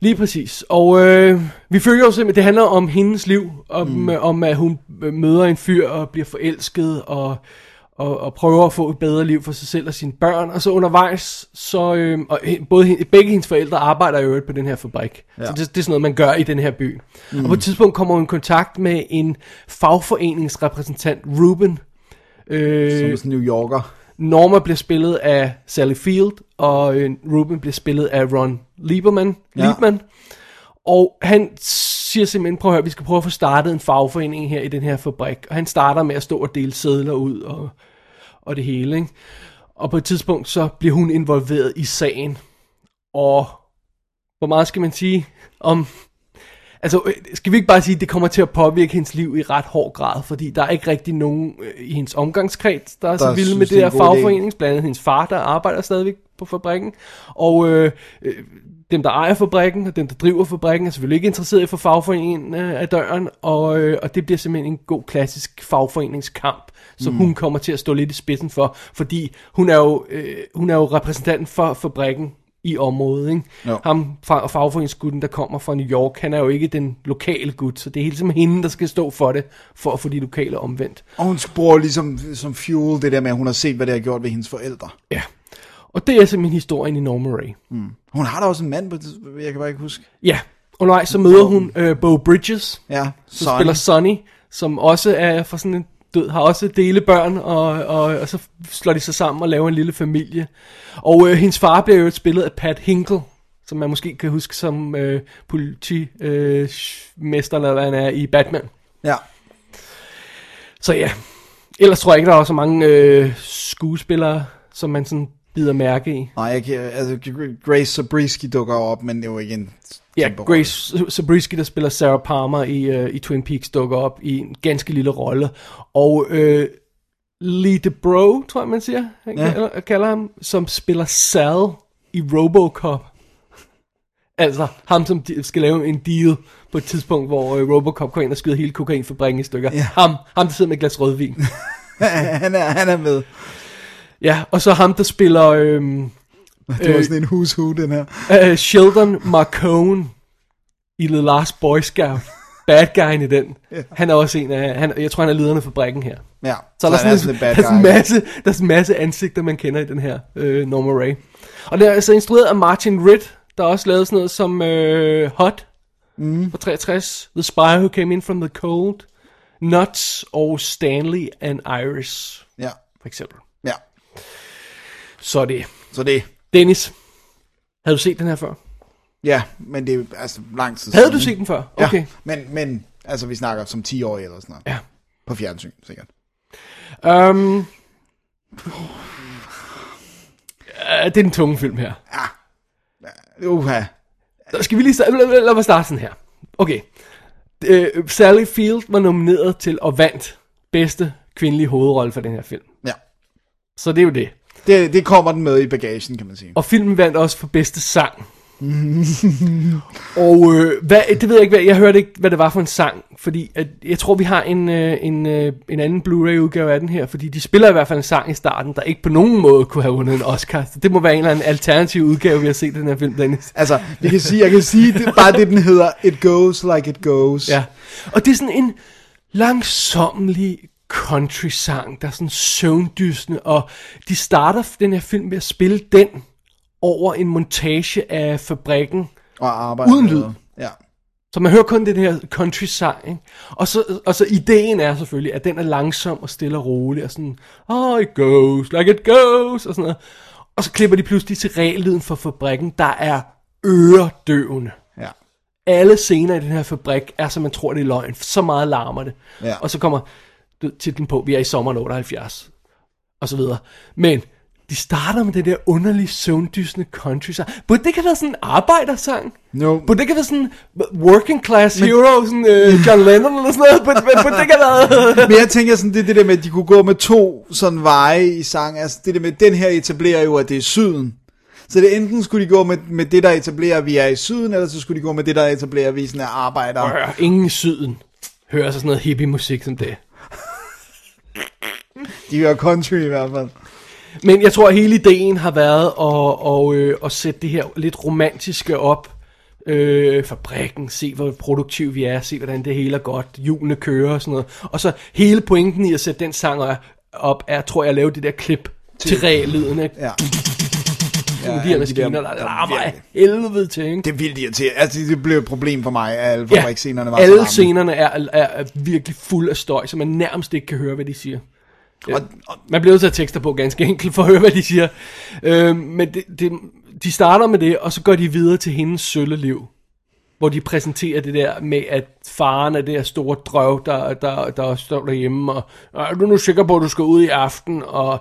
Speaker 4: Lige præcis. Og øh, vi følger jo simpelthen, det handler om hendes liv, om, mm. om at hun øh, møder en fyr og bliver forelsket og, og, og prøver at få et bedre liv for sig selv og sine børn. Og så undervejs, så, øh, og he- både, hende- begge hendes forældre arbejder jo på den her fabrik. Ja. Så det, det er sådan noget, man gør i den her by. Mm. Og på et tidspunkt kommer hun i kontakt med en fagforeningsrepræsentant, Ruben.
Speaker 3: Som
Speaker 4: Øh,
Speaker 3: sådan en New Yorker.
Speaker 4: Norma bliver spillet af Sally Field, og øh, Ruben bliver spillet af Ron Lieberman.
Speaker 3: Ja.
Speaker 4: Ja. Liebman. Og han siger simpelthen, prøv at høre, vi skal prøve at få startet en fagforening her i den her fabrik. Og han starter med at stå og dele sædler ud og, og det hele. Ikke? Og på et tidspunkt, så bliver hun involveret i sagen. Og hvor meget skal man sige om... Altså, øh, skal vi ikke bare sige, at det kommer til at påvirke hendes liv i ret hård grad, fordi der er ikke rigtig nogen øh, i hendes omgangskreds, der er så
Speaker 3: Der
Speaker 4: vilde
Speaker 3: synes,
Speaker 4: med det
Speaker 3: det er
Speaker 4: der
Speaker 3: en god idé.
Speaker 4: fagforening, blandt andet hendes far, der arbejder stadigvæk på fabrikken, og øh, øh, dem, der ejer fabrikken, og dem, der driver fabrikken, er selvfølgelig ikke interesseret i at få fagforeningen øh, af døren, og, øh, og det bliver simpelthen en god klassisk fagforeningskamp, som mm. hun kommer til at stå lidt i spidsen for, fordi hun er jo, øh, hun er jo repræsentant for fabrikken i området. Ikke?
Speaker 3: Jo.
Speaker 4: Ham fra fagforeningsgutten, der kommer fra New York, han er jo ikke den lokale gut, så det er hele tiden hende, der skal stå for det, for at få de lokale omvendt.
Speaker 3: Og hun bruger ligesom som fuel det der med, at hun har set, hvad det har gjort ved hendes forældre.
Speaker 4: Ja. Og det er simpelthen historien i Norma Ray.
Speaker 3: Hun har da også en mand på det, jeg kan bare ikke huske.
Speaker 4: Ja, undervejs så møder hun øh, Bo Bridges,
Speaker 3: Ja,
Speaker 4: som
Speaker 3: Sonny.
Speaker 4: spiller Sonny, som også er fra sådan en død, har også delebørn, og, og, og så slår de sig sammen og laver en lille familie. Og øh, hendes far bliver jo spillet af Pat Hinkle, som man måske kan huske som øh, politimester, øh, sh- mester, eller hvad han er, i Batman.
Speaker 3: Ja.
Speaker 4: Så ja, Ellers tror jeg ikke, der er så mange øh, skuespillere, som man sådan bider mærke i.
Speaker 3: Nej, jeg kan, altså, Grace Zabriskie dukker op, men det er jo ikke en
Speaker 4: Ja,
Speaker 3: kæmpe rolle.
Speaker 4: Grace Zabriskie, der spiller Sarah Palmer i, øh, i Twin Peaks, dukker op i en ganske lille rolle. Og øh, Lee DeBro, tror jeg, man siger, han
Speaker 3: Ja.
Speaker 4: ja. kalder, kalder ham, som spiller Sal i Robocop. Altså ham, som de- skal lave en deal på et tidspunkt, hvor øh, Robocop går ind og skyder hele kokainfabrikken i stykker.
Speaker 3: Ja.
Speaker 4: Ham, ham, der sidder med et glas rødvin.
Speaker 3: han, er, han er med.
Speaker 4: ja, og så ham, der spiller øh,
Speaker 3: Det var sådan en who's who, den her.
Speaker 4: øh, Sheldon Marcone i The Last Boy Scout. Bad guyen i den. Han er også en af, han, jeg tror han er lederen af fabrikken her.
Speaker 3: Ja,
Speaker 4: Så, der, er sådan, en,
Speaker 3: lidt
Speaker 4: der, er sådan en masse, der er sådan en masse ansigter, man kender i den her øh, Norma Ray. Og det er altså instrueret af Martin Ritt, der også lavede sådan noget som øh, Hot mm. fra 63, The Spy Who Came In From The Cold, Nuts og Stanley and Iris,
Speaker 3: Ja,
Speaker 4: for eksempel.
Speaker 3: ja.
Speaker 4: Så er det.
Speaker 3: Så det,
Speaker 4: Dennis, havde du set den her før?
Speaker 3: ja, men det er altså lang tid
Speaker 4: Havde
Speaker 3: siden,
Speaker 4: du
Speaker 3: ikke?
Speaker 4: set den før?
Speaker 3: Ja,
Speaker 4: Okay.
Speaker 3: men, men altså, vi snakker som 10 år eller sådan noget.
Speaker 4: Ja.
Speaker 3: På fjernsyn, sikkert.
Speaker 4: Um, det er den tunge film her.
Speaker 3: Uha.
Speaker 4: Skal vi lige starte? Lad, lad, lad mig starte sådan her. Okay. Øh, Sally Field var nomineret til og vandt bedste kvindelige hovedrolle for den her film.
Speaker 3: Ja.
Speaker 4: Så det er jo det.
Speaker 3: Det, det kommer den med i bagagen, kan man sige.
Speaker 4: Og filmen vandt også for bedste sang. og øh, hvad, det ved jeg ikke, hvad, jeg hørte ikke, hvad det var for en sang, fordi at, jeg tror, vi har en, øh, en, øh, en anden Blu-ray-udgave af den her, fordi de spiller i hvert fald en sang i starten, der ikke på nogen måde kunne have vundet en Oscar. Så det må være en eller anden alternativ udgave, vi har set i den her film, Dennis.
Speaker 3: Altså, vi kan sige, jeg kan sige det, bare det, den hedder It Goes Like It Goes.
Speaker 4: Ja. Og det er sådan en langsommelig country-sang, der er sådan søvndysende, og de starter den her film med at spille den over en montage af fabrikken,
Speaker 3: Og arbejde
Speaker 4: Uden
Speaker 3: med
Speaker 4: lyd.
Speaker 3: noget. Ja.
Speaker 4: Så man hører kun den her country sang, ikke? Og så, og så ideen er selvfølgelig, at den er langsom og stille og rolig, og sådan, oh, it goes like it goes, og sådan noget. Og så klipper de pludselig til regellyden for fabrikken, der er øredøvende.
Speaker 3: Ja.
Speaker 4: Alle scener i den her fabrik er, som man tror, det er løgn. Så meget larmer det.
Speaker 3: Ja.
Speaker 4: Og så kommer du ved, titlen på, vi er i sommeren 78, og så videre. Men de starter med det der underlige, søvndysende country-sang. Burde det ikke have været sådan en arbejdersang?
Speaker 3: No.
Speaker 4: Burde det ikke have været sådan working class hero, sådan øh, John Lennon eller sådan noget? Burde, burde, burde det ikke have været...
Speaker 3: Men jeg tænker sådan, det er det der med, at de kunne gå med to sådan veje i sang. Altså det der med, den her etablerer jo, at det er syden. Så det enten skulle de gå med, med det, der etablerer, at vi er i syden, eller så skulle de gå med det, der etablerer, at vi sådan er arbejdere.
Speaker 4: Hør, ingen i syden hører så sådan noget hippie musik som det.
Speaker 3: De hører country i hvert fald.
Speaker 4: Men jeg tror, at hele ideen har været at, og, øh, at sætte det her lidt romantiske op. Øh, fabrikken, se hvor produktiv vi er, se hvordan det hele er godt, hjulene kører og sådan noget. Og så hele pointen i at sætte den sang op, er, tror jeg, at lave det der klip til reallyden, ikke?
Speaker 3: Ja.
Speaker 4: Ja, de
Speaker 3: alle
Speaker 4: her
Speaker 3: de
Speaker 4: maskiner,
Speaker 3: der-
Speaker 4: der,
Speaker 3: der
Speaker 4: der larmer af
Speaker 3: virkelig-
Speaker 4: helvede til, ikke?
Speaker 3: Det er vildt irriterende. Altså, det blev et problem for mig, at alle fabrikscenerne var så
Speaker 4: alle
Speaker 3: larmende.
Speaker 4: scenerne er, er, er virkelig fuld af støj, så man nærmest ikke kan høre, hvad de siger.
Speaker 3: Og, og,
Speaker 4: Man bliver nødt til at have tekster på ganske enkelt for at høre, hvad de siger. Øh, men det, det, de starter med det, og så går de videre til hendes sølleliv. Hvor de præsenterer det der med, at faren er det her store drøv, der, der, der står derhjemme, og er du nu sikker på, at du skal ud i aften, og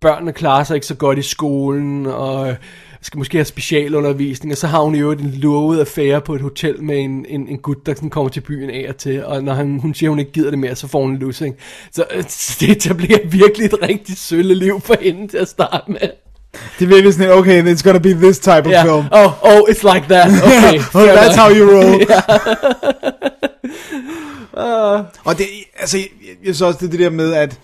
Speaker 4: børnene klarer sig ikke så godt i skolen, og øh, skal måske have specialundervisning, og så har hun i øvrigt en lovet affære på et hotel med en, en, en gut, der sådan kommer til byen af og til, og når han, hun siger, hun ikke gider det mere, så får hun en lussing. Så øh, det etablerer virkelig et rigtig sølle liv for hende til at starte med.
Speaker 3: det er virkelig sådan, okay, it's gonna be this type of
Speaker 4: Ja.
Speaker 3: film.
Speaker 4: Oh, oh, it's like that. Okay,
Speaker 3: oh,
Speaker 4: fair
Speaker 3: that's
Speaker 4: enough.
Speaker 3: how you roll. Ah. Og det, altså, jeg, jeg synes også, det er det der med, at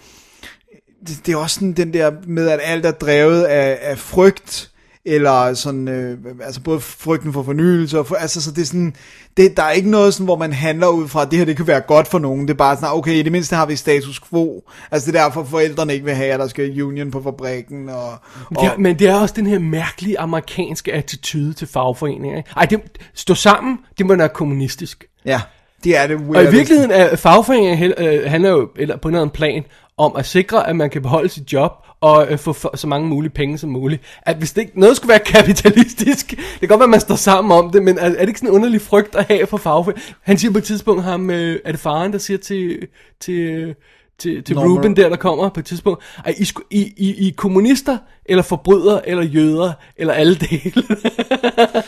Speaker 3: det, det er også sådan den der med, at alt er drevet af, af frygt, eller sådan, øh, altså både frygten for fornyelse, og for, altså så det er sådan, det, der er ikke noget sådan, hvor man handler ud fra, at det her det kan være godt for nogen, det er bare sådan, okay, i det mindste har vi status quo, altså det er derfor forældrene ikke vil have, at der skal union på fabrikken, og, og
Speaker 4: Ja, men det er også den her mærkelige amerikanske attitude til fagforeninger. ikke? Ej, det, stå sammen, det må være kommunistisk.
Speaker 3: ja, det er det weird.
Speaker 4: Og i virkeligheden er fagforeninger hel- øh, handler jo eller på en eller anden plan om at sikre, at man kan beholde sit job og øh, få for, så mange mulige penge som muligt. At hvis det ikke, noget skulle være kapitalistisk, det kan godt være, at man står sammen om det, men er, er det ikke sådan en underlig frygt at have for fagforeninger? Han siger på et tidspunkt, ham, øh, er det faren, der siger til, til, til, til
Speaker 3: Normer.
Speaker 4: Ruben der, der kommer på et tidspunkt, at I, sku- I, I, I er kommunister, eller forbrydere, eller jøder, eller alle dele.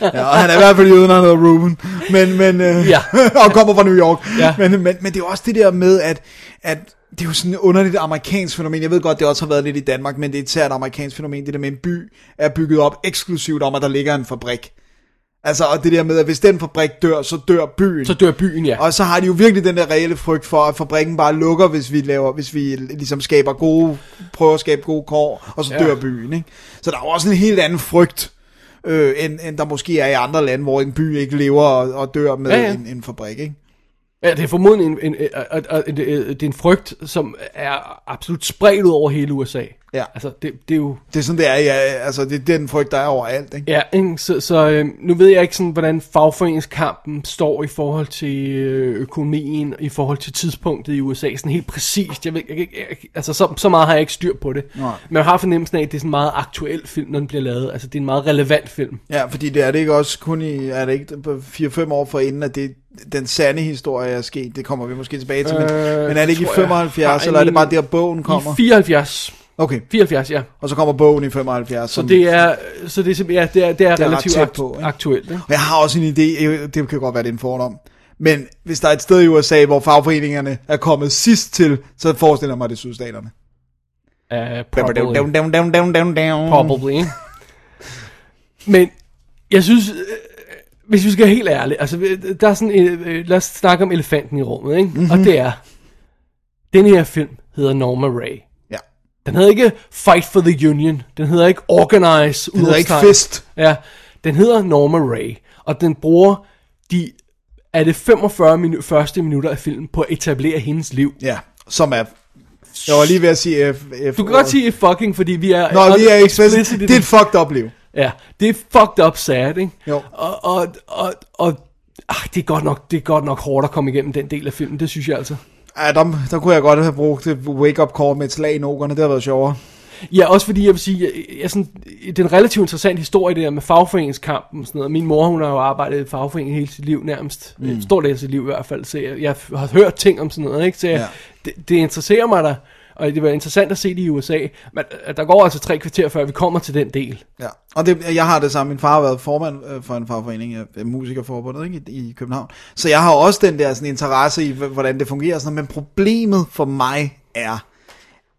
Speaker 3: Ja, og han er i hvert fald jøde, når han hedder Ruben. Men, men, øh,
Speaker 4: Ja.
Speaker 3: og kommer fra New York.
Speaker 4: Ja.
Speaker 3: Men, men, men det er jo også det der med, at, at det er jo sådan et underligt amerikansk fænomen. Jeg ved godt, det også har været lidt i Danmark, men det er især et amerikansk fænomen. Det der med, at en by er bygget op eksklusivt om, at der ligger en fabrik. Altså, og det der med, at hvis den fabrik dør, så dør byen.
Speaker 4: Så dør byen, ja.
Speaker 3: Og så har de jo virkelig den der reelle frygt for, at fabrikken bare lukker, hvis vi laver, hvis vi ligesom skaber gode, prøver at skabe gode kår, og så
Speaker 4: Ja.
Speaker 3: dør byen, ikke? Så der er jo også en helt anden frygt, øh, end, end, der måske er i andre lande, hvor en by ikke lever og, og dør med
Speaker 4: Ja, ja.
Speaker 3: En, en, fabrik, ikke?
Speaker 4: Ja, det er formodentlig en, en, en, en, en, en, det er en frygt, som er absolut spredt ud over hele USA.
Speaker 3: Ja.
Speaker 4: Altså, det, det er jo...
Speaker 3: Det er sådan, det er, ja, altså, det er den frygt, der er overalt, ikke?
Speaker 4: Ja, ikke? så, så øh, nu ved jeg ikke sådan, hvordan fagforeningskampen står i forhold til øh, økonomien, i forhold til tidspunktet i USA, sådan helt præcist. Jeg ved, jeg, jeg, jeg, altså, så, så meget har jeg ikke styr på det.
Speaker 3: Nej.
Speaker 4: Men jeg har fornemmelsen af, at det er sådan en meget aktuel film, når den bliver lavet. Altså, det er en meget relevant film.
Speaker 3: Ja, fordi det er det ikke også kun i, er det ikke på 4-5 år for inden, at det, den sande historie er sket, det kommer vi måske tilbage til, men,
Speaker 4: Øh,
Speaker 3: men er det ikke i
Speaker 4: tror jeg.
Speaker 3: 75,
Speaker 4: Har
Speaker 3: eller er det
Speaker 4: en-
Speaker 3: bare der, bogen
Speaker 4: I
Speaker 3: kommer?
Speaker 4: 74.
Speaker 3: Okay,
Speaker 4: 74, ja.
Speaker 3: og så kommer bogen i 75.
Speaker 4: Så det er, så det er, simpelthen- ja, det er, det er,
Speaker 3: ret
Speaker 4: relativt
Speaker 3: tæt
Speaker 4: akt-
Speaker 3: på, ikke?
Speaker 4: aktuelt. Ikke?
Speaker 3: Og jeg har også en idé, øh, det kan godt være, det er en fordom, men hvis der er et sted i USA, hvor fagforeningerne er kommet sidst til, så forestiller jeg mig, at det er sydstaterne.
Speaker 4: Uh,
Speaker 3: Down, down, down, down, down, down.
Speaker 4: Probably. ikke? Men jeg synes, øh, hvis vi skal være helt ærlige, altså, øh, der er sådan, øh, øh, lad os snakke om elefanten i rummet, ikke? Mm-hmm. Og
Speaker 3: Mhm.
Speaker 4: det er, den her film hedder Norma Ray.
Speaker 3: Ja.
Speaker 4: Den hedder ikke Fight for the Union, den hedder ikke Organize,
Speaker 3: Den hedder ikke
Speaker 4: udråbstegn.
Speaker 3: Fist.
Speaker 4: Ja, den hedder Norma Ray, og den bruger de, er det 45 minu- første minutter af filmen på at etablere hendes liv.
Speaker 3: Ja, som er... Jeg var lige ved at sige F. F
Speaker 4: Du kan godt sige fucking, fordi vi er...
Speaker 3: Nå, vi er
Speaker 4: explicit
Speaker 3: explicit.
Speaker 4: i
Speaker 3: Det
Speaker 4: den
Speaker 3: er et fucked up liv.
Speaker 4: Ja, det er fucked up sad, ikke?
Speaker 3: Jo.
Speaker 4: Og, og, og, og ach, det, er godt nok, det er godt nok hårdt at komme igennem den del af filmen, det synes jeg altså.
Speaker 3: Ja, der, der kunne jeg godt have brugt et wake-up call med et slag i nokerne. Det havde været sjovere.
Speaker 4: Ja, også fordi jeg vil sige, jeg, jeg sådan, det er en relativt interessant historie det der med fagforeningskampen og sådan noget. Min mor, hun har jo arbejdet i fagforeningen hele sit liv nærmest. Mm. Stor del af sit liv i hvert fald. Så jeg, jeg har hørt ting om sådan noget, ikke? Så jeg,
Speaker 3: Ja.
Speaker 4: det, det, interesserer mig da. Og det var interessant at se det i USA. Men øh, der går altså tre kvarter, før vi kommer til den del.
Speaker 3: Ja, og det, jeg har det samme. Min far har været formand øh, for en fagforening af af musikerforbundet ikke, i, i København. Så jeg har også den der sådan, interesse i, h- hvordan det fungerer. og Sådan, noget. men problemet for mig er,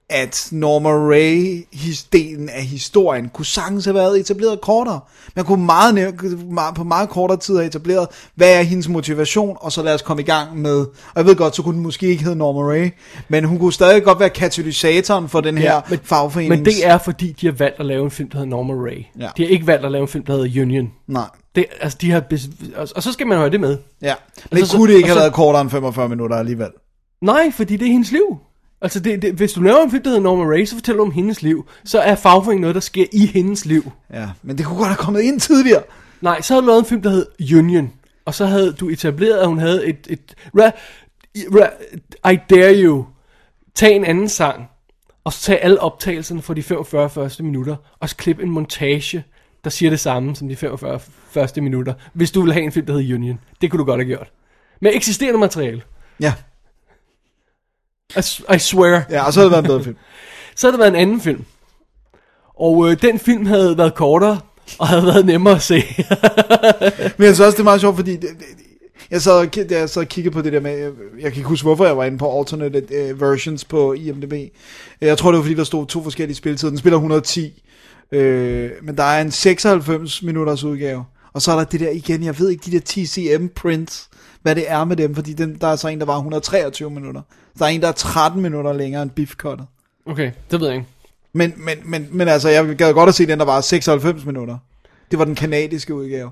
Speaker 3: at Norma Ray, his- delen af historien, kunne sagtens have været etableret kortere. Man kunne meget, nev- meget- på meget kortere tid have etableret, hvad er hendes motivation, og så lad os komme i gang med, og jeg ved godt, så kunne den måske ikke hedde Norma Ray, men hun kunne stadig godt være katalysatoren for den her ja,
Speaker 4: men-
Speaker 3: fagforenings...
Speaker 4: Men det er fordi, de har valgt at lave en film, der hedder Norma Ray.
Speaker 3: Ja.
Speaker 4: De har ikke valgt at lave en film, der hedder Union.
Speaker 3: Nej.
Speaker 4: Det, altså, de har bes- og, og så skal man høre det med.
Speaker 3: Ja, men
Speaker 4: Altså,
Speaker 3: altså,
Speaker 4: så-
Speaker 3: kunne det ikke
Speaker 4: og
Speaker 3: have
Speaker 4: så-
Speaker 3: været kortere end 45 minutter alligevel?
Speaker 4: Nej, fordi det er hendes liv. Altså, det, det, hvis du laver en film, der hedder Norma Ray, så fortæller du om hendes liv. Så er fagforening noget, der sker i hendes liv.
Speaker 3: Ja, men det kunne godt have kommet ind tidligere.
Speaker 4: Nej, så havde du lavet en film, der hed Union. Og så havde du etableret, at hun havde et... et ra, ra, I dare you. Tag en anden sang. Og så tag alle optagelserne fra de 45 første minutter. Og så klip en montage, der siger det samme som de 45 første minutter. Hvis du ville have en film, der hed Union. Det kunne du godt have gjort. Med eksisterende materiale.
Speaker 3: Ja,
Speaker 4: I, s- I swear.
Speaker 3: ja og så havde det været en bedre film.
Speaker 4: Så havde det været en anden film. Og øh, den film havde været kortere. Og havde været nemmere at se.
Speaker 3: Men jeg synes også, det er meget sjovt, fordi det, det, jeg sad, og ki- da jeg sad og kiggede på det der med, jeg, jeg kan ikke huske, hvorfor jeg var inde på alternate uh, versions på IMDb. Jeg tror, det var, fordi der stod to forskellige spiltider. Den spiller 110, øh, men der er en 96 minutters udgave. Og så er der det der igen, jeg ved ikke, de der TCM prints, hvad det er med dem, fordi den, der er så en, der var 123 minutter. Så der er en, der er 13 minutter længere end beefcuttet.
Speaker 4: Okay, det ved jeg ikke.
Speaker 3: Men, men, men, men altså, jeg gad godt at se den, der var 96 minutter. Det var den kanadiske udgave.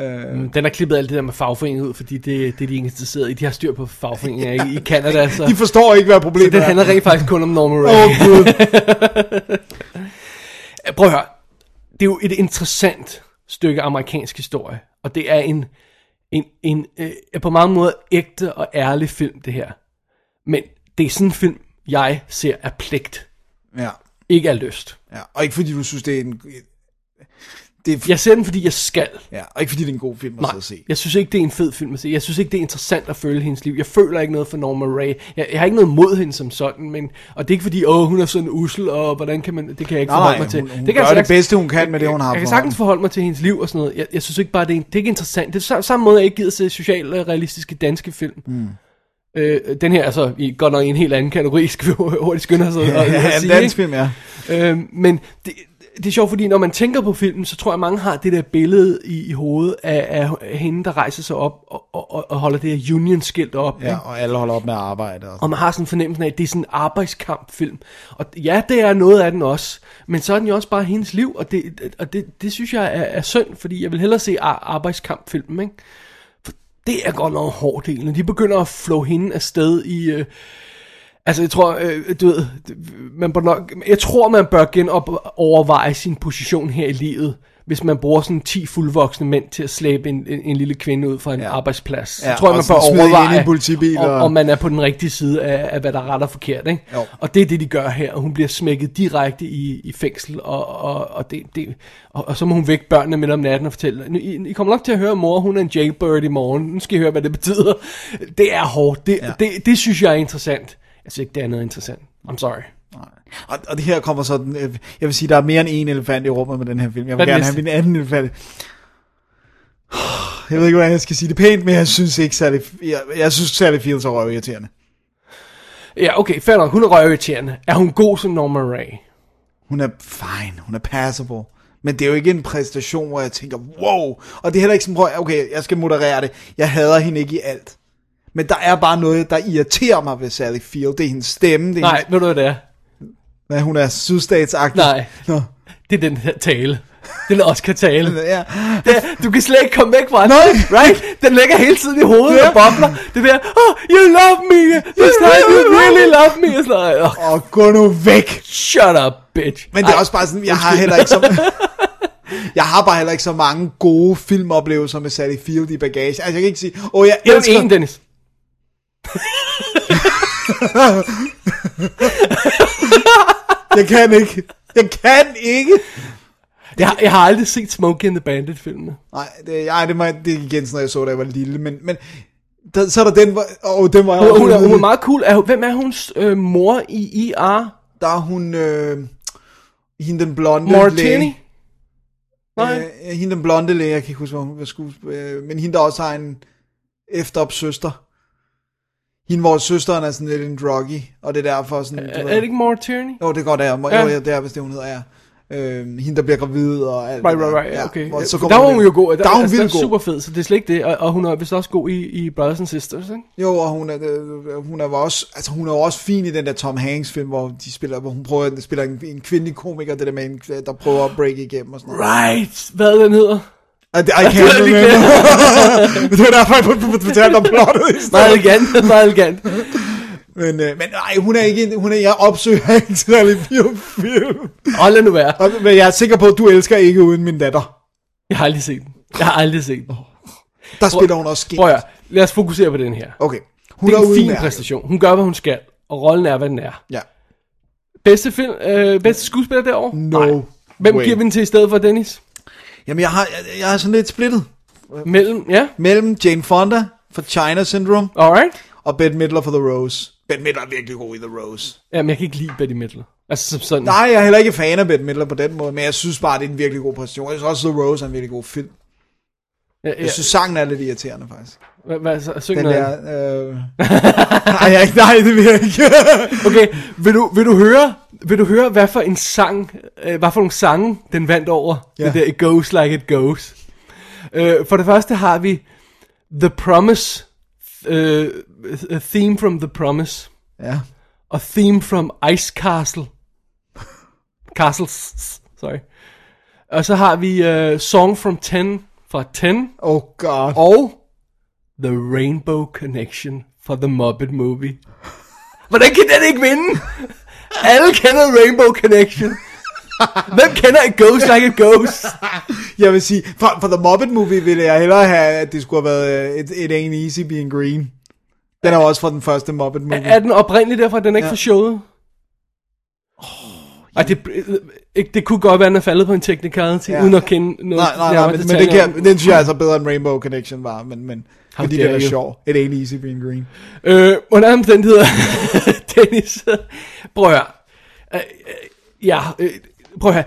Speaker 3: Øh,
Speaker 4: Mm, Den har klippet alt det der med fagforeningen ud, fordi det, det er de ikke interesseret i. De har styr på fagforeninger i, i Canada, så,
Speaker 3: de forstår ikke, hvad
Speaker 4: så
Speaker 3: problemet
Speaker 4: det
Speaker 3: er.
Speaker 4: handler rent faktisk kun om Norman Ray.
Speaker 3: Åh, Gud.
Speaker 4: Prøv at høre. Det er jo et interessant stykke amerikansk historie, og det er en, en, en øh, på mange måder ægte og ærlig film, det her. Men det er sådan en film, jeg ser af pligt,
Speaker 3: Ja,
Speaker 4: ikke af lyst.
Speaker 3: ja. Og ikke fordi du synes, det er en... Det er,
Speaker 4: Jeg ser den, fordi jeg skal.
Speaker 3: ja, og ikke fordi det er en god film Altså at sidde
Speaker 4: Nej,
Speaker 3: og se.
Speaker 4: jeg synes ikke, det er en fed film at se. Jeg synes ikke, det er interessant at følge hendes liv. Jeg føler ikke noget for Norma Ray. Jeg, jeg har ikke noget mod hende som sådan, men, og det er ikke fordi, åh, hun er sådan usel, og hvordan kan man, det kan jeg ikke
Speaker 3: Nej,
Speaker 4: forholde
Speaker 3: nej,
Speaker 4: mig til.
Speaker 3: hun- hun
Speaker 4: kan
Speaker 3: gør
Speaker 4: jeg altså
Speaker 3: det bedste, hun kan med det, hun har
Speaker 4: Jeg, jeg kan
Speaker 3: for
Speaker 4: sagtens
Speaker 3: hånden.
Speaker 4: forholde mig til hendes liv og sådan noget. Jeg, jeg synes ikke bare, det er, en, det er ikke interessant. Det er sam- samme måde, jeg ikke gider se socialrealistiske danske film. Mm. Øh, den her er så i godt nok i en helt anden kategori, skal vi hurtigt skynde os. at- at- at
Speaker 3: Ja, en
Speaker 4: sige,
Speaker 3: dansk
Speaker 4: ikke?
Speaker 3: film, ja.
Speaker 4: Øh, men det, det er sjovt, fordi når man tænker på filmen, så tror jeg, mange har det der billede i, i hovedet af, af hende, der rejser sig op og, og- og, og holder det her union-skilt op.
Speaker 3: Ja,
Speaker 4: ikke?
Speaker 3: og alle holder op med at arbejde. Og...
Speaker 4: Og man har sådan en fornemmelse af, at det er sådan en arbejdskampfilm. Og ja, det er noget af den også. Men så er den jo også bare hendes liv, og det, og det, det synes jeg er, er synd, fordi jeg vil hellere se ar- arbejdskampfilmen, ikke? For det er godt nok en hård del, når de begynder at flå hende afsted i... Øh, altså, jeg tror, øh, du ved, det- man bør nok, jeg tror, man bør genop overveje sin position her i livet, hvis man bruger sådan 10 fuldvoksne mænd til at slæbe en, en, en lille kvinde ud fra en
Speaker 3: Ja.
Speaker 4: ja. arbejdsplads. Så
Speaker 3: Ja,
Speaker 4: ja, tror jeg,
Speaker 3: og
Speaker 4: man bør
Speaker 3: sådan smide hende i en politibil
Speaker 4: overveje, om,
Speaker 3: og-
Speaker 4: om man er på den rigtige side af, af hvad der er ret og forkert. Ikke?
Speaker 3: Jo.
Speaker 4: Og det er det, de gør her. Hun bliver smækket direkte i, i fængsel, og, og, og, det, det, og, og så må hun vække børnene midt om natten og fortælle, "Nu, I, I kommer nok til at høre, mor, hun er en jailbird i morgen. Nu skal I høre, hvad det betyder. Det er hårdt. Det, ja. det, det synes jeg er interessant. Jeg synes ikke, det er noget interessant. I'm sorry.
Speaker 3: Og, og det her kommer sådan, øh, jeg vil sige, der er mere end en elefant i rummet med den her film. Jeg vil
Speaker 4: Hvad er
Speaker 3: gerne
Speaker 4: den
Speaker 3: have min anden elefant. Jeg ved ikke, hvordan jeg skal sige det pænt, men jeg synes ikke, Sally, jeg, jeg synes, Sally Fields er røvirriterende.
Speaker 4: Ja, okay, fair nok. Hun er røvirriterende. Er hun god som Norma Ray?
Speaker 3: Hun er fine, hun er passable. Men det er jo ikke en præstation, hvor jeg tænker, wow. Og det er heller ikke sådan, prøv, at- okay, jeg skal moderere det. Jeg hader hende ikke i alt. Men der er bare noget, der irriterer mig ved Sally Field. Det er hendes stemme. Det er
Speaker 4: Nej, ved du hvad det er?
Speaker 3: Hendes, hun er sydstatsagtig.
Speaker 4: Nej.
Speaker 3: Nå.
Speaker 4: Det er den her tale. Den Oscar-tale.
Speaker 3: Ja.
Speaker 4: Det, du kan slet ikke komme væk fra den.
Speaker 3: Nej.
Speaker 4: right? Den ligger hele tiden i hovedet
Speaker 3: Ja.
Speaker 4: og bobler. Det der, oh, you love me. It's like you really love me. It's like, oh,
Speaker 3: Og gå nu væk.
Speaker 4: shut up, bitch.
Speaker 3: Men det er også bare sådan, jeg har heller ikke så... Jeg har bare heller ikke så mange gode filmoplevelser med Sally Field i bagage. Altså, jeg kan ikke sige, åh, oh, jeg
Speaker 4: Nævn
Speaker 3: elsker...
Speaker 4: en, Dennis.
Speaker 3: Jeg kan ikke. Jeg kan ikke.
Speaker 4: Jeg, har- jeg har aldrig set Smokey and the Bandit-filmene.
Speaker 3: Nej, det, ej, det, var, det er igen sådan, noget, jeg så, da jeg var lille, men... men der, så er der den, hvor... Åh, oh, den var jeg...
Speaker 4: Hun, hun, er, hun
Speaker 3: overhovedet-
Speaker 4: er meget cool. Er, hun- hvem er hun øh, mor i ER?
Speaker 3: Der er hun... Øh, hende den blonde
Speaker 4: Martini?
Speaker 3: læge.
Speaker 4: Nej.
Speaker 3: Øh, hende den blonde læge, jeg kan ikke huske, hvor hun var skuesp- øh, Men hende, der også har en efterop søster. Hende, hvor søsteren er sådan lidt en druggy, og det er derfor sådan... du
Speaker 4: Er,
Speaker 3: ved-
Speaker 4: er det ikke Martini?
Speaker 3: Jo, det er godt, det er. Ja.
Speaker 4: Ja.
Speaker 3: Jo, ja, det er, hvis det hun hedder, ja. Øhm, hende, der bliver gravid og alt.
Speaker 4: Right,
Speaker 3: det
Speaker 4: right,
Speaker 3: der.
Speaker 4: right, ja, okay.
Speaker 3: hvor-
Speaker 4: Så
Speaker 3: kommer
Speaker 4: der var hun
Speaker 3: ind.
Speaker 4: jo god.
Speaker 3: Der, er hun
Speaker 4: altså,
Speaker 3: vildt
Speaker 4: er
Speaker 3: god.
Speaker 4: super fed, så det er slet ikke det. Og, og hun er vist også god i, i Brothers and Sisters, ikke?
Speaker 3: Jo, og hun er, øh, hun er jo også, altså hun er jo også fin i den der Tom Hanks film, hvor, de spiller, hvor hun prøver, at spiller en, en kvindelig komiker, det der med, en, der prøver at break igennem og sådan noget.
Speaker 4: Right. Hvad den hedder?
Speaker 3: I, I can't
Speaker 4: er lige
Speaker 3: remember. det var derfor, jeg fortalte om plottet i
Speaker 4: Meget
Speaker 3: stedet.
Speaker 4: elegant, meget elegant.
Speaker 3: Men, øh, men nej, hun er ikke, en- hun er, jeg opsøger ikke til alle fire film.
Speaker 4: Og lad nu være.
Speaker 3: Og, men jeg er sikker på, at du elsker ikke uden min datter.
Speaker 4: Jeg har aldrig set den. Jeg har aldrig set den.
Speaker 3: Der spiller hun også skægt.
Speaker 4: Prøv at, høre, lad os fokusere på den her.
Speaker 3: Okay. Hun
Speaker 4: Det er en fin
Speaker 3: udmærket.
Speaker 4: præstation. Hun gør, hvad hun skal. Og rollen er, hvad den er.
Speaker 3: Ja.
Speaker 4: Bedste, film, øh, bedste skuespiller derovre?
Speaker 3: No
Speaker 4: Hvem
Speaker 3: way.
Speaker 4: giver vi den til i stedet for, Dennis?
Speaker 3: Jamen, jeg har, jeg, jeg er sådan lidt splittet
Speaker 4: Mellem, ja?
Speaker 3: mellem Jane Fonda for China Syndrome
Speaker 4: Alright.
Speaker 3: og Bette Midler for The Rose. Bette Midler er virkelig god i The Rose.
Speaker 4: Jamen, jeg kan ikke lide Betty Midler. Altså som sådan.
Speaker 3: Nej, jeg er heller ikke fan af Bette Midler på den måde, men jeg synes bare, det er en virkelig god præstation. Jeg synes også, The Rose er en virkelig god film.
Speaker 4: jeg,
Speaker 3: Jeg synes, sangen er lidt irriterende, faktisk.
Speaker 4: hvad, hvad, så, syng
Speaker 3: Den
Speaker 4: noget.
Speaker 3: der... Øh... nej, jeg, nej, det vil jeg ikke.
Speaker 4: Okay, vil du, vil du høre, vil du høre, hvad for en sang, øh, hvad for nogle sange, den vandt over?
Speaker 3: Ja.
Speaker 4: Yeah. Det der It Goes Like It Goes. Øh, for det første har vi The Promise, øh, a Theme from The Promise,
Speaker 3: ja.
Speaker 4: og Theme from Ice Castle. Castles, sorry. Og så har vi øh, Song from 10 fra 10,
Speaker 3: Oh god.
Speaker 4: og The Rainbow Connection fra The Muppet Movie. Hvordan kan den ikke vinde? Alle kender Rainbow Connection. Hvem kender It Goes Like It Goes?
Speaker 3: Jeg vil sige, for, for The Muppet Movie ville jeg hellere have, at det skulle have været øh, It, it Ain't Easy Being Green. Den er jo også fra den første Muppet Movie. Oh,
Speaker 4: Er den oprindelig derfor, at den er ikke ja. for showet? Og det, øh, ikke- det kunne godt være, at den er faldet på en technicality,
Speaker 3: Ja.
Speaker 4: ja. uden at kende noget.
Speaker 3: Nej, nej, nej,
Speaker 4: nærmere
Speaker 3: men, men det
Speaker 4: detaljer om
Speaker 3: kan, den synes jeg altså er bedre end Rainbow Connection var, men, men
Speaker 4: How
Speaker 3: fordi
Speaker 4: dare
Speaker 3: den er
Speaker 4: you.
Speaker 3: sjov. It ain't easy being green.
Speaker 4: Øh, under alle omstændigheder, Dennis, prøv at høre. Øh, øh, ja, øh, prøv at høre.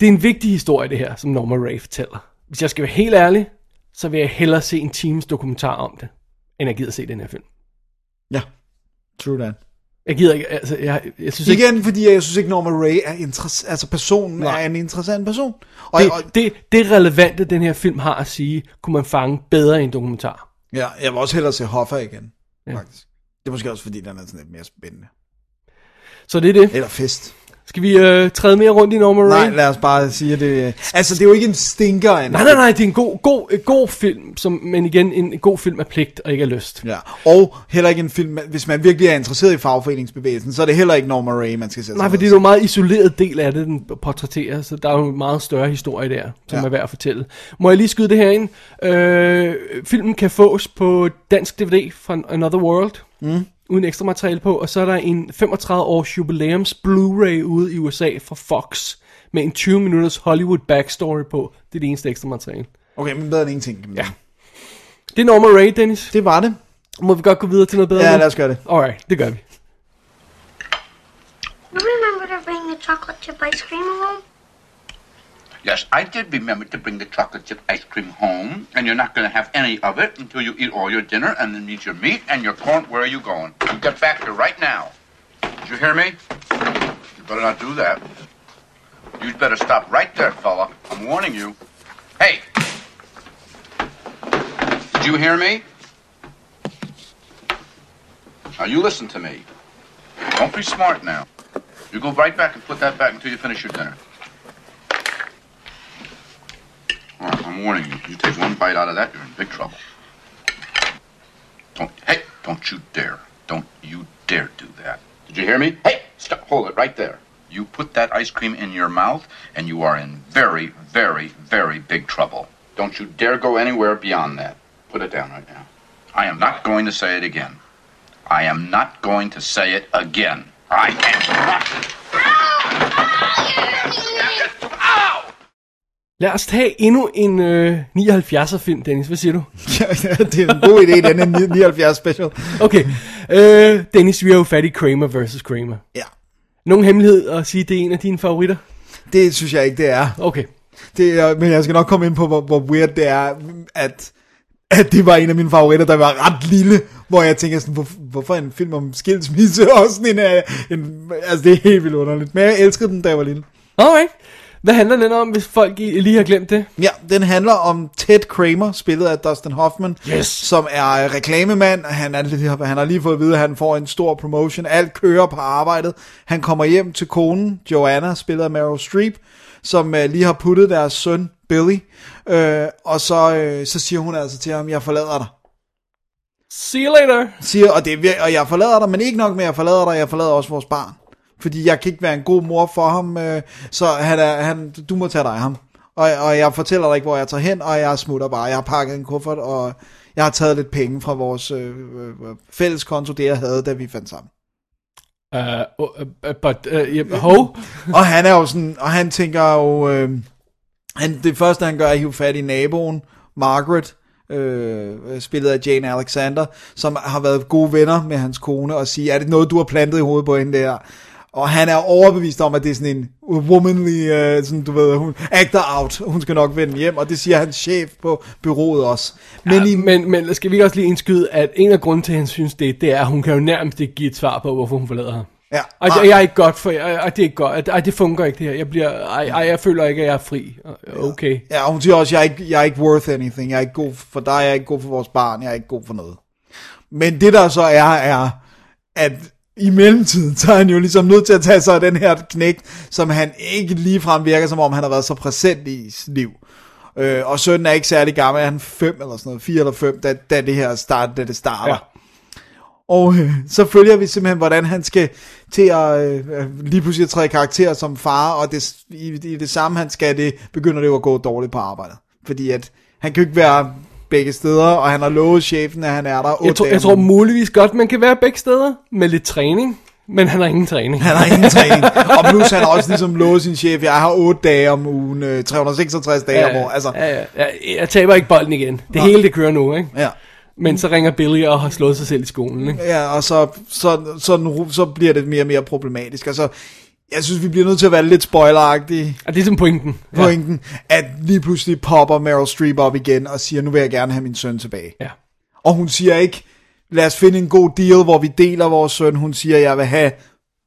Speaker 4: Det er en vigtig historie, det her, som Norma Ray fortæller. Hvis jeg skal være helt ærlig, så vil jeg hellere se en times dokumentar om det, end jeg gider se den her film.
Speaker 3: Ja, true that.
Speaker 4: Jeg gider ikke, altså, jeg, jeg synes ikke,
Speaker 3: Igen, fordi jeg synes ikke, Norma Ray er interess- altså personen
Speaker 4: Nej.
Speaker 3: er en interessant person. Og, og,
Speaker 4: det, det, det relevante, den her film har at sige, kunne man fange bedre i en dokumentar.
Speaker 3: ja, jeg vil også hellere se Hoffa igen,
Speaker 4: Ja.
Speaker 3: faktisk. Det er måske også, fordi den er sådan lidt mere spændende.
Speaker 4: Så det er det.
Speaker 3: Eller fest.
Speaker 4: Skal vi øh, træde mere rundt i Norma Ray?
Speaker 3: Nej, lad os bare sige, at det... Altså, det er jo ikke en stinker. En
Speaker 4: nej, nej, nej, det er en god, god, øh, god film, som, men igen, en god film af pligt og ikke af lyst.
Speaker 3: Ja. Og heller ikke en film, hvis man virkelig er interesseret i fagforeningsbevægelsen, så er det heller ikke Norma Ray, man skal sætte
Speaker 4: Nej,
Speaker 3: sig
Speaker 4: fordi
Speaker 3: ned
Speaker 4: det er jo en meget isoleret del af det, den portrætterer, så der er jo en meget større historie der, som
Speaker 3: Ja.
Speaker 4: ja. er værd at fortælle. Må jeg lige skyde det her ind? Øh, filmen kan fås på dansk DVD fra Another World, mm. uden ekstra materiale på, og så er der en 35-års jubilæums Blu-ray ude i USA fra Fox, med en 20-minutters Hollywood backstory på. Det er det eneste ekstra materiale.
Speaker 3: til. Okay, men bedre end ingenting. Kan man
Speaker 4: Ja.
Speaker 3: sige.
Speaker 4: Det er Norma Ray, Dennis.
Speaker 3: Det var det.
Speaker 4: Må vi godt gå videre til noget bedre
Speaker 3: Ja,
Speaker 4: nu?
Speaker 3: lad os gøre det.
Speaker 4: Alright, det gør vi.
Speaker 5: You remember to bring the chocolate chip ice cream home?
Speaker 2: Yes, I did remember to bring the chocolate chip ice cream home, and you're not going to have any of it until you eat all your dinner and then eat your meat and your corn. Where are you going? You get back here right now. Did you hear me? You better not do that. You'd better stop right there, fella. I'm warning you. Hey! Did you hear me? Now you listen to me. Don't be smart now. You go right back and put that back until you finish your dinner. All right, I'm warning you. You take one bite out of that, you're in big trouble. Don't, hey, don't you dare. Don't you dare do that. Did you hear me? Hey, stop, hold it right there. You put that ice cream in your mouth, and you are in very, very, very big trouble. Don't you dare go anywhere beyond that. Put it down right now. I am not going to say it again. I am not going to say it again. I am not.
Speaker 4: Lad os tage endnu en øh, 79'er film, Dennis. Hvad siger du?
Speaker 3: Ja, det er en god idé, den er 79 special.
Speaker 4: Okay, øh, Dennis, vi har jo fat i Kramer vs. Kramer.
Speaker 3: Ja,
Speaker 4: Nogen hemmelighed at sige, det er en af dine favoritter?
Speaker 3: det synes jeg ikke, det er.
Speaker 4: Okay,
Speaker 3: Det er men jeg skal nok komme ind på, hvor, hvor weird det er, at, at det var en af mine favoritter, der var ret lille, hvor jeg tænker sådan, hvor, hvorfor en film om skilsmisse også sådan en, øh, en, altså det er helt vildt underligt, men jeg elskede den, da jeg var lille.
Speaker 4: alright. Hvad handler den om, hvis folk I- lige har glemt det?
Speaker 3: Ja, den handler om Ted Kramer, spillet af Dustin Hoffman,
Speaker 4: Yes.
Speaker 3: som er øh, reklamemand. Han, er, han har lige fået at vide, at han får en stor promotion. Alt kører på arbejdet. Han kommer hjem til konen, Joanna, spillet af Meryl Streep, som øh, lige har puttet deres søn, Billy. Øh, og så, øh, så siger hun altså til ham, jeg forlader dig.
Speaker 4: See you later.
Speaker 3: Siger, og, det, er vir- og jeg forlader dig, men ikke nok med, at jeg forlader dig, jeg forlader også vores barn. Fordi jeg kan ikke være en god mor for ham, øh, så han er, han, du må tage dig af ham. Og, og jeg fortæller dig ikke, hvor jeg tager hen, og jeg smutter bare. Jeg har pakket en kuffert, og jeg har taget lidt penge fra vores øh, øh, fælles konto, det jeg havde, da vi fandt sammen.
Speaker 4: Uh, uh, uh, but, uh, yeah, ho?
Speaker 3: Og han er jo sådan, og han tænker jo, øh, han, det første han gør er at hive fat i naboen, Margaret, øh, spillet af Jane Alexander, som har været gode venner med hans kone, og sige, er det noget, du har plantet i hovedet på hende der? Og han er overbevist om, at det er sådan en womanly, øh, sådan, du ved, hun actor out, hun skal nok vende hjem, og det siger hans chef på byrået også. Men i,
Speaker 4: Men, men, men skal vi ikke også lige indskyde, at en af grunden til, at han synes det, det er, at hun kan jo nærmest ikke give et svar på, hvorfor hun forlader ham.
Speaker 3: ja,
Speaker 4: Ej, det, jeg er ikke godt for, ej, ej, det er ikke godt, ej, det fungerer ikke det her, jeg bliver, ej, ej, jeg føler ikke, at jeg er fri. Okay.
Speaker 3: Ja, og hun siger også, jeg er, ikke, jeg er ikke worth anything. Jeg er ikke god for dig, jeg er ikke god for vores barn, jeg er ikke god for noget. Men det der så er, er, at i mellemtiden, så er han jo ligesom nødt til at tage sig af den her knægt, som han ikke ligefrem virker, som om han har været så præsent i sit liv. Øh, og sønnen er ikke særlig gammel, han er fem eller sådan noget, fire eller fem, da, da det her start, da det starter.
Speaker 4: Ja.
Speaker 3: Ja. Og øh, så følger vi simpelthen, hvordan han skal til at øh, øh, lige pludselig træde i karakter som far, og det, i, i det samme han skal det, begynder det jo at gå dårligt på arbejdet. Fordi at han kan jo ikke være begge steder, og han har lovet chefen, at han er der otte
Speaker 4: Jeg, tror,
Speaker 3: dage om
Speaker 4: jeg tror
Speaker 3: ugen.
Speaker 4: muligvis godt, man kan være begge steder med lidt træning. men han har ingen træning.
Speaker 3: Han har ingen træning. og plus han har også ligesom lovet sin chef, jeg har 8 dage om ugen, øh, 366 dage om året. Altså,
Speaker 4: ja, ja, ja, jeg taber ikke bolden igen. Det hele det kører nu, ikke?
Speaker 3: ja.
Speaker 4: Men så ringer Billy og har slået sig selv i skolen, ikke?
Speaker 3: Ja, og så, så, så, nu- så bliver det mere og mere problematisk. Altså, jeg synes, vi bliver nødt til at være lidt spoileragtige
Speaker 4: Og det er sådan pointen.
Speaker 3: på pointen, at lige pludselig popper Meryl Streep op igen og siger, nu vil jeg gerne have min søn tilbage.
Speaker 4: Ja. ja.
Speaker 3: Og hun siger ikke, lad os finde en god deal, hvor vi deler vores søn. Hun siger, jeg vil have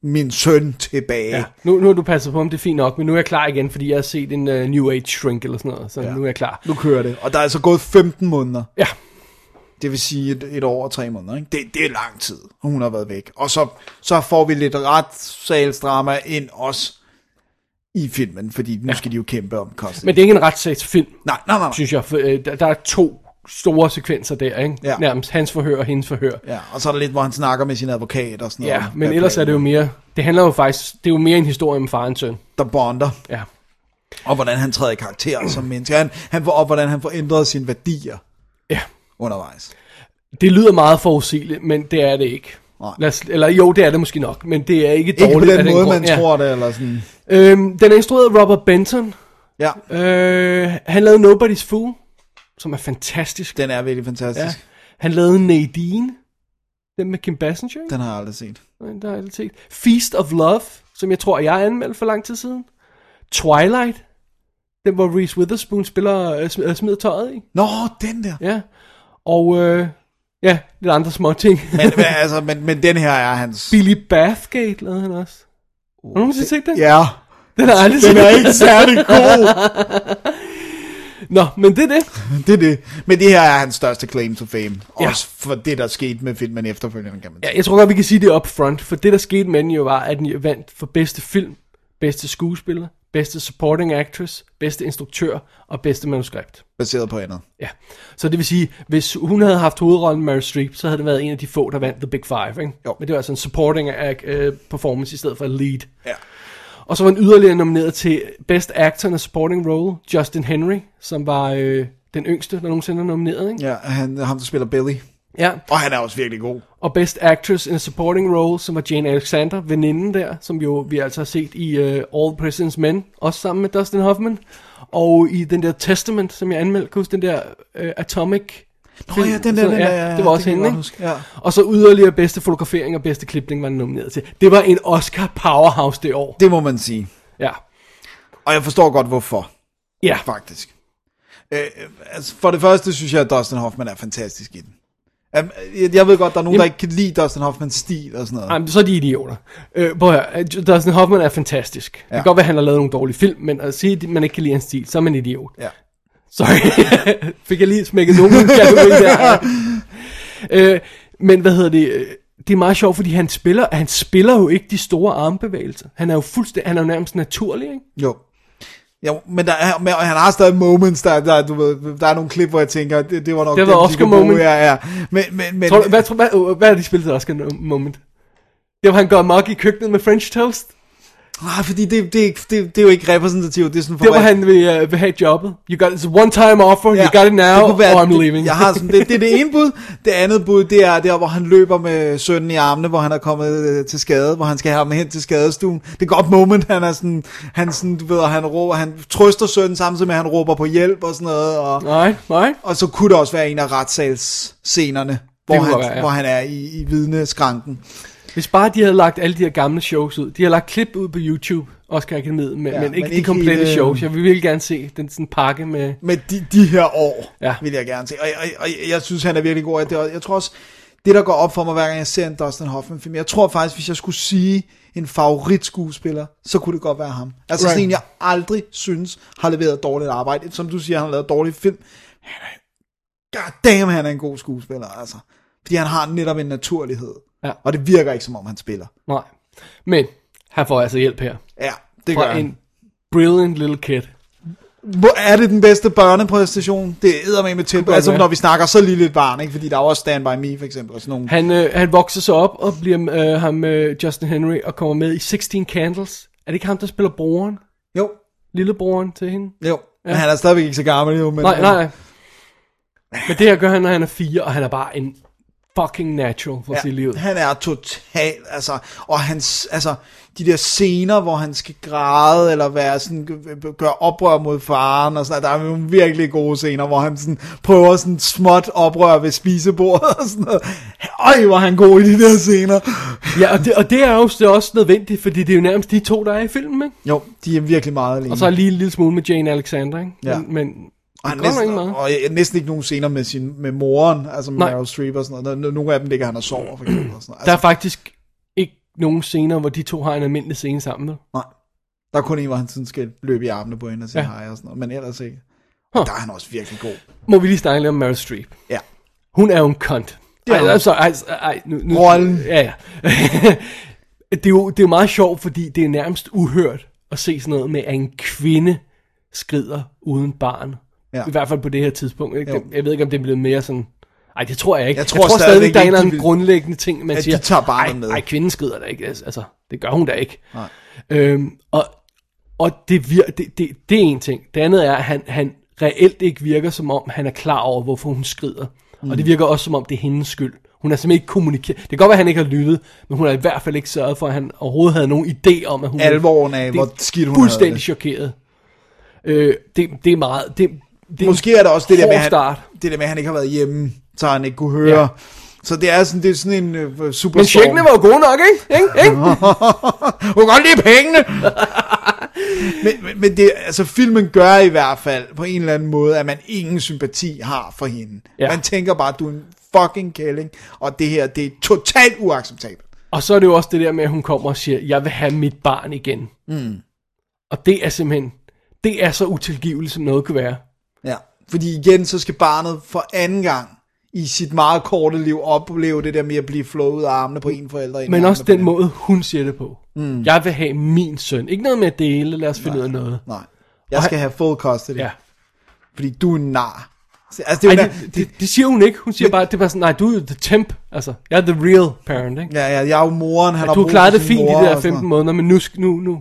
Speaker 3: min søn tilbage.
Speaker 4: Ja. Nu, nu har du passet på ham, det er fint nok, men nu er jeg klar igen, fordi jeg har set en uh, New Age Shrink eller sådan noget, så ja. nu er jeg klar.
Speaker 3: Nu kører det. Og der er altså gået 15 måneder.
Speaker 4: Ja,
Speaker 3: Det vil sige et, et år og tre måneder. Ikke? Det, det er lang tid, hun har været væk. Og så, så får vi lidt retssalsdrama ind også i filmen, fordi nu skal de jo kæmpe om kostet.
Speaker 4: men det er ikke en retssagsfilm,
Speaker 3: Nej, nej, nej. nej.
Speaker 4: synes jeg. For, øh, der, der er to store sekvenser der, ikke?
Speaker 3: Ja.
Speaker 4: Nærmest hans forhør og hendes forhør.
Speaker 3: Ja, og så er der lidt, hvor han snakker med sin advokat og sådan
Speaker 4: Ja,
Speaker 3: noget.
Speaker 4: men ellers er det jo mere, det handler jo faktisk, det er jo mere en historie om far og en søn.
Speaker 3: Der bonder,
Speaker 4: Ja.
Speaker 3: og hvordan han træder i karakter som menneske. Han, han får, og hvordan han får ændret sine værdier
Speaker 4: ja.
Speaker 3: undervejs.
Speaker 4: Det lyder meget forudsigeligt, men det er det ikke.
Speaker 3: Nej.
Speaker 4: Lad os, eller jo, det er det måske nok, men det er ikke
Speaker 3: Ikke
Speaker 4: dårligt
Speaker 3: på
Speaker 4: af
Speaker 3: den måde,
Speaker 4: grund.
Speaker 3: man ja. tror det, eller sådan.
Speaker 4: ja. øhm, Den er instrueret af Robert Benton.
Speaker 3: Ja,
Speaker 4: Øh, han lavede Nobody's Fool, som er fantastisk.
Speaker 3: den er virkelig fantastisk. Ja.
Speaker 4: Han lavede Nadine, den med Kim Basinger, ikke?
Speaker 3: Den har jeg aldrig set.
Speaker 4: Den. der er lidt set. Feast of Love, som jeg tror, jeg anmeldte for lang tid siden. Twilight, den hvor Reese Witherspoon spiller øh, sm- øh, smider tøjet i.
Speaker 3: Nå, den der.
Speaker 4: Ja. Og øh, ja, lidt andre små ting.
Speaker 3: Men, men, altså, men, men den her er hans...
Speaker 4: Billy Bathgate lavede han også. Har du nogensinde set den?
Speaker 3: Ja,
Speaker 4: Den har jeg aldrig
Speaker 3: den
Speaker 4: set.
Speaker 3: er ikke særlig god.
Speaker 4: Nå, men det er det.
Speaker 3: Det er det. Men det her er hans største claim to fame.
Speaker 4: Ja.
Speaker 3: Også for det, der skete med filmen efterfølgende, kan man sige.
Speaker 4: Ja, jeg tror godt, vi kan sige det up front, for det, der skete med den jo, var, at den jo vandt for bedste film, bedste skuespiller, bedste supporting actress, bedste instruktør og bedste manuskript.
Speaker 3: Baseret på andet.
Speaker 4: Ja. Så det vil sige, hvis hun havde haft hovedrollen Mary Streep, så havde det været en af de få, der vandt The Big Five, ikke?
Speaker 3: Jo.
Speaker 4: Men det var altså en supporting uh, performance i stedet for lead.
Speaker 3: Ja.
Speaker 4: Og så var den yderligere nomineret til Best Actor in a Supporting Role, Justin Henry, som var øh, den yngste, der nogensinde er nomineret, ikke?
Speaker 3: Ja, han, ham, der spiller Billy.
Speaker 4: Ja.
Speaker 3: Og han er også virkelig god.
Speaker 4: Og Best Actress in a Supporting Role, som var Jane Alexander, veninden der, som jo vi altså har set i uh, All President's Men, også sammen med Dustin Hoffman. Og i den der Testament, som jeg anmeldte, kan du huske den der uh, Atomic...
Speaker 3: Nå
Speaker 4: film?
Speaker 3: ja, den der,
Speaker 4: Så,
Speaker 3: den der, ja, ja,
Speaker 4: Det var også
Speaker 3: kan jeg
Speaker 4: hende,
Speaker 3: godt
Speaker 4: ikke?
Speaker 3: huske. Ja.
Speaker 4: Og så yderligere bedste fotografering og bedste klipning var den nomineret til. Det var en Oscar powerhouse det år.
Speaker 3: Det må man sige.
Speaker 4: Ja.
Speaker 3: Og jeg forstår godt, hvorfor,
Speaker 4: Ja.
Speaker 3: faktisk. Øh, altså, for det første synes jeg, at Dustin Hoffman er fantastisk i den. Jamen, Jeg jeg ved godt, der er nogen, der
Speaker 4: Jamen-
Speaker 3: ikke kan lide Dustin Hoffmans stil og sådan noget.
Speaker 4: Ej, men så er de idioter. Øh, prøv at høre, Dustin Hoffman er fantastisk. Ja. Det
Speaker 3: Ja.
Speaker 4: kan godt være, at han har lavet nogle dårlige film, men at sige, at man ikke kan lide hans stil, så er man idiot.
Speaker 3: Ja.
Speaker 4: Sorry. Fik jeg lige smækket nogen kategori der. øh, men hvad hedder det? øh, Det er meget sjovt, fordi han spiller, han spiller jo ikke de store armbevægelser. Han er jo fuldstændig, han er jo nærmest naturlig, ikke?
Speaker 3: Jo. Jo, men der er, men han har stadig moments, der, der, du ved, der er nogle klip, hvor jeg tænker, det, det var nok
Speaker 4: Det var
Speaker 3: dem, de
Speaker 4: Oscar
Speaker 3: kunne bruge.
Speaker 4: moment.
Speaker 3: Ja, ja. Men, men, men,
Speaker 4: Tror du, hvad, tror- hvad, øh, hvad er det, de spillede til Oscar Moment? Det var, han går amok i køkkenet med French Toast.
Speaker 3: Ah, fordi det, det, er ikke- det, det er jo ikke repræsentativt. Det er sådan for
Speaker 4: Det var, han vil, uh, vil have jobbet. You got it's a one-time offer, you got it now,
Speaker 3: kunne
Speaker 4: or I'm
Speaker 3: det-
Speaker 4: leaving.
Speaker 3: Jeg har sådan, det, det er det ene bud. Det andet bud, det er der, hvor han løber med sønnen i armene, hvor han er kommet øh, til skade, hvor han skal have ham hen til skadestuen. Det er et godt moment, han er sådan, han sådan, du ved, og han råber, han trøster sønnen samtidig med, at han råber på hjælp og sådan noget. Og,
Speaker 4: Nej, nej.
Speaker 3: og så kunne det også være en af retssalsscenerne, hvor,
Speaker 4: kunne
Speaker 3: han,
Speaker 4: godt være, ja.
Speaker 3: hvor han er i, i vidneskranken.
Speaker 4: Hvis bare de havde lagt alle de her gamle shows ud. De har lagt klip ud på YouTube, Oscar Akademiet, men,
Speaker 3: Ja,
Speaker 4: ja, men
Speaker 3: men
Speaker 4: ikke men de
Speaker 3: ikke
Speaker 4: komplette
Speaker 3: hele-
Speaker 4: shows. Jeg vil virkelig gerne se den sådan pakke med...
Speaker 3: med de, de her år, ja.
Speaker 4: Ja.
Speaker 3: vil jeg gerne se. Og, og, og jeg synes, han er virkelig god. Og det- og Jeg tror også, det der går op for mig, hver gang jeg ser en Dustin Hoffman-film, jeg tror faktisk, hvis jeg skulle sige en favoritskuespiller, så kunne det godt være ham. Altså right.
Speaker 4: Right.
Speaker 3: sådan en, jeg aldrig synes har leveret dårligt arbejde. Som du siger, han har lavet dårlige film. Han er, God damn, han er en god skuespiller, altså. Fordi han har netop en naturlighed.
Speaker 4: Ja.
Speaker 3: Og det virker ikke, som om han spiller.
Speaker 4: Nej. Men han får altså hjælp her.
Speaker 3: Ja, det gør
Speaker 4: Fra
Speaker 3: han.
Speaker 4: en brilliant little kid.
Speaker 3: Hvor er det den bedste børnepræstation? Det æder med med tæt.
Speaker 4: godt
Speaker 3: Altså,
Speaker 4: være.
Speaker 3: når vi snakker så lille et barn, ikke? Fordi der er jo også Stand By Me, for eksempel, og sådan nogle.
Speaker 4: Han, øh, han vokser så op og bliver øh, ham øh, Justin Henry og kommer med i 16 Candles. Er det ikke ham, der spiller broren?
Speaker 3: Jo,
Speaker 4: Lillebroren til hende?
Speaker 3: jo. Ja. Men han er stadigvæk ikke så gammel, jo. Men,
Speaker 4: Nej, nej. Men det her gør han, når han er fire, og han er bare en fucking natural for ja. sit liv.
Speaker 3: Han er total, altså, og hans, altså, de der scener, hvor han skal græde, eller være sådan, gøre oprør mod faren, og sådan noget, der er nogle virkelig gode scener, hvor han sådan prøver sådan småt oprør ved spisebordet, og sådan noget. Øj, hvor er han god i de der scener.
Speaker 4: Ja, og det, og det er jo så også nødvendigt, fordi det er jo nærmest de to, der er i filmen, ikke?
Speaker 3: Jo, de er virkelig meget alene.
Speaker 4: Og så er lige en lille smule med Jane Alexander, ikke?
Speaker 3: Mm. Ja.
Speaker 4: Men, men
Speaker 3: og, han
Speaker 4: det går
Speaker 3: næsten,
Speaker 4: ikke meget.
Speaker 3: og jeg- næsten ikke nogen scener med, sin, med moren, altså med
Speaker 4: Nej.
Speaker 3: Meryl Streep og sådan noget. Nogle af dem ligger han og sover, for eksempel. Og sådan noget.
Speaker 4: Der er
Speaker 3: Altså,
Speaker 4: faktisk ikke nogen scener, hvor de to har en almindelig scene sammen. vel?
Speaker 3: Altså, nej. der er kun en, hvor han sådan skal løbe i armene på hende og sige
Speaker 4: Ja.
Speaker 3: ja. hej og sådan noget, men ellers ikke.
Speaker 4: Huh.
Speaker 3: Huh. Der er han også virkelig god.
Speaker 4: Må vi lige snakke lidt om Meryl Streep.
Speaker 3: Ja.
Speaker 4: Hun er jo en kont.
Speaker 3: Det er
Speaker 4: ej,
Speaker 3: hun.
Speaker 4: altså, ej, ej, nu, nu,
Speaker 3: Rollen.
Speaker 4: Ja, ja. det, er jo, det er jo meget sjovt, fordi det er nærmest uhørt at se sådan noget med, at en kvinde skrider uden barn.
Speaker 3: Ja.
Speaker 4: I hvert fald på det her tidspunkt. Ikke?
Speaker 3: Jo.
Speaker 4: Det, jeg ved ikke, om det er blevet mere sådan... Ej, det tror jeg ikke.
Speaker 3: Jeg tror
Speaker 4: jeg tror
Speaker 3: stadigvæk
Speaker 4: stadigvæk, der er
Speaker 3: ikke,
Speaker 4: en eller
Speaker 3: de
Speaker 4: anden
Speaker 3: vil-
Speaker 4: grundlæggende ting, man
Speaker 3: At de
Speaker 4: siger...
Speaker 3: tager barnet
Speaker 4: "Ej,
Speaker 3: med."
Speaker 4: Ej, kvinden skrider da ikke. Altså, det gør hun da ikke.
Speaker 3: Nej.
Speaker 4: Øhm, og, og det, vir, det, det, det er en ting. Det andet er, at han, han reelt ikke virker som om, han er klar over, hvorfor hun skrider. Mm. Og det virker også som om, det er hendes skyld. Hun har simpelthen ikke kommunikeret. Det kan godt være, at han ikke har lyttet, men hun har i hvert fald ikke sørget for, at han overhovedet havde nogen idé om, at hun...
Speaker 3: Alvoren af, hvor skidt hun havde
Speaker 4: fuldstændig
Speaker 3: det.
Speaker 4: chokeret. Øh, det, det er meget... Det, det
Speaker 3: Måske er der også det der, med,
Speaker 4: med,
Speaker 3: at han,
Speaker 4: start.
Speaker 3: det der med, at han ikke har været hjemme, så han ikke kunne høre.
Speaker 4: Ja.
Speaker 3: Ja. Så det er sådan, det er sådan en uh, super
Speaker 4: Men tjekkene var jo gode nok, ikke? ikke? ikke?
Speaker 3: Hun kan godt lide pengene. men, men, men det, altså, filmen gør i hvert fald på en eller anden måde, at man ingen sympati har for hende.
Speaker 4: Ja.
Speaker 3: Ja. Man tænker bare, du er en fucking kælling, og det her, det er totalt uacceptabelt.
Speaker 4: Og så er det jo også det der med, at hun kommer og siger, jeg vil have mit barn igen. Mm. Og det er simpelthen, det er så utilgiveligt, som noget kan være.
Speaker 3: Ja. Fordi igen, så skal barnet for anden gang i sit meget korte liv opleve det der med at blive flået ud af armene på en forælder. ind i
Speaker 4: Men
Speaker 3: armene
Speaker 4: også
Speaker 3: på
Speaker 4: den måde, hun siger det på. Mm. Jeg vil have min søn. Ikke noget med at dele, lad os finde ud af noget.
Speaker 3: Nej. Jeg skal have full custody.
Speaker 4: Ja.
Speaker 3: Fordi du er en nar. Altså, det er
Speaker 4: Ej,
Speaker 3: jo Ej,
Speaker 4: det, det, det siger hun ikke. Hun siger bare, det er bare sådan, nej, du er jo the temp. Altså, jeg er the real parent, ikke?
Speaker 3: Ja, ja, jeg er jo moren, han har
Speaker 4: du har
Speaker 3: brug
Speaker 4: klaret
Speaker 3: for
Speaker 4: det
Speaker 3: sin
Speaker 4: fint i
Speaker 3: mor
Speaker 4: de der
Speaker 3: og sådan
Speaker 4: 15 måneder, men nu, sk- nu, nu.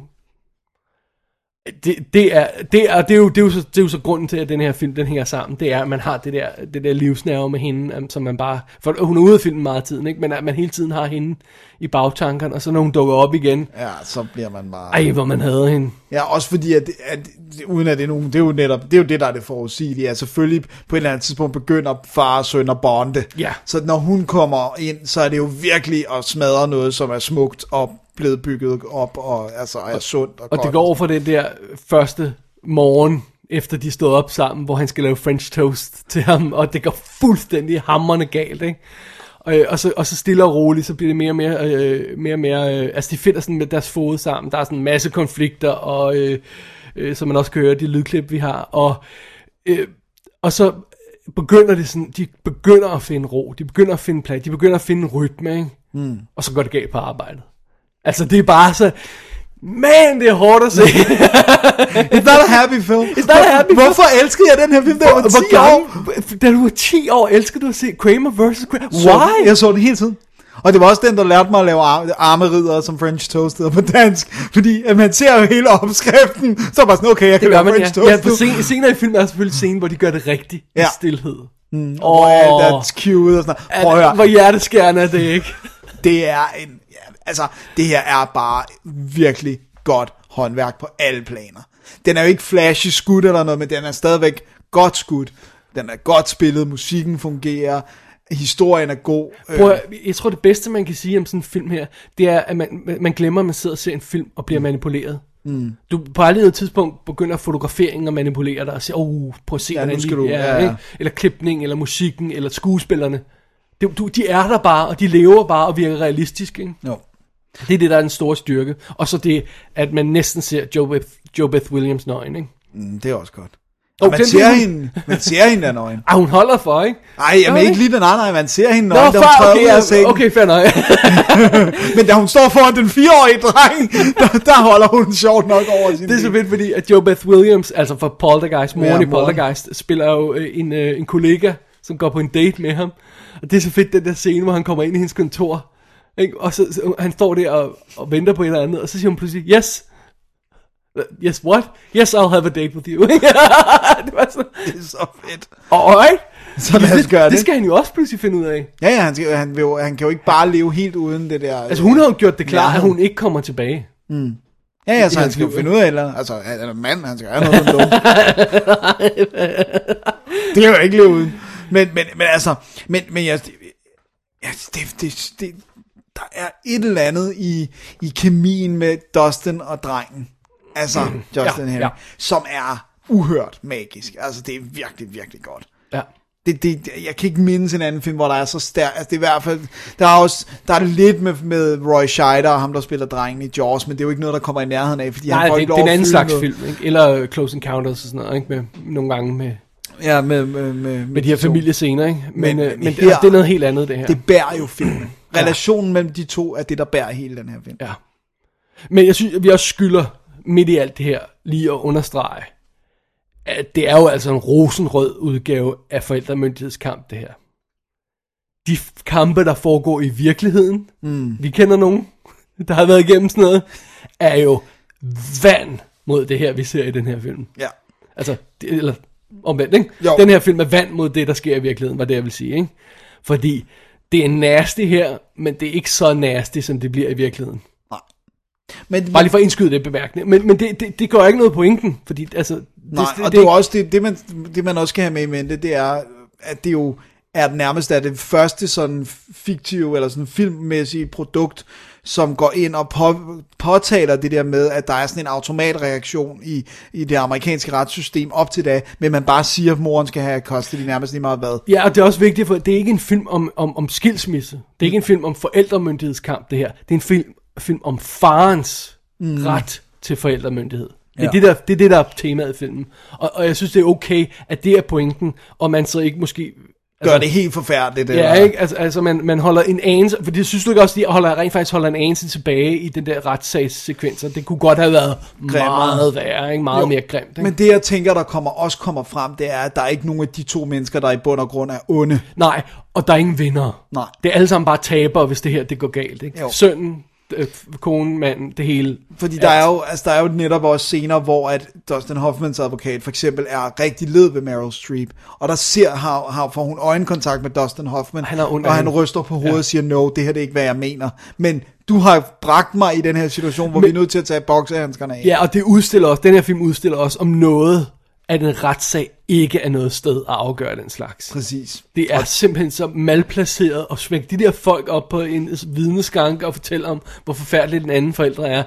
Speaker 4: Det, det, er, det, er, det, er jo, det, er jo så, det er jo så grunden til, at den her film den hænger sammen. Det er, at man har det der, det der livsnerve med hende, øhm, som man bare... For hun er ude af filmen meget af tiden, ikke? men at man hele tiden har hende i bagtankerne, og så når hun dukker op igen.
Speaker 3: noget. Ja, så bliver man bare...
Speaker 4: Ej, hvor man havde hende.
Speaker 3: Ja, også fordi, at, at, uden at det er nogen, det er jo netop, det er jo det, der er det forudsigelige, at selvfølgelig på et eller andet tidspunkt begynder far og søn at bonde.
Speaker 4: Ja.
Speaker 3: Så når hun kommer ind, så er det jo virkelig at smadre noget, som er smukt og blevet bygget op, og altså er sundt og,
Speaker 4: Og
Speaker 3: godt.
Speaker 4: det går over for den der første morgen, efter de stod op sammen, hvor han skal lave french toast til ham, og det går fuldstændig hammerne galt, ikke? Og, øh, og, så, og så stille og roligt, så bliver det mere og mere, øh, mere, og mere øh, altså de finder sådan med deres fod sammen, der er sådan en masse konflikter, og øh, øh, som man også kan høre, de lydklip vi har, og, øh, og så begynder det sådan, de begynder at finde ro, de begynder at finde plads, de begynder at finde en rytme, ikke? Mm. og så går det galt på arbejdet. Altså det er bare så, man det er hårdt at se.
Speaker 3: It's not a happy film. It's
Speaker 4: not a happy film.
Speaker 3: Hvorfor elskede jeg den her film, der var 10
Speaker 4: Hvor
Speaker 3: år?
Speaker 4: gammel, da du var 10 år, elskede du at se Kramer vs. Kramer?
Speaker 3: Så den-
Speaker 4: Why?
Speaker 3: Jeg så den hele tiden. Og det var også den, der lærte mig at lave ar- armeridder, som French Toast hedder på dansk. Fordi at man ser jo hele opskriften, så er man sådan, okay, jeg kan
Speaker 4: Det gør
Speaker 3: lave
Speaker 4: man,
Speaker 3: French
Speaker 4: ja. ja
Speaker 3: Toast
Speaker 4: for
Speaker 3: nu.
Speaker 4: sen, senere i filmen er der selvfølgelig scenen, hvor de gør det rigtigt ja. i
Speaker 3: Ja.
Speaker 4: stillhed. Mm,
Speaker 3: Og oh. alt er cute og sådan noget. Prøv at høre.
Speaker 4: hvor hjerteskærende er det ikke?
Speaker 3: Det er en, ja, altså, det her er bare virkelig godt håndværk på alle planer. Den er jo ikke flashy skudt eller noget, men den er stadigvæk godt skudt. Den er godt spillet, musikken fungerer, historien er god. Øh,
Speaker 4: Prøv, at- jeg tror det bedste man kan sige om sådan en film her, det er at man, man glemmer at man sidder og ser en film og bliver mm. manipuleret. Mm. Du på aldrig noget tidspunkt begynder fotograferingen at manipulere dig og sige, oh, prøv at se,
Speaker 3: Ja,
Speaker 4: hvordan
Speaker 3: nu skal
Speaker 4: de
Speaker 3: du-
Speaker 4: er,
Speaker 3: ja, ja.
Speaker 4: ikke? eller klipning, eller musikken, eller skuespillerne. Det, du, de er der bare, og de lever bare og virker realistisk. Ikke?
Speaker 3: Øh, jo.
Speaker 4: Det er det, der er den store styrke. Og så det, at man næsten ser Joe Beth, Joe Beth Williams nøgen, ikke?
Speaker 3: Mm, det er også godt.
Speaker 4: Oh,
Speaker 3: Og man,
Speaker 4: den
Speaker 3: ser
Speaker 4: vil-
Speaker 3: hende, man ser hende der nøgen.
Speaker 4: Ah, hun holder for, ikke?
Speaker 3: Ej,
Speaker 4: Gør
Speaker 3: jeg
Speaker 4: hun
Speaker 3: men ikke
Speaker 4: ikke?
Speaker 3: lige den anden, man ser hende
Speaker 4: Nå,
Speaker 3: nøgen, da hun
Speaker 4: far,
Speaker 3: træder ud af
Speaker 4: okay,
Speaker 3: sengen.
Speaker 4: okay, fair nok.
Speaker 3: Men da hun står foran den fireårige dreng, der, der holder hun sjovt nok over sin
Speaker 4: det er så
Speaker 3: bil.
Speaker 4: vildt, fordi at Joe Beth Williams, altså fra Poltergeist, moren
Speaker 3: Ja,
Speaker 4: i
Speaker 3: moren.
Speaker 4: Poltergeist, spiller jo øh, en, øh, en kollega, som går på en date med ham. Og det er så fedt, den der scene, hvor han kommer ind i hendes kontor. Ikke? Og så, så han står der og, og venter på et eller andet, og så siger hun pludselig, yes. Yes, what? Yes, I'll have a date with you. det var sådan,
Speaker 3: Det er så fedt.
Speaker 4: alright.
Speaker 3: Så lad os gøre
Speaker 4: det.
Speaker 3: det.
Speaker 4: det skal han jo også pludselig finde ud af.
Speaker 3: Ja, ja, han, skal, han, vil, jo- han kan jo ikke bare leve helt uden det der...
Speaker 4: Altså, hun har jo gjort det klart,
Speaker 3: Ja.
Speaker 4: ja. at hun ikke kommer tilbage.
Speaker 3: Ja, ja, så
Speaker 4: i
Speaker 3: han
Speaker 4: hans
Speaker 3: skal jo
Speaker 4: liv,
Speaker 3: finde ud af et eller andet. Altså, han er en mand, han skal gøre noget med lov. Det kan jo ikke leve uden. Men, men, men altså, men, men jeg, ja, det, det, det, der er et eller andet i, i kemien med Dustin og drengen. Altså, Justin ja,
Speaker 4: Mm. ja,
Speaker 3: Henry,
Speaker 4: ja.
Speaker 3: som er uhørt magisk. Altså, det er virkelig, virkelig godt.
Speaker 4: Ja.
Speaker 3: Det, det, det- jeg kan ikke mindes en anden film, hvor der er så stærk. Altså, det er i hvert fald, der er også, der er lidt med, med Roy Scheider og ham, der spiller drengen i Jaws, men det er jo ikke noget, der kommer i nærheden af, fordi
Speaker 4: Nej,
Speaker 3: han får
Speaker 4: det,
Speaker 3: ikke
Speaker 4: det
Speaker 3: lov
Speaker 4: er en
Speaker 3: at fylde
Speaker 4: anden slags
Speaker 3: noget.
Speaker 4: film, ikke? Eller øh, Close Encounters og sådan noget, ikke? Med, nogle gange med,
Speaker 3: Ja, med, med, med,
Speaker 4: med de her familiescener, ikke? Men,
Speaker 3: Men-
Speaker 4: men, øh,
Speaker 3: men
Speaker 4: men
Speaker 3: her-
Speaker 4: her, det er noget helt andet, det her.
Speaker 3: Det bærer jo filmen. Relationen mellem de to er det, der bærer hele den her film.
Speaker 4: Ja. Men jeg synes, at vi også skylder midt i alt det her lige at understrege, at det er jo altså en rosenrød udgave af forældremyndighedskamp, det her. De f- kampe, der foregår i virkeligheden, mm. vi kender nogen, der har været igennem sådan noget, er jo vand mod det her, vi ser i den her film.
Speaker 3: Ja.
Speaker 4: Altså, det, eller omvendt, ikke?
Speaker 3: Jo.
Speaker 4: Den her film er vand mod det, der sker i virkeligheden, var det, jeg vil sige, ikke? Fordi det er nasty her, men det er ikke så nasty, som det bliver i virkeligheden.
Speaker 3: Men,
Speaker 4: Bare lige for at indskyde det bemærkning. Men, men det, det, det gør ikke noget på pointen, fordi altså... Det,
Speaker 3: nej, det, og det, er jo også det, det, man, det, man også skal have med i mente, det er, at det jo er den nærmest er det første sådan fiktive eller sådan filmmæssige produkt, som går ind og på, påtaler det der med, at der er sådan en automatreaktion i, i det amerikanske retssystem op til da, men man bare siger, at moren skal have custody nærmest lige meget hvad.
Speaker 4: Ja, og det er også vigtigt, for det er ikke en film om, om, om skilsmisse. Det er ikke en film om forældremyndighedskamp, det her. Det er en film, film om farens mm. ret til forældremyndighed. Det er,
Speaker 3: Ja.
Speaker 4: ja. det, der, det er det, der er temaet i filmen. Og, og jeg synes, det er okay, at det er pointen, og man så ikke måske...
Speaker 3: Gør det helt forfærdeligt.
Speaker 4: Ja, ikke? Altså, altså man, man holder en anelse... For det synes du ikke også, de holder, rent faktisk holder en anelse tilbage i den der retssagssekvenser. Det kunne godt have været
Speaker 3: Grimmere.
Speaker 4: meget værre, ikke? Meget
Speaker 3: Jo,
Speaker 4: jo. mere grimt. Ikke?
Speaker 3: Men det jeg tænker, der kommer, også kommer frem, det er, at der er ikke nogen af de to mennesker, der i bund og grund er onde.
Speaker 4: Nej, og der er ingen vinder.
Speaker 3: Nej.
Speaker 4: Det er alle sammen bare tabere, hvis det her det går galt. Ikke?
Speaker 3: Jo.
Speaker 4: Sønnen, øh, konen, manden, det hele.
Speaker 3: Fordi der er, jo, altså, der er jo netop også scener, hvor at Dustin Hoffmans advokat for eksempel er rigtig led ved Meryl Streep, og der ser, har, har, får hun øjenkontakt med Dustin Hoffman,
Speaker 4: Han er ond
Speaker 3: og
Speaker 4: af
Speaker 3: han
Speaker 4: hende.
Speaker 3: ryster på hovedet ja. og siger, no, det her det er ikke, hvad jeg mener. Men du har bragt mig i den her situation, hvor Men,
Speaker 4: Men-
Speaker 3: vi er nødt til at tage boksehandskerne af.
Speaker 4: Ja, og det udstiller også, den her film udstiller også om noget, at en retssag ikke er noget sted at afgøre den slags.
Speaker 3: Præcis.
Speaker 4: Det er simpelthen så malplaceret at svinge de der folk op på en vidneskanke og fortælle om, hvor forfærdelig den anden forældre er.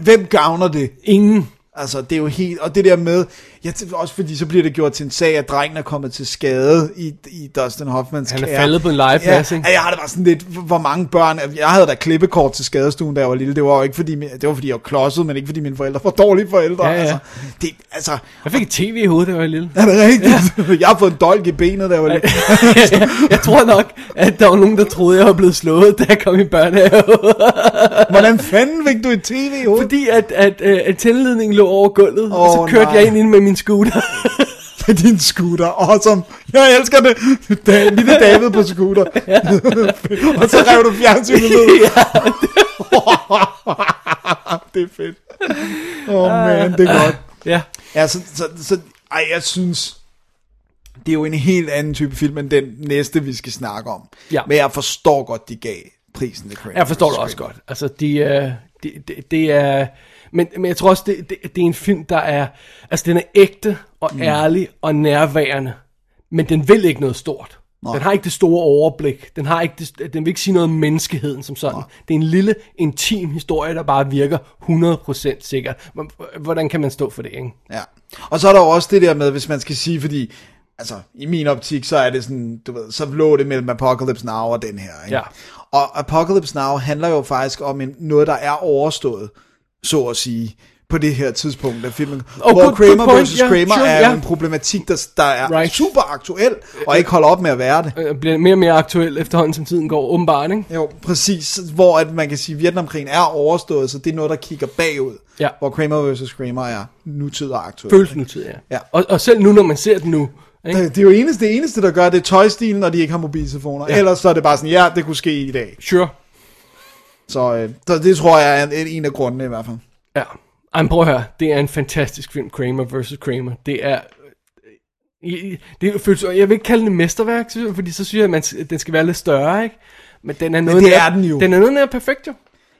Speaker 3: Hvem gavner det?
Speaker 4: Ingen
Speaker 3: Altså, det er jo helt... Og det der med... Ja, t- også fordi så bliver det gjort til en sag, at drengen er kommet til skade i, i Dustin Hoffmans
Speaker 4: Han er
Speaker 3: kære.
Speaker 4: faldet på en legeplads,
Speaker 3: ja,
Speaker 4: ikke?
Speaker 3: ja, jeg har det bare sådan lidt... Hvor mange børn... Jeg havde da klippekort til skadestuen, da jeg var lille. Det var jo ikke fordi... min- Det var fordi, jeg var klodset, men ikke fordi mine forældre var dårlige forældre.
Speaker 4: Ja, ja.
Speaker 3: Altså, det, altså,
Speaker 4: Jeg fik et tv i hovedet, da jeg var lille.
Speaker 3: er det rigtigt? Ja. jeg har fået en dolk i benet, da jeg var lille.
Speaker 4: jeg tror nok, at der var nogen, der troede, jeg var blevet slået, da jeg kom i børnehave.
Speaker 3: Hvordan fanden fik du et tv i hovedet?
Speaker 4: Fordi at, at, at, at tændledningen lå over gulvet, oh, og
Speaker 3: Åh,
Speaker 4: så kørte
Speaker 3: nej.
Speaker 4: nej. jeg ind, ind med min scooter.
Speaker 3: med din scooter. Awesome. Jeg elsker det. Da, lille David på scooter. og så rev du fjernsynet ned. det er fedt. Åh oh, man, det er godt.
Speaker 4: ja.
Speaker 3: Ja, så, så, så ej, jeg synes, det er jo en helt anden type film, end den næste, vi skal snakke om.
Speaker 4: Ja.
Speaker 3: Men jeg forstår godt, de gav prisen. The Crane
Speaker 4: Jeg forstår det
Speaker 3: Screen.
Speaker 4: også godt. Altså, det er... Det, det, det er men, men jeg tror også, det, det, det er en film, der er... Altså, den er ægte og mm. ærlig og nærværende. Men den vil ikke noget stort. Nej. Den har ikke det store overblik. Den, har ikke det, den vil ikke sige noget om menneskeheden som sådan. Nej. Det er en lille, intim historie, der bare virker 100% sikkert. Hvor- Hvordan kan man stå for det, ikke?
Speaker 3: Ja. Og så er der jo også det der med, hvis man skal sige, fordi altså, i min optik, så er det sådan, du ved, så lå det mellem Apocalypse Now og den her. Ikke?
Speaker 4: Ja.
Speaker 3: Og Apocalypse Now handler jo faktisk om en, noget, der er overstået, så at sige, på det her tidspunkt af filmen.
Speaker 4: Oh,
Speaker 3: hvor
Speaker 4: good- good
Speaker 3: Kramer
Speaker 4: point.
Speaker 3: vs.
Speaker 4: Ja,
Speaker 3: Kramer
Speaker 4: sure,
Speaker 3: er
Speaker 4: ja.
Speaker 3: en problematik, der, der er right.
Speaker 4: Right.
Speaker 3: super aktuel, og ikke holder op med at være det.
Speaker 4: øh, bliver mere og mere aktuel efterhånden, som tiden går, åbenbart, ikke?
Speaker 3: Jo, præcis. Hvor at man kan sige, at Vietnamkrigen er overstået, så det er noget, der kigger bagud.
Speaker 4: Ja.
Speaker 3: Hvor Kramer vs. Kramer er nutid og aktuel.
Speaker 4: Føles nutid, ja.
Speaker 3: Ja.
Speaker 4: Og, og selv nu, når man ser den nu, ikke?
Speaker 3: Øh, Det, det er jo eneste, det eneste, der gør, det er tøjstilen, når de ikke har mobiltelefoner. Ja. Ellers så er det bare sådan, ja, det kunne ske i dag.
Speaker 4: Sure.
Speaker 3: Så, øh, så det tror jeg er en, en af grundene i hvert fald.
Speaker 4: Ja. Ej, men prøv at høre. Det er en fantastisk film, Kramer vs. Kramer. Det er... øh, I- Det føles, jeg vil ikke kalde det en mesterværk, synes jeg, fordi så synes jeg, at man, s- den skal være lidt større, ikke? Men den er noget
Speaker 3: det
Speaker 4: nær-
Speaker 3: er den jo.
Speaker 4: Den er noget nær perfekt, jo.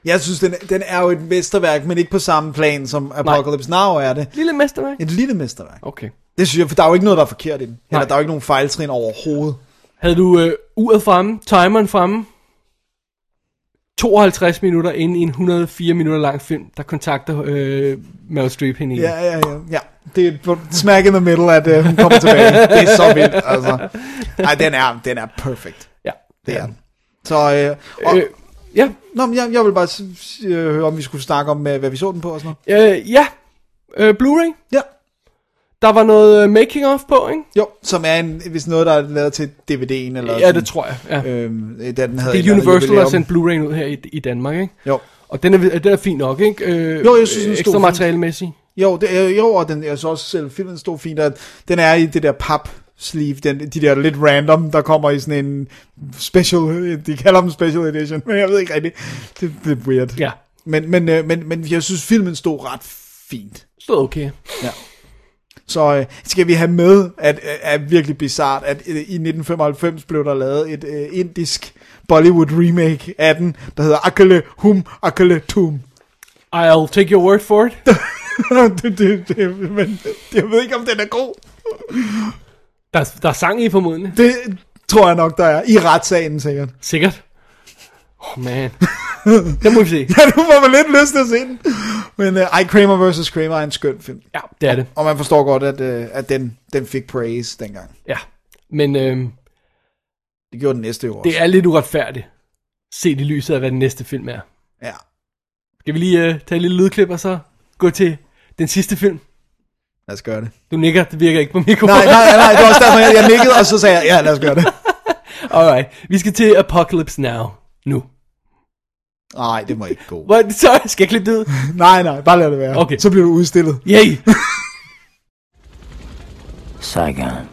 Speaker 3: Jeg synes, den, den er jo et mesterværk, men ikke på samme plan som Apocalypse Now er det.
Speaker 4: Lille mesterværk.
Speaker 3: Et lille mesterværk.
Speaker 4: Okay.
Speaker 3: Det synes jeg, for der er jo ikke noget, der er forkert i den. Eller
Speaker 4: Nej.
Speaker 3: der er jo ikke nogen fejltrin overhovedet.
Speaker 4: Havde du øh, uret fremme, timeren fremme, 52 minutter inde i en 104 minutter lang film, der kontakter øh, Meryl Streep hende
Speaker 3: Ja,
Speaker 4: yeah.
Speaker 3: ja, ja. ja. Det er et smack in the middle, at øh, hun kommer tilbage. Det er så vildt, altså. Ej, den er, den er perfect.
Speaker 4: Ja,
Speaker 3: Det er den. Så, øh, og,
Speaker 4: Øh, ja,
Speaker 3: nå, men jeg, jeg vil bare s- s- øh, høre, om vi skulle snakke om, øh, hvad vi så den på og sådan noget.
Speaker 4: øh, ja. Øh, Blu-ray.
Speaker 3: Ja.
Speaker 4: Der var noget øh, making of på, ikke?
Speaker 3: Jo, som er en, hvis noget, der er lavet til DVD'en eller
Speaker 4: Ja,
Speaker 3: sådan.
Speaker 4: det tror jeg.
Speaker 3: Øhm,
Speaker 4: Ja.
Speaker 3: da den havde et
Speaker 4: det
Speaker 3: eller
Speaker 4: er
Speaker 3: andet
Speaker 4: Universal, der
Speaker 3: jubilæum.
Speaker 4: har sendt Blu-ray'en ud her i, i Danmark, ikke?
Speaker 3: Jo.
Speaker 4: Og den er, den er fin nok, ikke? Øh,
Speaker 3: Jo, jeg synes, den
Speaker 4: øh,
Speaker 3: stod
Speaker 4: Ekstra
Speaker 3: fint.
Speaker 4: materialemæssigt.
Speaker 3: Jo, det, er- jo, og den, jeg så også selv, filmen stod fint, at den er i det der pap sleeve, den, de der lidt random, der kommer i sådan en special, de kalder dem special edition, men jeg ved ikke rigtigt, det, det er weird.
Speaker 4: Ja,
Speaker 3: Men, men, øh, men, men jeg synes, filmen stod ret fint.
Speaker 4: stod okay.
Speaker 3: Så øh, skal vi have med, at øh, er virkelig bizart, at øh, i 1995 blev der lavet et øh, indisk Bollywood remake af den, der hedder Akale Hum Akale Tum.
Speaker 4: I'll take your word for it.
Speaker 3: det, det, det, men jeg ved ikke, om den er god.
Speaker 4: Der, der er sang i formodentlig.
Speaker 3: Det tror jeg nok, der er. I retssagen sikkert.
Speaker 4: Sikkert. Åh, oh, man. Det må vi se.
Speaker 3: Ja, nu får man lidt lyst til at se den. Men uh, I, Kramer vs. Kramer er en skøn film.
Speaker 4: Ja, det er det.
Speaker 3: Og man forstår godt, at, uh, at den, den fik praise dengang.
Speaker 4: Ja. Men øhm,
Speaker 3: Det gjorde den næste år også.
Speaker 4: det er lidt uretfærdigt. Se i lyset af, hvad den næste film er.
Speaker 3: Ja.
Speaker 4: Skal vi lige øh, tage et lille lydklip og så gå til den sidste film?
Speaker 3: Lad os gøre det.
Speaker 4: Du nikker, det virker ikke på
Speaker 3: Nej,
Speaker 4: mikrofonen.
Speaker 3: nej, nej, nej, det var også derfor, jeg, jeg nikkede, og så sagde jeg, ja, lad os gøre det.
Speaker 4: Alright, vi skal til Apocalypse Now. Nu.
Speaker 3: Nej, det må ikke gå.
Speaker 4: Hvad, så skal jeg klippe det ud?
Speaker 3: Nej, nej, bare lad det være.
Speaker 4: Okay.
Speaker 3: Så bliver du udstillet.
Speaker 4: Yay!
Speaker 1: Saigon.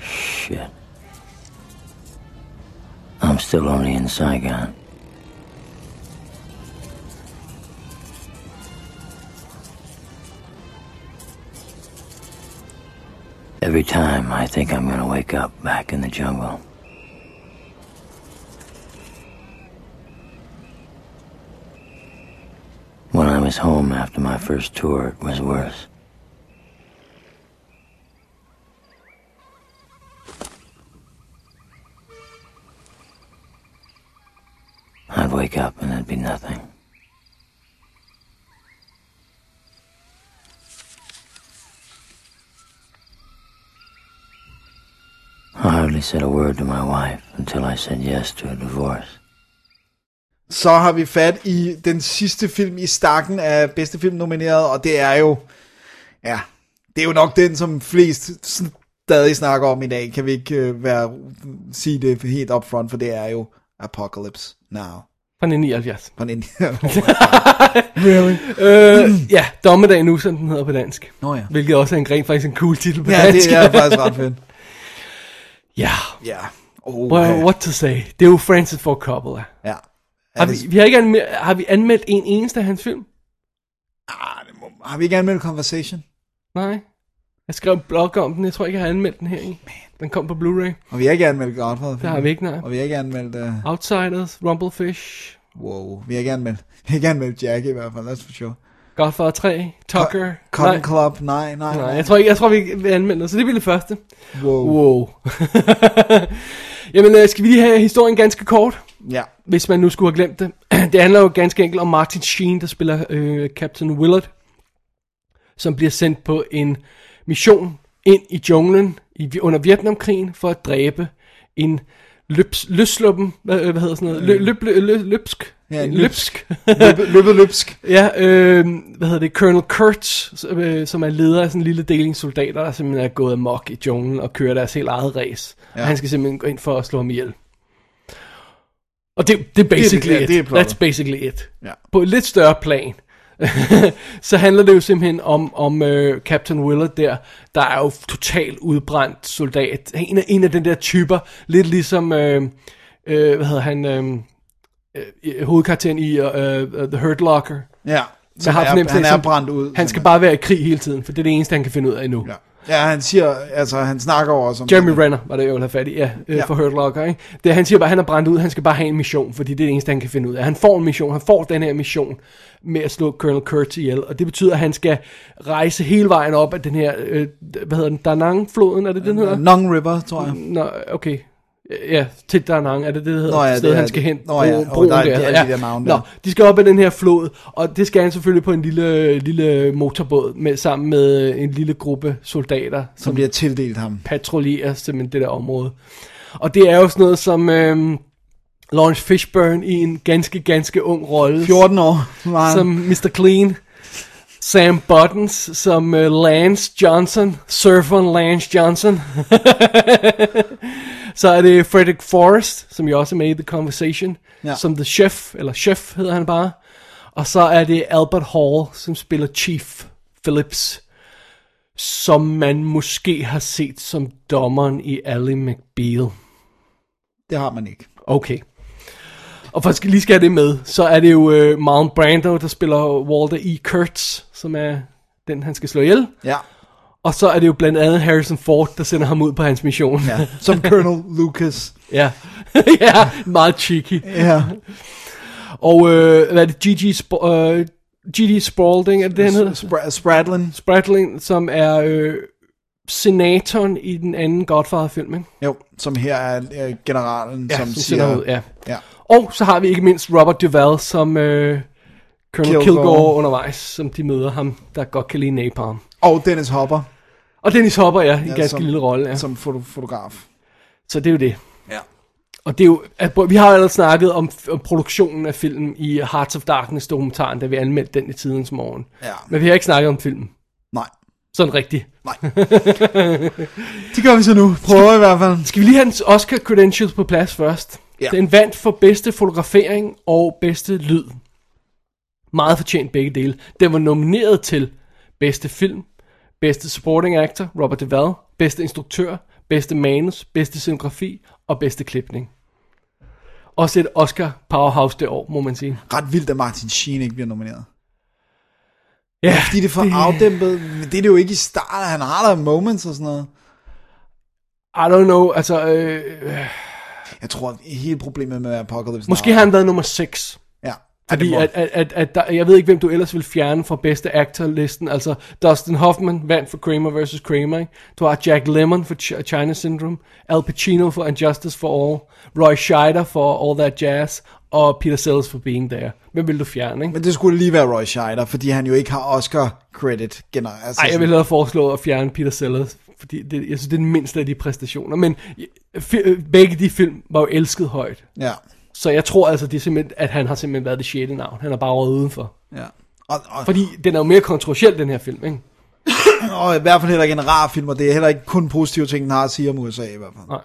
Speaker 1: Shit. I'm still only in Saigon. Every time I think I'm gonna wake up back in the jungle. When I was home after my first tour, it was worse. I'd wake up and it'd be nothing. I hardly said a word to my wife until I said yes to a divorce.
Speaker 3: Så har vi fat i den sidste film i stakken af bedste film nomineret, og det er jo, ja, det er jo nok den, som flest sn- stadig snakker om i dag. Kan vi ikke øh, være, sige det helt upfront, for det er jo Apocalypse Now.
Speaker 4: Fra 1979.
Speaker 3: På en really?
Speaker 4: Øh, ja, Dommedag nu, som den hedder på dansk.
Speaker 3: Nå ja.
Speaker 4: Hvilket også er en rent faktisk en cool titel på
Speaker 3: Ja,
Speaker 4: dansk.
Speaker 3: det er faktisk ret fedt.
Speaker 4: ja.
Speaker 3: Ja. Oh,
Speaker 4: Well, what to say. Det er jo Francis Ford Coppola.
Speaker 3: Ja. Er
Speaker 4: Har
Speaker 3: det,
Speaker 4: vi, vi har, ikke anmeldt, har vi anmeldt en eneste af hans film?
Speaker 3: ah, det må, har vi ikke anmeldt Conversation?
Speaker 4: Nej. Jeg skrev en blog om den. Jeg tror ikke, jeg har anmeldt den her i. Den kom på Blu-ray.
Speaker 3: Og vi har ikke anmeldt Godfather.
Speaker 4: Der har vi ikke, nej.
Speaker 3: Og vi har ikke anmeldt... Uh,
Speaker 4: Outsiders, Rumblefish,
Speaker 3: wow. Vi har ikke anmeldt... Vi har ikke anmeldt Jack i hvert fald, that's for sure.
Speaker 4: Godfather 3, Tucker.
Speaker 3: Cotton
Speaker 4: nej,
Speaker 3: Club, nej, nej,
Speaker 4: nej, jeg tror ikke, jeg tror, vi ikke vil anmelde noget. Så det bliver det første.
Speaker 3: Wow.
Speaker 4: Wow. Jamen, øh, skal vi lige have historien ganske kort?
Speaker 3: Ja.
Speaker 4: hvis man nu skulle have glemt det. Det handler jo ganske enkelt om Martin Sheen, der spiller øh, Captain Willard, som bliver sendt på en mission ind i junglen i, under Vietnamkrigen for at dræbe en løbs, løsluppen, hvad, hvad hedder sådan noget, løb, løb, løb, løbsk,
Speaker 3: Ja,
Speaker 4: en
Speaker 3: en
Speaker 4: løbsk,
Speaker 3: Løbet, løbet løbsk.
Speaker 4: ja, øh, hvad hedder det, Colonel Kurtz, som, øh, som er leder af sådan en lille deling soldater, der simpelthen er gået amok i junglen og kører deres helt eget race. Ja. Og han skal simpelthen gå ind for at slå ham ihjel. Og det, det er basically
Speaker 3: ja,
Speaker 4: it.
Speaker 3: det er plottet.
Speaker 4: That's basically it.
Speaker 3: Ja.
Speaker 4: På et lidt større plan, så handler det jo simpelthen om, om øh, Captain Willard der, der er jo totalt udbrændt soldat. En af, en af den der typer, lidt ligesom, øh, øh, hvad hedder han, øh, øh, hovedkarakteren i øh, øh, The Hurt Locker.
Speaker 3: Ja, så
Speaker 4: har
Speaker 3: han, er,
Speaker 4: fornemmelsen
Speaker 3: han
Speaker 4: af,
Speaker 3: er
Speaker 4: som-
Speaker 3: brændt ud.
Speaker 4: Han skal bare være i krig hele tiden, for det er det eneste, han kan finde ud af endnu.
Speaker 3: Ja. ja, han siger, altså han snakker over som...
Speaker 4: Jeremy Renner var det, jeg ville have fat i, ja, øh,
Speaker 3: Ja.
Speaker 4: for Hurt Locker, ikke? Det, han siger bare, at han er brændt ud, han skal bare have en mission, fordi det er det eneste, han kan finde ud af. Han får en mission, han får den her mission med at slå Colonel Kurtz ihjel, og det betyder, at han skal rejse hele vejen op af den her, øh, hvad hedder den, Danang-floden, er det den hedder?
Speaker 3: Uh, Nong River, tror jeg.
Speaker 4: Nå, okay. Ja, til Danang, er det det, der hedder?
Speaker 3: Nå ja,
Speaker 4: stedet,
Speaker 3: det er
Speaker 4: han skal
Speaker 3: det.
Speaker 4: hen.
Speaker 3: Nå ja,
Speaker 4: broen-
Speaker 3: og
Speaker 4: broen
Speaker 3: der er de- alle de
Speaker 4: ja.
Speaker 3: der navne
Speaker 4: Nå,
Speaker 3: der.
Speaker 4: de skal op ad den her flod, og det skal han selvfølgelig på en lille, lille motorbåd, med, sammen med en lille gruppe soldater,
Speaker 3: Som bliver tildelt ham.
Speaker 4: patruljerer simpelthen det der område. Og det er jo sådan noget som øhm, Lawrence Fishburne i en ganske, ganske ung rolle.
Speaker 3: 14 år. var han.
Speaker 4: Som Mr. Clean. Sam Buttons som øh, Lance Johnson. Surferen Lance Johnson. Så er det Frederick Forrest, som jo også er med i The Conversation.
Speaker 3: Ja.
Speaker 4: Som The Chef, eller Chef hedder han bare. Og så er det Albert Hall, som spiller Chief Phillips som man måske har set som dommeren i Ally McBeal.
Speaker 3: Det har man ikke.
Speaker 4: Okay. Og for at skal- lige skal have det med, så er det jo øh, Mount Brando, der spiller Walter E. Kurtz, som er den, han skal slå ihjel.
Speaker 3: Ja.
Speaker 4: Og så er det jo blandt andet Harrison Ford, der sender ham ud på hans mission.
Speaker 3: ja. Som Colonel Lucas.
Speaker 4: ja. ja, meget cheeky.
Speaker 3: Ja.
Speaker 4: Og øh, hvad er det, G.G. Sp- øh, G.G. Spalding, er det det, han hedder?
Speaker 3: Spra- Spradlin.
Speaker 4: Spradlin, som er øh, senatoren i den anden Godfather-film, ikke?
Speaker 3: Jo, som her er øh, generalen,
Speaker 4: Ja,
Speaker 3: som,
Speaker 4: som
Speaker 3: siger...
Speaker 4: sender ud, ja.
Speaker 3: ja.
Speaker 4: Og så har vi ikke mindst Robert Duvall som øh, Colonel Kilgore.
Speaker 3: Kilgore.
Speaker 4: Kilgore undervejs, som de møder ham, der godt kan lide napalm.
Speaker 3: Og Dennis Hopper,
Speaker 4: Og Dennis Hopper, ja, en
Speaker 3: Ja,
Speaker 4: ganske
Speaker 3: som-
Speaker 4: lille rolle. Ja.
Speaker 3: ja. som foto- fotograf.
Speaker 4: Så det er jo det. Ja. Og det er jo, at, prøv- vi har jo allerede snakket om, f- om produktionen af filmen i Hearts of Darkness dokumentaren, da vi anmeldte den i tidens morgen.
Speaker 3: Ja.
Speaker 4: Men vi har ikke snakket om filmen.
Speaker 3: Nej.
Speaker 4: Sådan rigtigt.
Speaker 3: Det gør vi så nu. Prøver i hvert fald.
Speaker 4: Skal vi lige have hans Oscar credentials på plads først?
Speaker 3: Ja.
Speaker 4: Den vandt for bedste fotografering og bedste lyd. Meget fortjent begge dele. Den var nomineret til bedste film, bedste supporting actor, Robert Duvall, bedste instruktør, bedste manus, bedste scenografi og bedste klipning. Også et Oscar powerhouse det år, må man sige.
Speaker 3: Ret vildt, at Martin Sheen ikke bliver nomineret.
Speaker 4: Ja,
Speaker 3: Fordi det er for afdæmpet. Men Det er det jo ikke i starten. Han har der moments og sådan noget.
Speaker 4: I don't know, altså, øh,
Speaker 3: Jeg tror, at hele problemet med Apocalypse
Speaker 4: måske
Speaker 3: Now-
Speaker 4: har han været nummer 6.
Speaker 3: Ja.
Speaker 4: Fordi
Speaker 3: Ja, det
Speaker 4: at,
Speaker 3: må-
Speaker 4: at, at, at der, jeg ved ikke, hvem du ellers vil fjerne fra bedste actor-listen. Altså, Dustin Hoffman vandt for Kramer vs. Kramer. Ikke? Du har Jack Lemmon for Ch- China Syndrome. Al Pacino for Injustice for All. Roy Scheider for All That Jazz. Og Peter Sellers for Being There. Hvem vil du fjerne? Ikke?
Speaker 3: Men det skulle lige være Roy Scheider, fordi han jo ikke har Oscar-credit generelt. Altså,
Speaker 4: Ej, jeg vil hellere foreslå at fjerne Peter Sellers. Fordi det, jeg synes, det er den mindste af de præstationer. Men øh, fi- øh, begge de film var jo elsket højt.
Speaker 3: Ja,
Speaker 4: Så jeg tror altså, det er simpelthen, at han har simpelthen været det sjette navn. Han er bare røget udenfor.
Speaker 3: ja. Og, og,
Speaker 4: Fordi den er jo mere kontroversiel, den her film, ikke?
Speaker 3: og, i hvert fald heller ikke en rar film, og det er heller ikke kun positive ting, den har at sige om USA i hvert fald.
Speaker 4: Nej.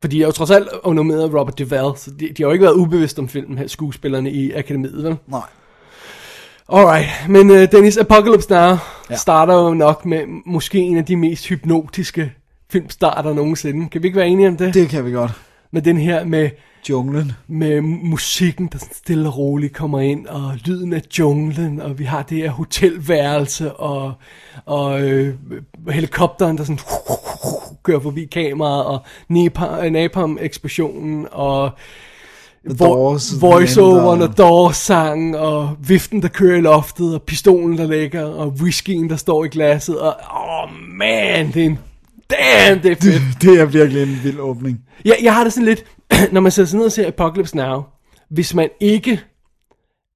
Speaker 4: Fordi jeg er jo trods alt nomineret Robert Duvall, så de, de har jo ikke været ubevidste om filmen her, skuespillerne i akademiet, vel?
Speaker 3: Nej.
Speaker 4: Alright, men uh, Dennis, Apocalypse Now ja. starter jo nok med måske en af de mest hypnotiske filmstarter nogensinde. Kan vi ikke være enige om det? det.
Speaker 3: Det kan vi godt.
Speaker 4: Med den her med,
Speaker 3: Junglen.
Speaker 4: med musikken, der sådan stille og roligt kommer ind, og lyden af junglen, og vi har det her hotelværelse, og, og øh, helikopteren, der sådan kører forbi kameraet, og napalm, øh, napalm-eksplosionen, og
Speaker 3: Doors,
Speaker 4: voiceoveren
Speaker 3: Linda.
Speaker 4: og Doors-sangen, og viften, der kører i loftet, og pistolen, der ligger, og whiskyen, der står i glasset, og oh man, det er en damn, det er fedt.
Speaker 3: Det er virkelig en vild åbning.
Speaker 4: Jeg, jeg har det sådan lidt, når man sætter sig ned og ser Apocalypse Now, hvis man ikke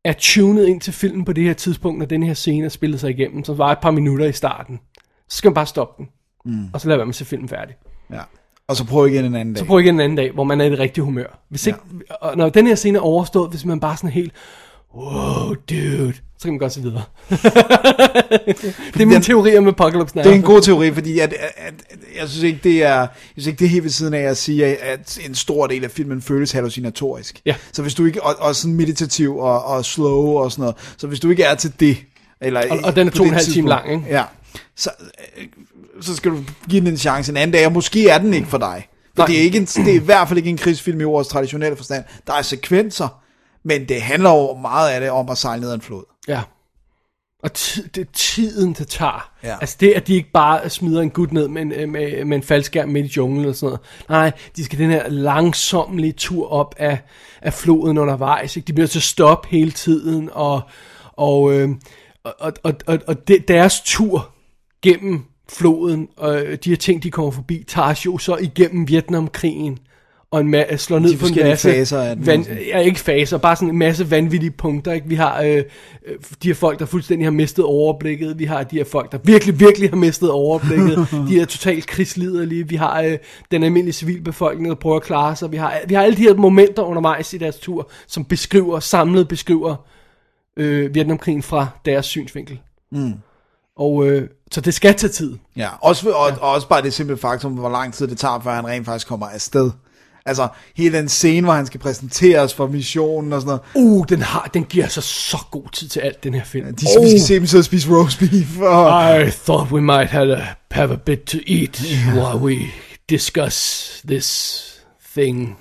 Speaker 4: er tunet ind til filmen på det her tidspunkt, når den her scene er spillet sig igennem, som var et par minutter i starten, så skal man bare stoppe den. Mm. Og så lade være med at se filmen færdig.
Speaker 3: Ja. Og så prøv igen en anden dag.
Speaker 4: Så prøv igen en anden dag, hvor man er i det rigtige humør. Hvis ikke, og når den her scene er overstået, hvis man bare er sådan helt, wow, dude, så kan man godt se videre. det er min
Speaker 3: den-
Speaker 4: teori om Apocalypse Now.
Speaker 3: Det er en god teori, fordi at, at, at, jeg synes ikke, det er, jeg synes ikke, det er helt ved siden af at sige, at, at en stor del af filmen føles hallucinatorisk.
Speaker 4: Ja.
Speaker 3: Så hvis du ikke, og, og sådan meditativ og, og slow og sådan noget, så hvis du ikke er til det, eller
Speaker 4: Og- og den er
Speaker 3: på
Speaker 4: to og en
Speaker 3: det
Speaker 4: halv
Speaker 3: tidspunkt,
Speaker 4: time lang, ikke?
Speaker 3: Ja. Så, øh, så skal du give den en chance en anden dag, og måske er den ikke for dig. For
Speaker 4: Nej.
Speaker 3: det er, ikke en, det er i hvert fald ikke en krigsfilm i ordets traditionelle forstand. Der er sekvenser, men det handler jo meget af det om at sejle ned ad en flod.
Speaker 4: Ja. Og ti- det er tiden, det tager.
Speaker 3: Ja.
Speaker 4: Altså det, at de ikke bare smider en gut ned med en, øh, med, med en faldskærm midt i junglen og sådan noget. Nej, de skal den her langsommelige tur op af, af floden undervejs. Ikke? De bliver til at stoppe hele tiden, og, og, øh, og, og, og, og, og det, deres tur gennem floden, og øh, de her ting, de kommer forbi, tager jo så igennem Vietnamkrigen, og en ma- øh, slår ned på en
Speaker 3: forskellige
Speaker 4: masse
Speaker 3: faser af den,
Speaker 4: van-
Speaker 3: altså.
Speaker 4: ja, ikke faser, bare sådan en masse vanvittige punkter. Ikke? Vi har øh, øh, de her folk, der fuldstændig har mistet overblikket. Vi har de her folk, der virkelig, virkelig har mistet overblikket. de er totalt krigsliderlige. Vi har øh, den almindelige civilbefolkning, der prøver at klare sig. Vi har, vi har alle de her momenter undervejs i deres tur, som beskriver, samlet beskriver øh, Vietnamkrigen fra deres synsvinkel. Mm. Og øh, så det skal tage tid.
Speaker 3: Ja, også, og, og også bare det simple faktum, hvor lang tid det tager, før han rent faktisk kommer afsted. Altså, hele den scene, hvor han skal præsenteres for missionen og sådan noget.
Speaker 4: Uh, den, har, den giver altså så god tid til alt, den her film. Oh,
Speaker 3: De, oh. Vi skal se dem sidde og spise roast beef. Og,
Speaker 4: I thought we might have a, have a bit to eat while we discuss this thing.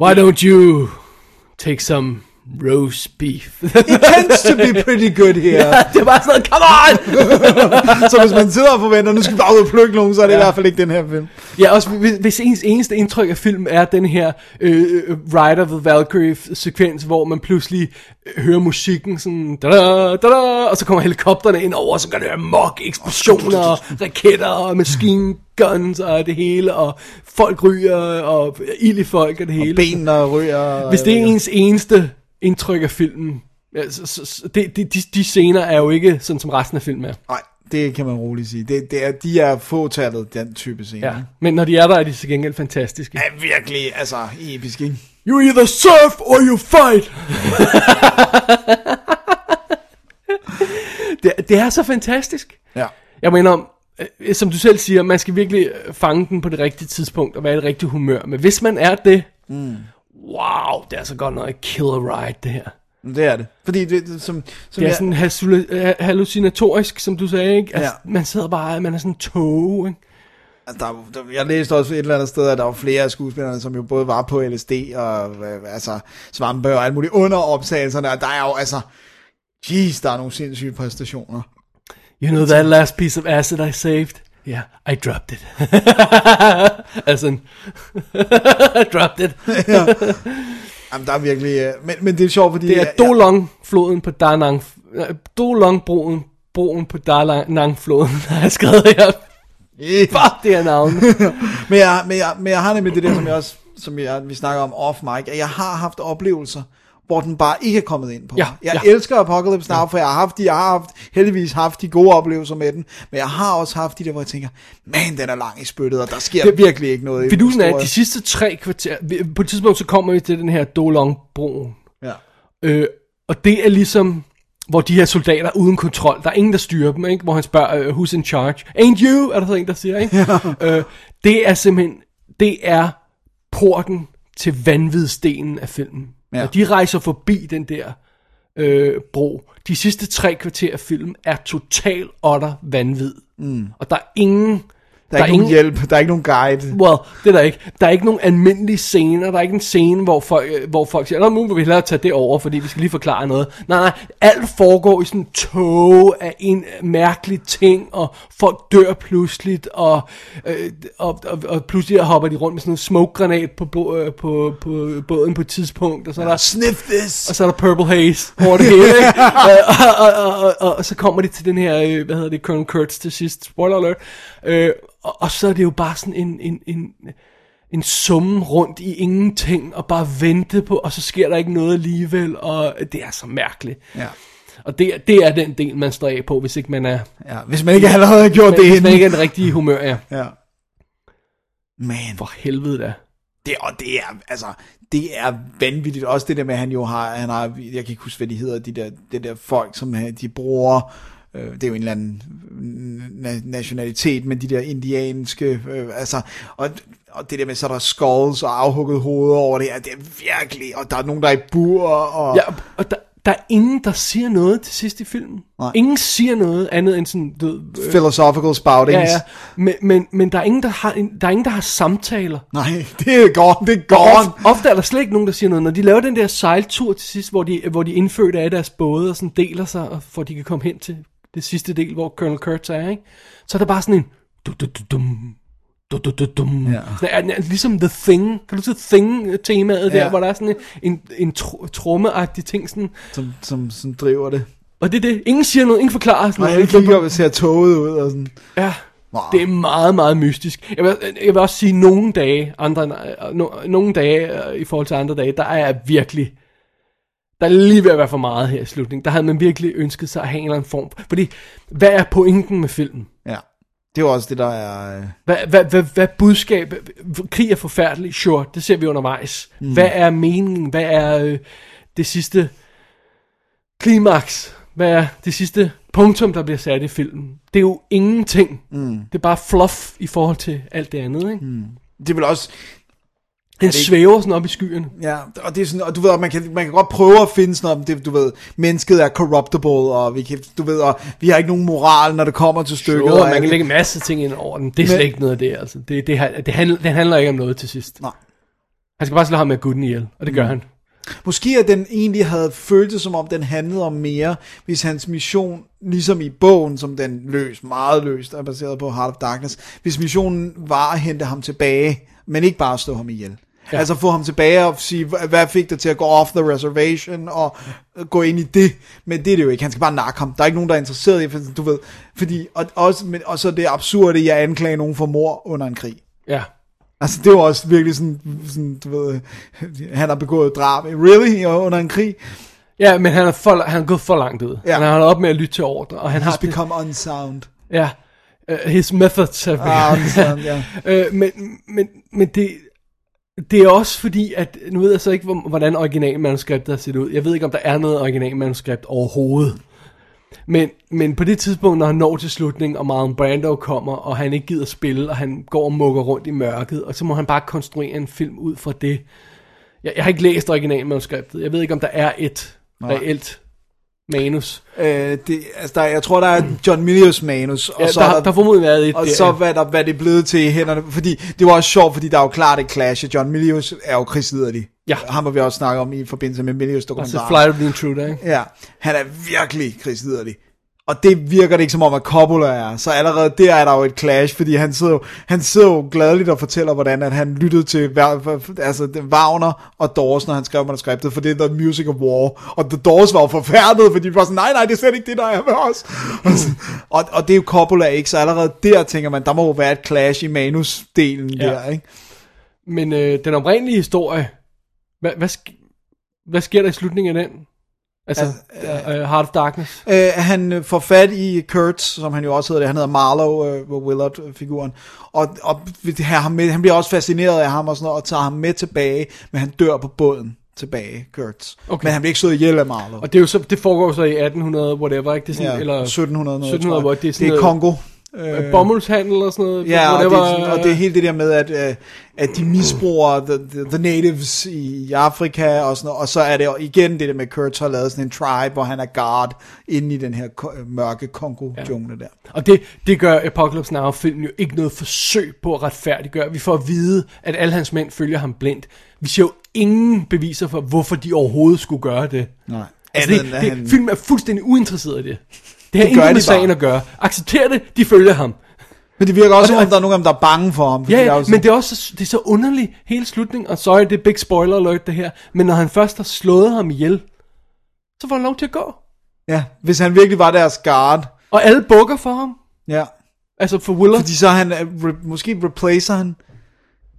Speaker 4: Why don't you take some roast beef?
Speaker 3: it tends to be pretty good here.
Speaker 4: det var sådan noget, come on!
Speaker 3: Så hvis man sidder og forventer, nu skal vi bare ud og plukke nogen, så er det ja. i hvert fald ikke den her film.
Speaker 4: ja, også hvis, hvis ens eneste indtryk af filmen er den her øh, øh, Rider with Valkyrie-sekvens, hvor man pludselig øh, hører musikken sådan, da -da, da -da, og så kommer helikopterne ind over, og så kan det høre mok, eksplosioner, og raketter og machine guns og det hele, og folk ryger, og ild i folk og det hele.
Speaker 3: Benene og ryger. og-
Speaker 4: Hvis det er ens eneste indtryk af filmen, ja, så, så, så, det, det, de, de scener er jo ikke sådan, som resten af filmen er.
Speaker 3: Nej, det kan man roligt sige. Det, det er, de er fåtallet, den type scene.
Speaker 4: Ja. Men når de er der, er de til gengæld fantastiske.
Speaker 3: ja virkelig, altså, episk, ikke?
Speaker 4: You either surf or you fight! det, det er så fantastisk.
Speaker 3: Ja.
Speaker 4: Jeg mener, om, øh, som du selv siger, man skal virkelig øh, fange den på det rigtige tidspunkt og være i det rigtige humør. Men hvis man er det, mm. wow, det er så godt noget killer ride, det her.
Speaker 3: Det er det. Fordi det, det som, som
Speaker 4: Det er
Speaker 3: jeg-
Speaker 4: sådan hasula- ha- hallucinatorisk, som du sagde, ikke? Altså,
Speaker 3: Ja.
Speaker 4: Man sidder bare, man er sådan en tog, ikke?
Speaker 3: Altså, der, er jo- der, jeg læste også et eller andet sted, at der var flere af skuespillerne, som jo både var på LSD og øh, altså, svampe og alt muligt under optagelserne, og der er jo altså, jeez, der er nogle sindssyge præstationer.
Speaker 4: You know that last piece of acid I saved? Yeah, I dropped it. altså, en- I dropped it.
Speaker 3: Jamen, der er virkelig, øh, men, men det er sjovt, fordi...
Speaker 4: Det er
Speaker 3: jeg- jeg-
Speaker 4: Dolong-floden på Da Nang... øh, Dolong-broen broen på Da Lang- Nang-floden, har jeg skrevet her.
Speaker 3: Yeah.
Speaker 4: Fuck, det er navnet.
Speaker 3: Men jeg, men, jeg, men jeg har nemlig det der, som, jeg også, som jeg, vi snakker om off mic, at jeg har haft oplevelser, hvor den bare ikke er kommet ind på
Speaker 4: Ja,
Speaker 3: mig. Jeg
Speaker 4: ja.
Speaker 3: elsker Apocalypse Now, for jeg har, haft de, jeg har haft, heldigvis haft de gode oplevelser med den, men jeg har også haft de der, hvor jeg tænker, man, den er lang i spyttet, og der sker det, virkelig ikke noget. i
Speaker 4: Fidusen er, at de
Speaker 3: historien."
Speaker 4: sidste tre kvarter... vi- På et tidspunkt, så kommer vi til den her Dolong-broen.
Speaker 3: Ja.
Speaker 4: Øh, og det er ligesom, hvor de her soldater er uden kontrol, der er ingen, der styrer dem, ikke? hvor han spørger, øh, who's in charge? Ain't you? Er der sådan en, der siger, ikke? øh, det er simpelthen, det er porten til vanvidstenen af filmen.
Speaker 3: Ja.
Speaker 4: Ja. Når de rejser forbi den der øh, bro, de sidste tre kvarter af filmen er total otter vanvid. Mm. Og der er ingen...
Speaker 3: Der er, ikke nogen hjælp, der er ikke nogen guide.
Speaker 4: Well, det er der ikke. Der er ikke nogen almindelige scener. Der er ikke en scene, hvor folk, øh, hvor folk siger, Nå, nu vil vi hellere tage det over, fordi vi skal lige forklare noget. Nej, nej. Alt foregår i sådan en tog af en mærkelig ting, og folk dør pludseligt, og, øh, og, og, og pludselig hopper de rundt med sådan en smoke-granat på, bo- øh, på, på, båden på et tidspunkt, og så er der
Speaker 3: Sniff this!
Speaker 4: og så er der Purple Haze over det hele, ikke? Øh, og, og, og, og, og så kommer de til den her, øh, hvad hedder det, Colonel Kurtz til sidst, spoiler alert, øh, og, og så er det jo bare sådan en, en, en, en summe rundt i ingenting, og bare vente på, og så sker der ikke noget alligevel, og det er så mærkeligt.
Speaker 3: Ja.
Speaker 4: Og det, er- det er den del, man står af på, hvis ikke man er,
Speaker 3: ja. Hvis man ikke allerede har gjort det
Speaker 4: hvis
Speaker 3: inden.
Speaker 4: man ikke er i den rigtige humør, ja.
Speaker 3: Ja. Man,
Speaker 4: For helvede da.
Speaker 3: det, og det er, altså, det er vanvittigt. Også det der med, at han jo har, han har jeg kan ikke huske, hvad de hedder, de der, det der folk, som han- de bruger, øh, det er jo en eller anden øh, na- nationalitet, men de der indianske, øh, altså, og, og det der med, så er der skulls og afhugget hoveder over det her, det er virkelig, og der er nogen, der er i bur, og...
Speaker 4: Ja, og der, Der er ingen, der siger noget til sidst i filmen.
Speaker 3: Nej.
Speaker 4: Ingen siger noget andet end sådan, du, ved, øh,
Speaker 3: Philosophical spoutings.
Speaker 4: ja, ja. Men, men, men der, er ingen, der, har, en- der er ingen, der har samtaler.
Speaker 3: Nej, det er gone, det er gone.
Speaker 4: Ofte, ofte er der slet ikke nogen, der siger noget. Når de laver den der sejltur til sidst, hvor de, hvor de indfødte af deres både og sådan deler sig, og for at de kan komme hen til det sidste del, hvor Colonel Kurtz er, ikke? så er der bare sådan en... Du, du, du, dum. Du, du, du, dum.
Speaker 3: Ja.
Speaker 4: Det er, er ligesom The Thing. Kan du se Thing-temaet der,
Speaker 3: Ja.
Speaker 4: hvor der er sådan en, en, en tr- trommeagtig ting. Sådan.
Speaker 3: Som, som, som driver det.
Speaker 4: Og det er det. Ingen siger noget. Ingen forklarer. Sådan
Speaker 3: Og
Speaker 4: noget.
Speaker 3: alle kigger op og ser toget ud og sådan.
Speaker 4: Ja.
Speaker 3: Wow.
Speaker 4: Det er meget, meget mystisk. Jeg vil, jeg vil også sige, nogle dage, andre, end- øh, no, nogle dage øh, i forhold til andre dage, der er jeg virkelig... Der er lige ved at være for meget her i slutningen. Der havde man virkelig ønsket sig at have en eller anden form. Fordi, hvad er pointen med filmen?
Speaker 3: Ja. Det er jo også det, der er... øh,
Speaker 4: Hvad, hvad, hvad, hvad budskab? Krig er forfærdelig, sure, det ser vi undervejs. Mm. Hvad er meningen? Hvad er øh, det sidste klimaks? Hvad er det sidste punktum, der bliver sat i filmen? Det er jo ingenting. Mm. Det er bare fluff i forhold til alt det andet. Ikke? Mm.
Speaker 3: Det er vel også...
Speaker 4: Den svæver sådan op i skyerne.
Speaker 3: Ja, og det er sådan, og du ved, og man kan, man kan godt prøve at finde sådan noget, det, du ved, mennesket er corruptible, og vi, kan, du ved, og vi har ikke nogen moral, når det kommer til stykket.
Speaker 4: Jo,
Speaker 3: og
Speaker 4: man kan
Speaker 3: alle-
Speaker 4: lægge en masse ting ind over den. Det er
Speaker 3: Men-
Speaker 4: slet ikke noget af det, altså. Det, det, har- det, handler, det handler ikke om noget til sidst.
Speaker 3: Nej.
Speaker 4: Han skal bare slå ham med gutten ihjel, og det gør mm. han.
Speaker 3: Måske at den egentlig havde følt det, som om den handlede om mere, hvis hans mission, ligesom i bogen, som den løs, meget løst, er baseret på Heart of Darkness, hvis missionen var at hente ham tilbage, men ikke bare slå ham ihjel. Ja. Altså få ham tilbage og sige, "Hva- hvad fik dig til at gå off the reservation og øh, gå ind i det. Men det er det jo ikke. Han skal bare nakke ham. Der er ikke nogen, der er interesseret i, for- du ved. Fordi, og, også, men, og så det absurde, jeg anklager nogen for mor under en krig.
Speaker 4: Ja.
Speaker 3: Altså, det var også virkelig sådan, sådan du ved, øh, han har begået drab. Really? Og Under en krig?
Speaker 4: Ja, men han er, for, han er gået for langt ud.
Speaker 3: Ja.
Speaker 4: Ja. Han har holdt op med at lytte til ordre, og han har...
Speaker 3: He's
Speaker 4: det-
Speaker 3: become unsound.
Speaker 4: Ja. Uh, his methods have
Speaker 3: Ah, unsound, ja.
Speaker 4: uh, men, men, men det, det er også fordi, at nu ved jeg så ikke, hvor- hvordan originalmanuskriptet har set ud. Jeg ved ikke, om der er noget originalmanuskript overhovedet. Men, men på det tidspunkt, når han når til slutningen, og Marlon Brando kommer, og han ikke gider spille, og han går og mukker rundt i mørket, og så må han bare konstruere en film ud fra det. Jeg, jeg har ikke læst originalmanuskriptet. Jeg ved ikke, om der er et reelt manus.
Speaker 3: Øh, det, altså, der, jeg tror, der er John Milius manus, og
Speaker 4: Ja,
Speaker 3: så
Speaker 4: der,
Speaker 3: er
Speaker 4: har- der har formodentlig været et
Speaker 3: og
Speaker 4: der,
Speaker 3: så
Speaker 4: ja.
Speaker 3: hvad, der, hvad det er blevet til i hænderne. Fordi det var også sjovt, fordi der er jo klart et clash. John Milius er jo krigslederlig.
Speaker 4: Ja.
Speaker 3: Ham har vi også snakket om i forbindelse med Milius
Speaker 4: Og så
Speaker 3: dokumentar.
Speaker 4: Altså, Flight of the Intruder, ikke?
Speaker 3: Ja, han er virkelig krigsliderlig. Og det virker det ikke som om, at Coppola er. Så allerede der er der jo et clash, fordi han sidder jo, han sidder jo gladeligt og fortæller, hvordan at han lyttede til hver- altså, Wagner og Doors, når han skrev manuskriptet, for det er The Music of War. Og The Doors var jo forfærdet, fordi de var sådan, nej, nej, det er slet ikke det, der er med os. Og, så- og, og det er jo Coppola ikke, så allerede der tænker man, der må jo være et clash i manusdelen ja. der, ikke?
Speaker 4: Men øh, den oprindelige historie, hvad, hvad, sk- hvad sker der i slutningen af den? Altså, øh, øh, Heart of Darkness.
Speaker 3: Øh, han øh, får fat i Kurt, som han jo også hedder, det. han hedder Marlowe, øh, hvor Willard-figuren, og, og vil have ham med, han bliver også fascineret af ham og sådan noget, og tager ham med tilbage, men han dør på båden tilbage, Kurt. Okay.
Speaker 4: Okay.
Speaker 3: Men han bliver ikke slået ihjel af Marlowe.
Speaker 4: Og det, er jo så, det foregår så i 1800, whatever, ikke? Det er sådan,
Speaker 3: ja,
Speaker 4: eller
Speaker 3: 1700, noget,
Speaker 4: 1700
Speaker 3: tror
Speaker 4: hvor
Speaker 3: jeg.
Speaker 4: det er sådan
Speaker 3: det er
Speaker 4: noget,
Speaker 3: Kongo.
Speaker 4: øh, bomuldshandel og sådan noget.
Speaker 3: Ja, og det,
Speaker 4: whatever,
Speaker 3: er sådan, og det er hele det der med, at, øh, at de misbruger the, the, the natives i Afrika og sådan noget, og så er det jo igen det der med, at Kurt har lavet sådan en tribe, hvor han er guard inde i den her ko- mørke Kongo-jungle der.
Speaker 4: Og det, det gør Apocalypse Now filmen jo ikke noget forsøg på at retfærdiggøre. Vi får at vide, at alle hans mænd følger ham blindt. Vi ser jo ingen beviser for, hvorfor de overhovedet skulle gøre det.
Speaker 3: Nej.
Speaker 4: Altså,
Speaker 3: Andet
Speaker 4: det,
Speaker 3: end,
Speaker 4: det,
Speaker 3: at han-
Speaker 4: han... Filmen er fuldstændig uinteresseret i det. Det har
Speaker 3: gør
Speaker 4: intet
Speaker 3: de
Speaker 4: med sagen
Speaker 3: bare.
Speaker 4: at gøre. Accepter det, de følger ham.
Speaker 3: Men det virker også, som
Speaker 4: Og det-
Speaker 3: om der er nogen af dem, der er bange for ham. fordi
Speaker 4: Ja,
Speaker 3: der
Speaker 4: ja
Speaker 3: jo sådan-
Speaker 4: men det er også så- det er så underligt hele slutningen, og sorry, det er big spoiler alert det her, men når han først har slået ham ihjel, så får han lov til at gå.
Speaker 3: ja, hvis han virkelig var deres guard.
Speaker 4: Og alle bukker for ham,
Speaker 3: Ja.
Speaker 4: altså for Willard.
Speaker 3: Fordi så er han, øh, re, måske replacer han.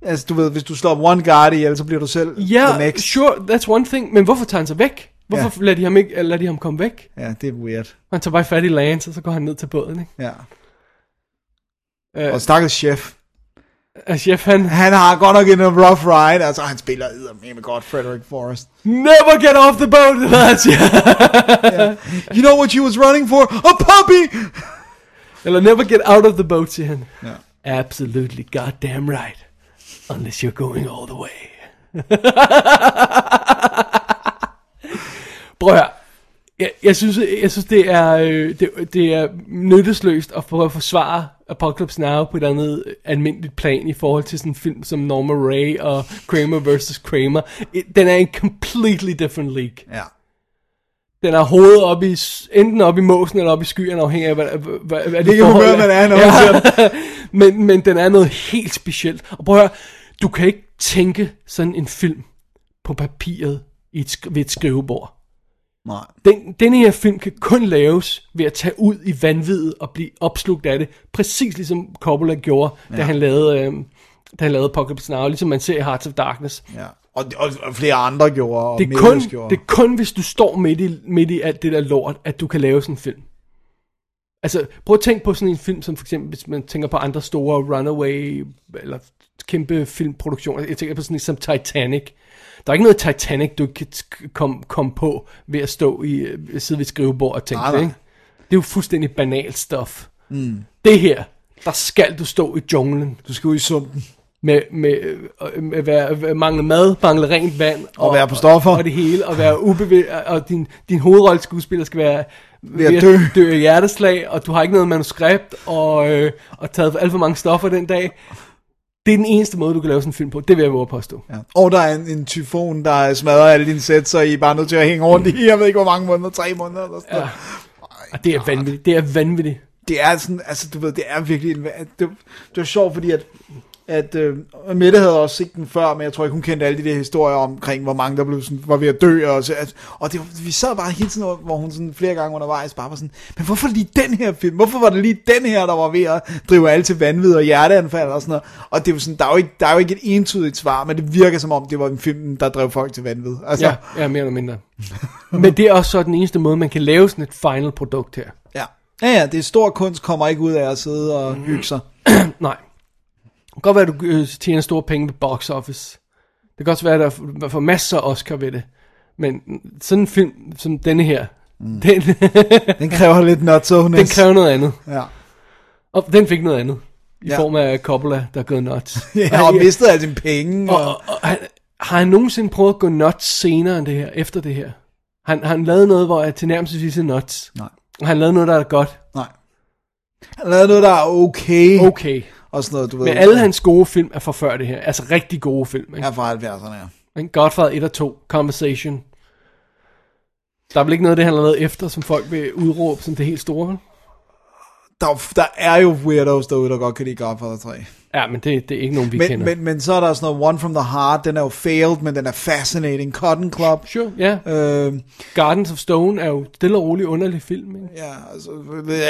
Speaker 3: Altså, du ved, hvis du slår one guard ihjel, så bliver du selv the
Speaker 4: Ja, yeah,
Speaker 3: next.
Speaker 4: sure, that's one thing, men hvorfor tager han sig væk? Hvorfor ja. lader, de ham ikke, eller lader de ham komme væk?
Speaker 3: Ja, det er weird.
Speaker 4: Han tager bare fat i Lance, og så går han ned til båden, ikke?
Speaker 3: Ja.
Speaker 4: Øh,
Speaker 3: Og stakkels chef.
Speaker 4: og chef, Altså, han,
Speaker 3: Han har godt nok en rough ride. Altså, han spiller eddermame godt, Frederick Forrest.
Speaker 4: never get off the boat, yeah.
Speaker 3: You know what she was running for? A puppy!
Speaker 4: eller never get out of the boat, siger han.
Speaker 3: Ja.
Speaker 4: Absolutely goddamn right, unless you're going all the way. Prøv at høre. Jeg, jeg, synes, jeg synes, det er, øh, det, det er nyttesløst at prøve at forsvare Apocalypse Now på et eller andet øh, almindeligt plan i forhold til sådan en film som Norma Ray og Kramer vs. Kramer. It- Den er en completely different league.
Speaker 3: Ja.
Speaker 4: Den er hovedet op i, s- enten op i måsen eller op i skyerne, afhængig af, hvad, hvad, hvad, hvad
Speaker 3: Det kan
Speaker 4: forhold
Speaker 3: humør, man er, når man ser
Speaker 4: men, men den er noget helt specielt. Og prøv at høre, du kan ikke tænke sådan en film på papiret i et, sk- ved et skrivebord.
Speaker 3: Nej.
Speaker 4: Den, denne her film kan kun laves ved at tage ud i vanviddet og blive opslugt af det, præcis ligesom Coppola gjorde, ja. da han lavede... Øh, da han lavede Apocalypse Now, ligesom man ser i Hearts of Darkness.
Speaker 3: Ja. Og, og, og, flere andre gjorde. Og
Speaker 4: Det er, kun,
Speaker 3: Meadows gjorde.
Speaker 4: det er kun, hvis du står midt i, midt i alt det der lort, at du kan lave sådan en film. Altså, prøv at tænke på sådan en film, som for eksempel, hvis man tænker på andre store runaway, eller kæmpe filmproduktioner. Jeg tænker på sådan en som Titanic. Der er ikke noget Titanic, du ikke kan t- komme kom på ved at stå i, øh, sidde ved et skrivebord og tænke
Speaker 3: Nej,
Speaker 4: det,
Speaker 3: nej.
Speaker 4: ikke? Det er jo fuldstændig banalt stof. Mm. Det her, der skal du stå i junglen
Speaker 3: Du skal ud i sumpen.
Speaker 4: med, med, øh, med, med, med mangle mad, mangle rent vand
Speaker 3: Og være på stoffer.
Speaker 4: og, og det hele, og være ubevæg, og din, din hovedrolleskuespiller skal være ved
Speaker 3: at dø.
Speaker 4: dø af hjerteslag, og du har ikke noget manuskript, og, øh, og taget alt for mange stoffer den dag. Det er den eneste måde, du kan lave sådan en film på. Det vil jeg våge at påstå.
Speaker 3: Ja. Og der er en, en tyfon, der smadrer alle dine sæt, så I er bare nødt til at hænge rundt i, jeg ved ikke hvor mange måneder, tre måneder eller sådan ja.
Speaker 4: Og det er vanvittigt. Det er vanvittigt.
Speaker 3: Det er sådan, altså du ved, det er virkelig, en, det, det var sjovt, fordi at, at øh, Mette havde også set den før, men jeg tror ikke, hun kendte alle de der historier omkring, hvor mange der blev sådan, var ved at dø, og, så, at, og det, var- vi sad bare hele tiden, hvor hun sådan flere gange undervejs bare var sådan, men hvorfor lige den her film? Hvorfor var det lige den her, der var ved at drive alle til vanvid og hjerteanfald og sådan noget? Og det er jo sådan, der er jo ikke, der er jo ikke et entydigt svar, men det virker som om, det var en film, der drev folk til vanvid. Altså,
Speaker 4: Ja, ja, mere eller mindre. Men det er også så den eneste måde, man kan lave sådan et final produkt her.
Speaker 3: Ja. Ja, ja, det er stor kunst, kommer ikke ud af at sidde
Speaker 4: Mm.
Speaker 3: og hygge sig.
Speaker 4: Nej. Det kan godt være, at du øh, tjener store penge ved box office. Det kan også være, at der f- får masser af Oscar ved det. Men sådan en film som denne her, mm. den,
Speaker 3: Den kræver lidt not so
Speaker 4: den kræver noget andet.
Speaker 3: Ja,
Speaker 4: Og den fik noget andet. I
Speaker 3: Ja.
Speaker 4: ja. form af Coppola, der er gået nuts.
Speaker 3: ja og mistede alle sine penge. Og,
Speaker 4: og, og, og han, har han nogensinde prøvet at gå nuts senere end det her, efter det her? Han, har han lavet noget, hvor jeg tilnærmelsesvis er nuts?
Speaker 3: Nej.
Speaker 4: Har han lavet noget, der er godt?
Speaker 3: nej. Han lavede noget, der er okay.
Speaker 4: Okay.
Speaker 3: Og sådan noget, du ved.
Speaker 4: Men alle hans gode film er fra før det her. Altså rigtig gode film. Ikke?
Speaker 3: Ja, fra 70'erne, ja.
Speaker 4: Ikke? Godfather 1 og 2, Conversation. Der er vel ikke noget, af det han har lavet efter, som folk vil udråbe som det helt store, vel?
Speaker 3: Der, er jo- der er jo weirdos derude, der godt kan lide Godfather 3.
Speaker 4: Ja, men det, det er ikke nogen, vi
Speaker 3: Men,
Speaker 4: kender.
Speaker 3: men, men så er der sådan noget One from the Heart, den er jo failed, men den er fascinating. Cotton Club.
Speaker 4: Sure, ja. Yeah.
Speaker 3: Øh,
Speaker 4: Gardens of Stone er jo stille og rolig underlig film, ikke?
Speaker 3: ja, altså,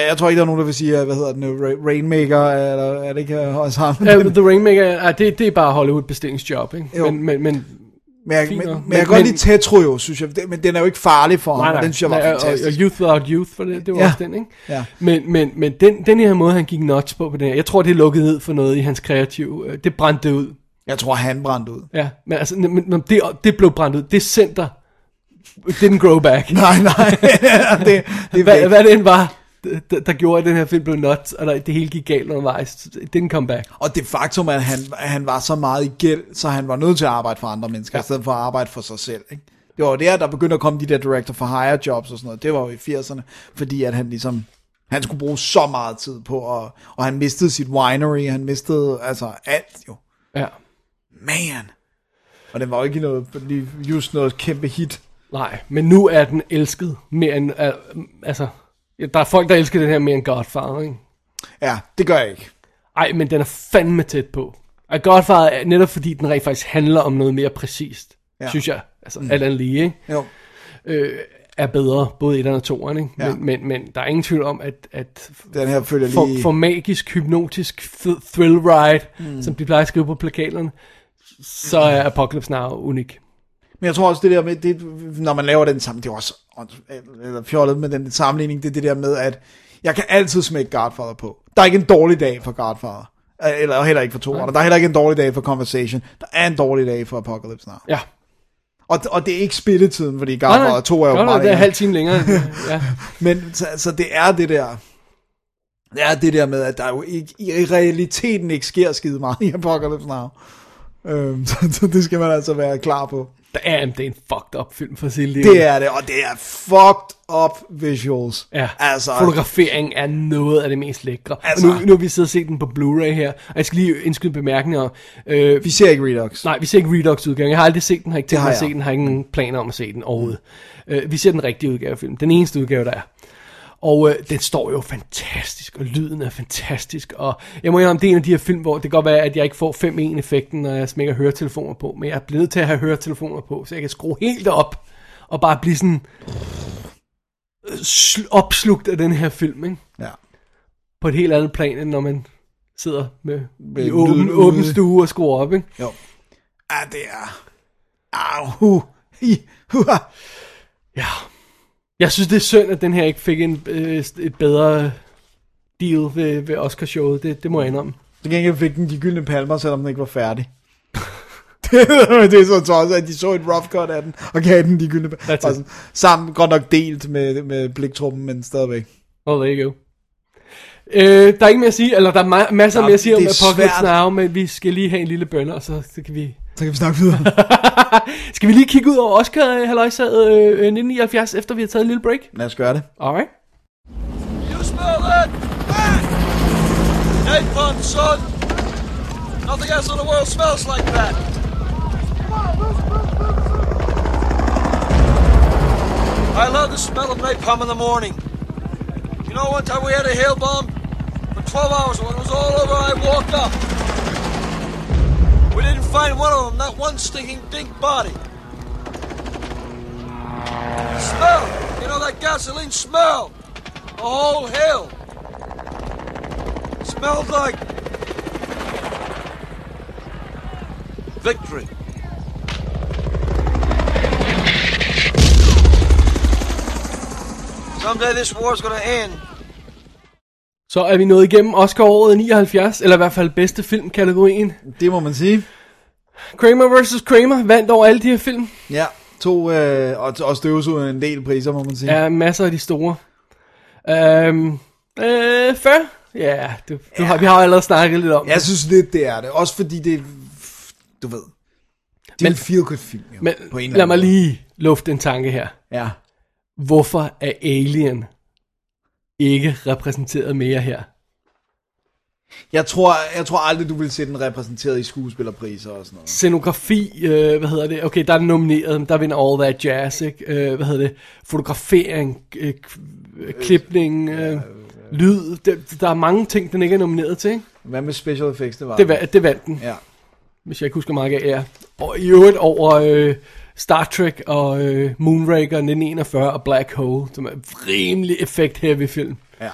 Speaker 3: jeg tror ikke, der er nogen, der vil sige, hvad hedder den, øh, Ra- Rainmaker, eller er det ikke hos ham?
Speaker 4: Ja, The Rainmaker, ah, det, det er bare Hollywood bestillingsjob, ikke?
Speaker 3: Jo.
Speaker 4: Men, men, men
Speaker 3: Men jeg, men,
Speaker 4: Fint nok.
Speaker 3: men,
Speaker 4: Men-
Speaker 3: jeg kan godt
Speaker 4: men-
Speaker 3: lide Tetro jo, synes jeg. Den- Men den er jo ikke farlig for ham.
Speaker 4: nej,
Speaker 3: og
Speaker 4: nej.
Speaker 3: Den synes jeg var
Speaker 4: Nej, og-
Speaker 3: fantastisk.
Speaker 4: Og, og Youth Without Youth, for det, det var
Speaker 3: Ja.
Speaker 4: også den, ikke?
Speaker 3: Ja.
Speaker 4: Men, men, men den, den her måde, han gik nuts på, på den her, jeg tror, det lukkede ned for noget i hans kreative. øh, Det brændte ud.
Speaker 3: Jeg tror, han brændte ud.
Speaker 4: Ja, men altså, men, men det, det blev brændt ud. Det center didn't grow back.
Speaker 3: Nej, nej. det, det er
Speaker 4: hvad,
Speaker 3: væk.
Speaker 4: hvad det end var, der, der gjorde, at den her film blev nuts, og der, det hele gik galt undervejs. It didn't come back.
Speaker 3: Og det faktum, at han, at han var så meget i gæld, så han var nødt til at arbejde for andre mennesker, ja. i stedet for at arbejde for sig selv. Ikke? Det var jo der, der begyndte at komme de der director for hire jobs og sådan noget. Det var jo i 80'erne, fordi at han ligesom... Han skulle bruge så meget tid på, og, og han mistede sit winery, han mistede altså alt jo.
Speaker 4: Ja.
Speaker 3: Man! Og den var jo ikke noget, lige just noget kæmpe hit.
Speaker 4: Nej, men nu er den elsket mere end... Uh, altså, ja, der er folk, der elsker den her mere end Godfather, ikke?
Speaker 3: Ja, det gør jeg ikke.
Speaker 4: Ej, men den er fandme tæt på. Og Godfather er netop fordi, den rent faktisk handler om noget mere præcist.
Speaker 3: Ja.
Speaker 4: Ja. Synes jeg. Altså, mm. alt andet lige, ikke?
Speaker 3: Jo.
Speaker 4: Er bedre, både et og toeren, ikke?
Speaker 3: Ja.
Speaker 4: Men, men, men der er ingen tvivl om, at, at
Speaker 3: Den her følger
Speaker 4: for,
Speaker 3: lige...
Speaker 4: for magisk, hypnotisk th- thrill ride, mm. som de plejer at skrive på plakaterne, så er Apocalypse Now unik.
Speaker 3: Men jeg tror også det der med, det, når man laver den sammen, det er også ånds- eller fjollet med den sammenligning, det er det der med, at jeg kan altid smække Godfather på. Der er ikke en dårlig dag for Godfather. Øh, Eller heller ikke for to Der er heller ikke en dårlig dag for Conversation. Der er en dårlig dag for Apocalypse Now.
Speaker 4: Ja.
Speaker 3: Og, og det er ikke spilletiden, fordi
Speaker 4: Nej,
Speaker 3: Godfather 2 er jo
Speaker 4: godt nok,
Speaker 3: meget
Speaker 4: det er en
Speaker 3: længere.
Speaker 4: halv time længere. ja.
Speaker 3: Men så, så det er det der... Det er det der med, at der jo ikke, i realiteten ikke sker skide meget i Apocalypse Now. Øhm, så, så det skal man altså være klar på.
Speaker 4: Der er, det er en fucked up film for sit liv.
Speaker 3: Det er det, og det er fucked up visuals.
Speaker 4: Ja,
Speaker 3: altså,
Speaker 4: altså, fotografering er noget af det mest lækre.
Speaker 3: Altså-
Speaker 4: Altså, nu, nu har vi siddet og set den på Blu-ray her, og jeg skal lige indskyde bemærkninger. Øh,
Speaker 3: vi ser ikke Redux.
Speaker 4: Nej, vi ser ikke Redux-udgaven. Jeg har aldrig set den, har ikke tænkt
Speaker 3: har
Speaker 4: mig at se
Speaker 3: jeg.
Speaker 4: den, har ingen planer om at se den overhovedet. Øh, vi ser den rigtige udgave af filmen, den eneste udgave, der er. Og øh, den står jo fantastisk, og lyden er fantastisk, og jeg må indrømme, det er en af de her film, hvor det kan godt være, at jeg ikke får 5-1-effekten, når jeg smækker høretelefoner på, men jeg er blevet til at have høretelefoner på, så jeg kan skrue helt op, og bare blive sådan øh, sl- opslugt af den her film, ikke?
Speaker 3: Ja.
Speaker 4: på et helt andet plan, end når man sidder med,
Speaker 3: Med
Speaker 4: med i åben,
Speaker 3: lyden
Speaker 4: åben
Speaker 3: ude.
Speaker 4: stue og skruer op, ikke?
Speaker 3: Jo. Ja, det er... Au, hu, hi, hua.
Speaker 4: Ja. Jeg synes, det er synd, at den her ikke fik en, øh, et bedre deal ved, ved Oscarshowet. Det, det må jeg indrømme.
Speaker 3: Til gengæld fik den de gyldne palmer, selvom den ikke var færdig. det er så tosset, at de så et rough cut af den, og gav den de gyldne palmer.
Speaker 4: That's
Speaker 3: Bare
Speaker 4: it.
Speaker 3: sådan, Sammen godt nok delt med, med bliktruppen, men stadigvæk.
Speaker 4: Oh, there you go. Øh, der er ikke mere at sige, eller der er ma- masser
Speaker 3: Der-
Speaker 4: mere at sige om
Speaker 3: det er
Speaker 4: Apocalypse
Speaker 3: svært.
Speaker 4: Now, men vi skal lige have en lille bønne, og så, så kan vi...
Speaker 3: Så kan vi snakke videre.
Speaker 4: Skal vi lige kigge ud over Oscar, øh, halløjsaget øh, øh, 1979, efter vi har taget en lille break?
Speaker 3: Lad os gøre det.
Speaker 4: Alright.
Speaker 1: You smell that? Napalm, son. Nothing else in the world smells like that. I love the smell of napalm in the morning. You know, one time we had a hail bomb for 12 hours. When it was all over, I walked up. We didn't find one of them, not one stinking big body. Smell! You know that gasoline smell! The whole hill! Smelled like. Victory. Someday this war's gonna end.
Speaker 4: Så er vi nået igennem Oscar-året 79, eller i hvert fald bedste filmkategorien.
Speaker 3: Det må man sige.
Speaker 4: Kramer vs. Kramer vandt over alle de her film.
Speaker 3: Ja, to, øh, og, og støvsugede en del priser, må man sige.
Speaker 4: Ja, masser af de store. Øhm, øh, 40? Ja, du, du ja. Har, vi har jo allerede snakket lidt om
Speaker 3: Jeg
Speaker 4: det.
Speaker 3: synes lidt, det er det. Også fordi det, du ved, det er
Speaker 4: Men-
Speaker 3: en feel-good film, jo,
Speaker 4: Men
Speaker 3: på en eller
Speaker 4: lad
Speaker 3: anden
Speaker 4: mig
Speaker 3: måde.
Speaker 4: lige lufte en tanke her.
Speaker 3: Ja.
Speaker 4: Hvorfor er Alien ikke repræsenteret mere her?
Speaker 3: Jeg tror, jeg tror aldrig, du vil se den repræsenteret i skuespillerpriser og sådan noget.
Speaker 4: Scenografi, øh, hvad hedder det? Okay, der er den nomineret, men der vinder All That Jazz, ikke? Øh, hvad hedder det? Fotografering, øh, k- øh, klipning, øh, lyd. Der, der er mange ting, den ikke er nomineret til, ikke?
Speaker 3: Hvad med special effects, det var?
Speaker 4: Det, va- det vandt den.
Speaker 3: Ja.
Speaker 4: hvis jeg ikke husker meget galt, ja. Og i øvrigt over øh, Star Trek og øh, Moonraker 1941 og Black Hole, som er en rimelig effekt-heavy film.
Speaker 3: Ja.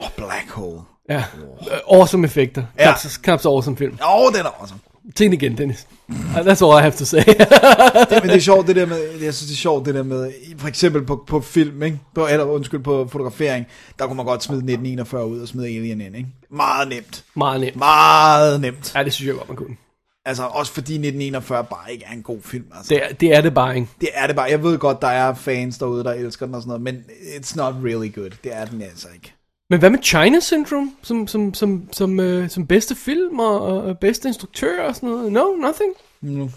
Speaker 3: Og Black Hole.
Speaker 4: Ja, Øh, awesome effekter.
Speaker 3: Ja.
Speaker 4: Knap, så- knap så awesome film.
Speaker 3: Åh, oh, den er awesome.
Speaker 4: Tænk igen, Dennis. Uh, That's all I have to say.
Speaker 3: Det, men det er sjovt, det der med, jeg synes, det er sjovt, det der med, i- for eksempel på, på film, ikke? På, eller undskyld, på fotografering, der kunne man godt smide 1941 ud og smide Alien ind, ikke? Meget nemt.
Speaker 4: Meget nemt.
Speaker 3: Meget nemt.
Speaker 4: Ja, det synes jeg godt, man kunne.
Speaker 3: Altså, også fordi 1941 bare ikke er en god film, altså.
Speaker 4: Det er det, er det bare, ikke?
Speaker 3: Det er det bare. Jeg ved godt, der er fans derude, der elsker den og sådan noget, men it's not really good. Det er den altså ikke.
Speaker 4: Men hvad med China Syndrome, som, som, som, som, øh, som bedste film og, og og bedste instruktør og sådan noget? No, nothing. Mm.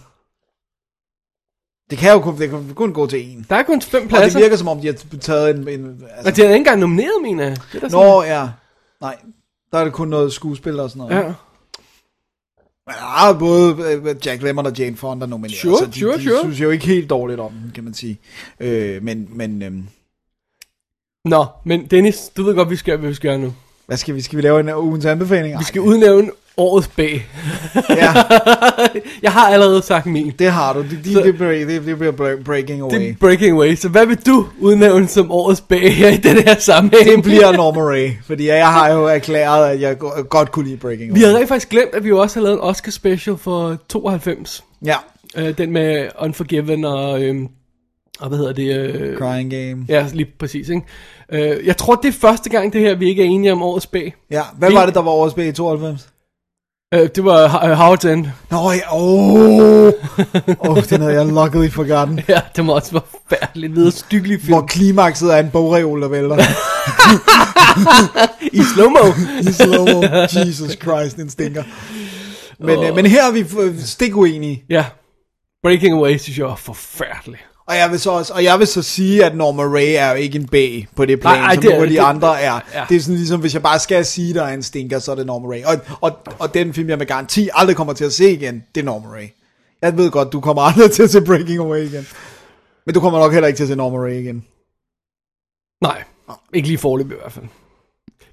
Speaker 3: Det kan jo kun, det kan kun gå til en.
Speaker 4: Der er kun fem
Speaker 3: Og det
Speaker 4: pladser.
Speaker 3: virker som om, de har taget en... en
Speaker 4: Og
Speaker 3: altså,
Speaker 4: det er ikke engang nomineret, mener jeg. Det er da sådan-
Speaker 3: Nå, ja. Nej, der er det kun noget skuespil og sådan noget.
Speaker 4: Ja.
Speaker 3: Men der er både øh, Jack Lemmon og Jane Fonda nomineret,
Speaker 4: Sure,
Speaker 3: så de,
Speaker 4: sure,
Speaker 3: de
Speaker 4: sure.
Speaker 3: synes jo ikke helt dårligt om den, kan man sige. Øh, men men øh,
Speaker 4: Nå, men Dennis, du ved godt, vi skal, hvad vi skal gøre nu.
Speaker 3: hvad skal vi? Skal vi lave en ugens anbefaling?
Speaker 4: Vi skal udnævne årets B.
Speaker 3: Ja,
Speaker 4: Jeg har allerede sagt min.
Speaker 3: det har du. Det, de,
Speaker 4: Så-
Speaker 3: det, bliver, det, det bliver break- breaking away.
Speaker 4: Det er
Speaker 3: Det,
Speaker 4: Breaking Away. Så hvad vil du udnævne som årets B her i den her sammenhæng?
Speaker 3: det bliver Norma Ray, fordi jeg har jo erklæret, at jeg go- godt kunne lide breaking away.
Speaker 4: Vi havde rent faktisk glemt, at vi jo også har lavet en Oscar special for 92.
Speaker 3: Ja,
Speaker 4: Øh, den med Unforgiven og, øhm, og hvad hedder det? Øh,
Speaker 3: Crying Game.
Speaker 4: ja, lige præcis. Ikke? Øh, jeg tror, det er første gang det her, vi ikke er enige om årets B.
Speaker 3: Ja, hvad
Speaker 4: Vi-
Speaker 3: var det, der var årets i 92?
Speaker 4: Øh, det var øh, Howard's End.
Speaker 3: Nå ja, åh, oh, den havde jeg luckily forgotten.
Speaker 4: Ja, det var også forfærdeligt. Det styggelig film.
Speaker 3: Hvor klimakset er en bogreol, der vælter.
Speaker 4: I slow-mo.
Speaker 3: I slow Jesus Christ, den stinker. Men, oh. øh, men her er vi øh, stik uenige.
Speaker 4: ja. Breaking Away synes jeg er forfærdelig.
Speaker 3: Og jeg vil så også, og jeg vil så sige, at Norma Ray er jo ikke en bag på det plan,
Speaker 4: Nej, ej,
Speaker 3: som
Speaker 4: det er-
Speaker 3: nogle af de
Speaker 4: det-
Speaker 3: andre er.
Speaker 4: ja.
Speaker 3: Det er sådan ligesom, hvis jeg bare skal sige, der er en stinker, så er det Norma Ray. Og, og, og den film, jeg med garanti aldrig kommer til at se igen, det er Norma Ray. Jeg ved godt, du kommer aldrig til at se Breaking Away igen. Men du kommer nok heller ikke til at se Norma Ray igen.
Speaker 4: Nej, ikke lige forløb i hvert fald.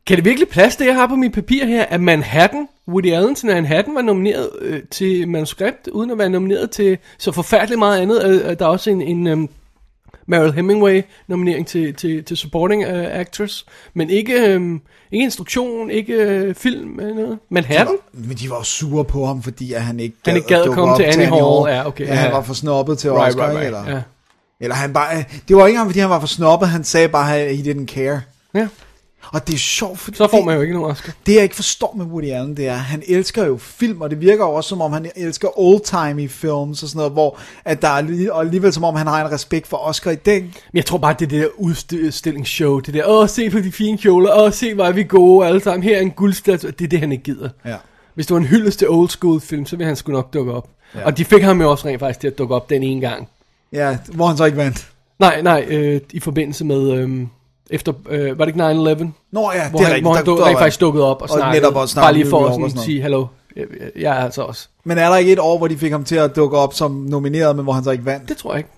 Speaker 4: Kan det virkelig passe, det jeg har på mit papir her, at Manhattan, Woody Allen til Manhattan, var nomineret øh, til manuskript, uden at være nomineret til så forfærdeligt meget andet? Øh, øh, der er også en, en øh, Meryl Hemingway-nominering til, til, til Supporting øh, Actress, men ikke, øh, ikke instruktion, ikke øh, film, øh, noget. Manhattan?
Speaker 3: Men de var jo sure på ham, fordi at han ikke gad,
Speaker 4: Han ikke gad
Speaker 3: dukke
Speaker 4: komme
Speaker 3: op
Speaker 4: til Annie Hall. Ja, okay,
Speaker 3: ja, han
Speaker 4: ja.
Speaker 3: var for snobbet til
Speaker 4: Right,
Speaker 3: Oscar,
Speaker 4: right, right,
Speaker 3: eller,
Speaker 4: ja.
Speaker 3: eller han bare... Det var ikke engang, fordi han var for snobbet, han sagde bare, at he didn't care.
Speaker 4: ja.
Speaker 3: Og det er sjovt, fordi
Speaker 4: Så får
Speaker 3: det-
Speaker 4: man jo ikke nogen Oscar.
Speaker 3: Det jeg ikke forstår med Woody Allen, det er, at han elsker jo film, og det virker jo også som om, han elsker oldtimey films og sådan noget, hvor at der er, lige- og alligevel som om, han har en respekt for Oscar i den.
Speaker 4: Men jeg tror bare, det er det der udstillingsshow, det der, åh, se på de fine kjoler, åh, se, hvor er vi gode alle sammen, her er en guldstatue, det er det, han ikke gider.
Speaker 3: Ja.
Speaker 4: Hvis det var en hyldest til old school film, så ville han sgu nok dukke op. Ja. Og de fik ham jo også rent faktisk til at dukke op den ene gang.
Speaker 3: Ja, hvor han så ikke vandt.
Speaker 4: Nej, nej, øh, i forbindelse med, øh, efter, øh, var det ikke 9-11?
Speaker 3: Nå ja,
Speaker 4: Hvor
Speaker 3: det er
Speaker 4: han,
Speaker 3: rigtigt.
Speaker 4: hvor han
Speaker 3: der-
Speaker 4: duk,
Speaker 3: der
Speaker 4: rent
Speaker 3: var-
Speaker 4: faktisk dukkede op og, snakkede,
Speaker 3: netop også snakkede
Speaker 4: bare lige
Speaker 3: New
Speaker 4: for
Speaker 3: York og
Speaker 4: at sådan
Speaker 3: sådan
Speaker 4: sige, hallo, jeg, jeg- jeg er altså også.
Speaker 3: Men er der ikke et år, hvor de fik ham til at dukke op som nomineret, men hvor han så ikke vandt?
Speaker 4: Det tror jeg ikke.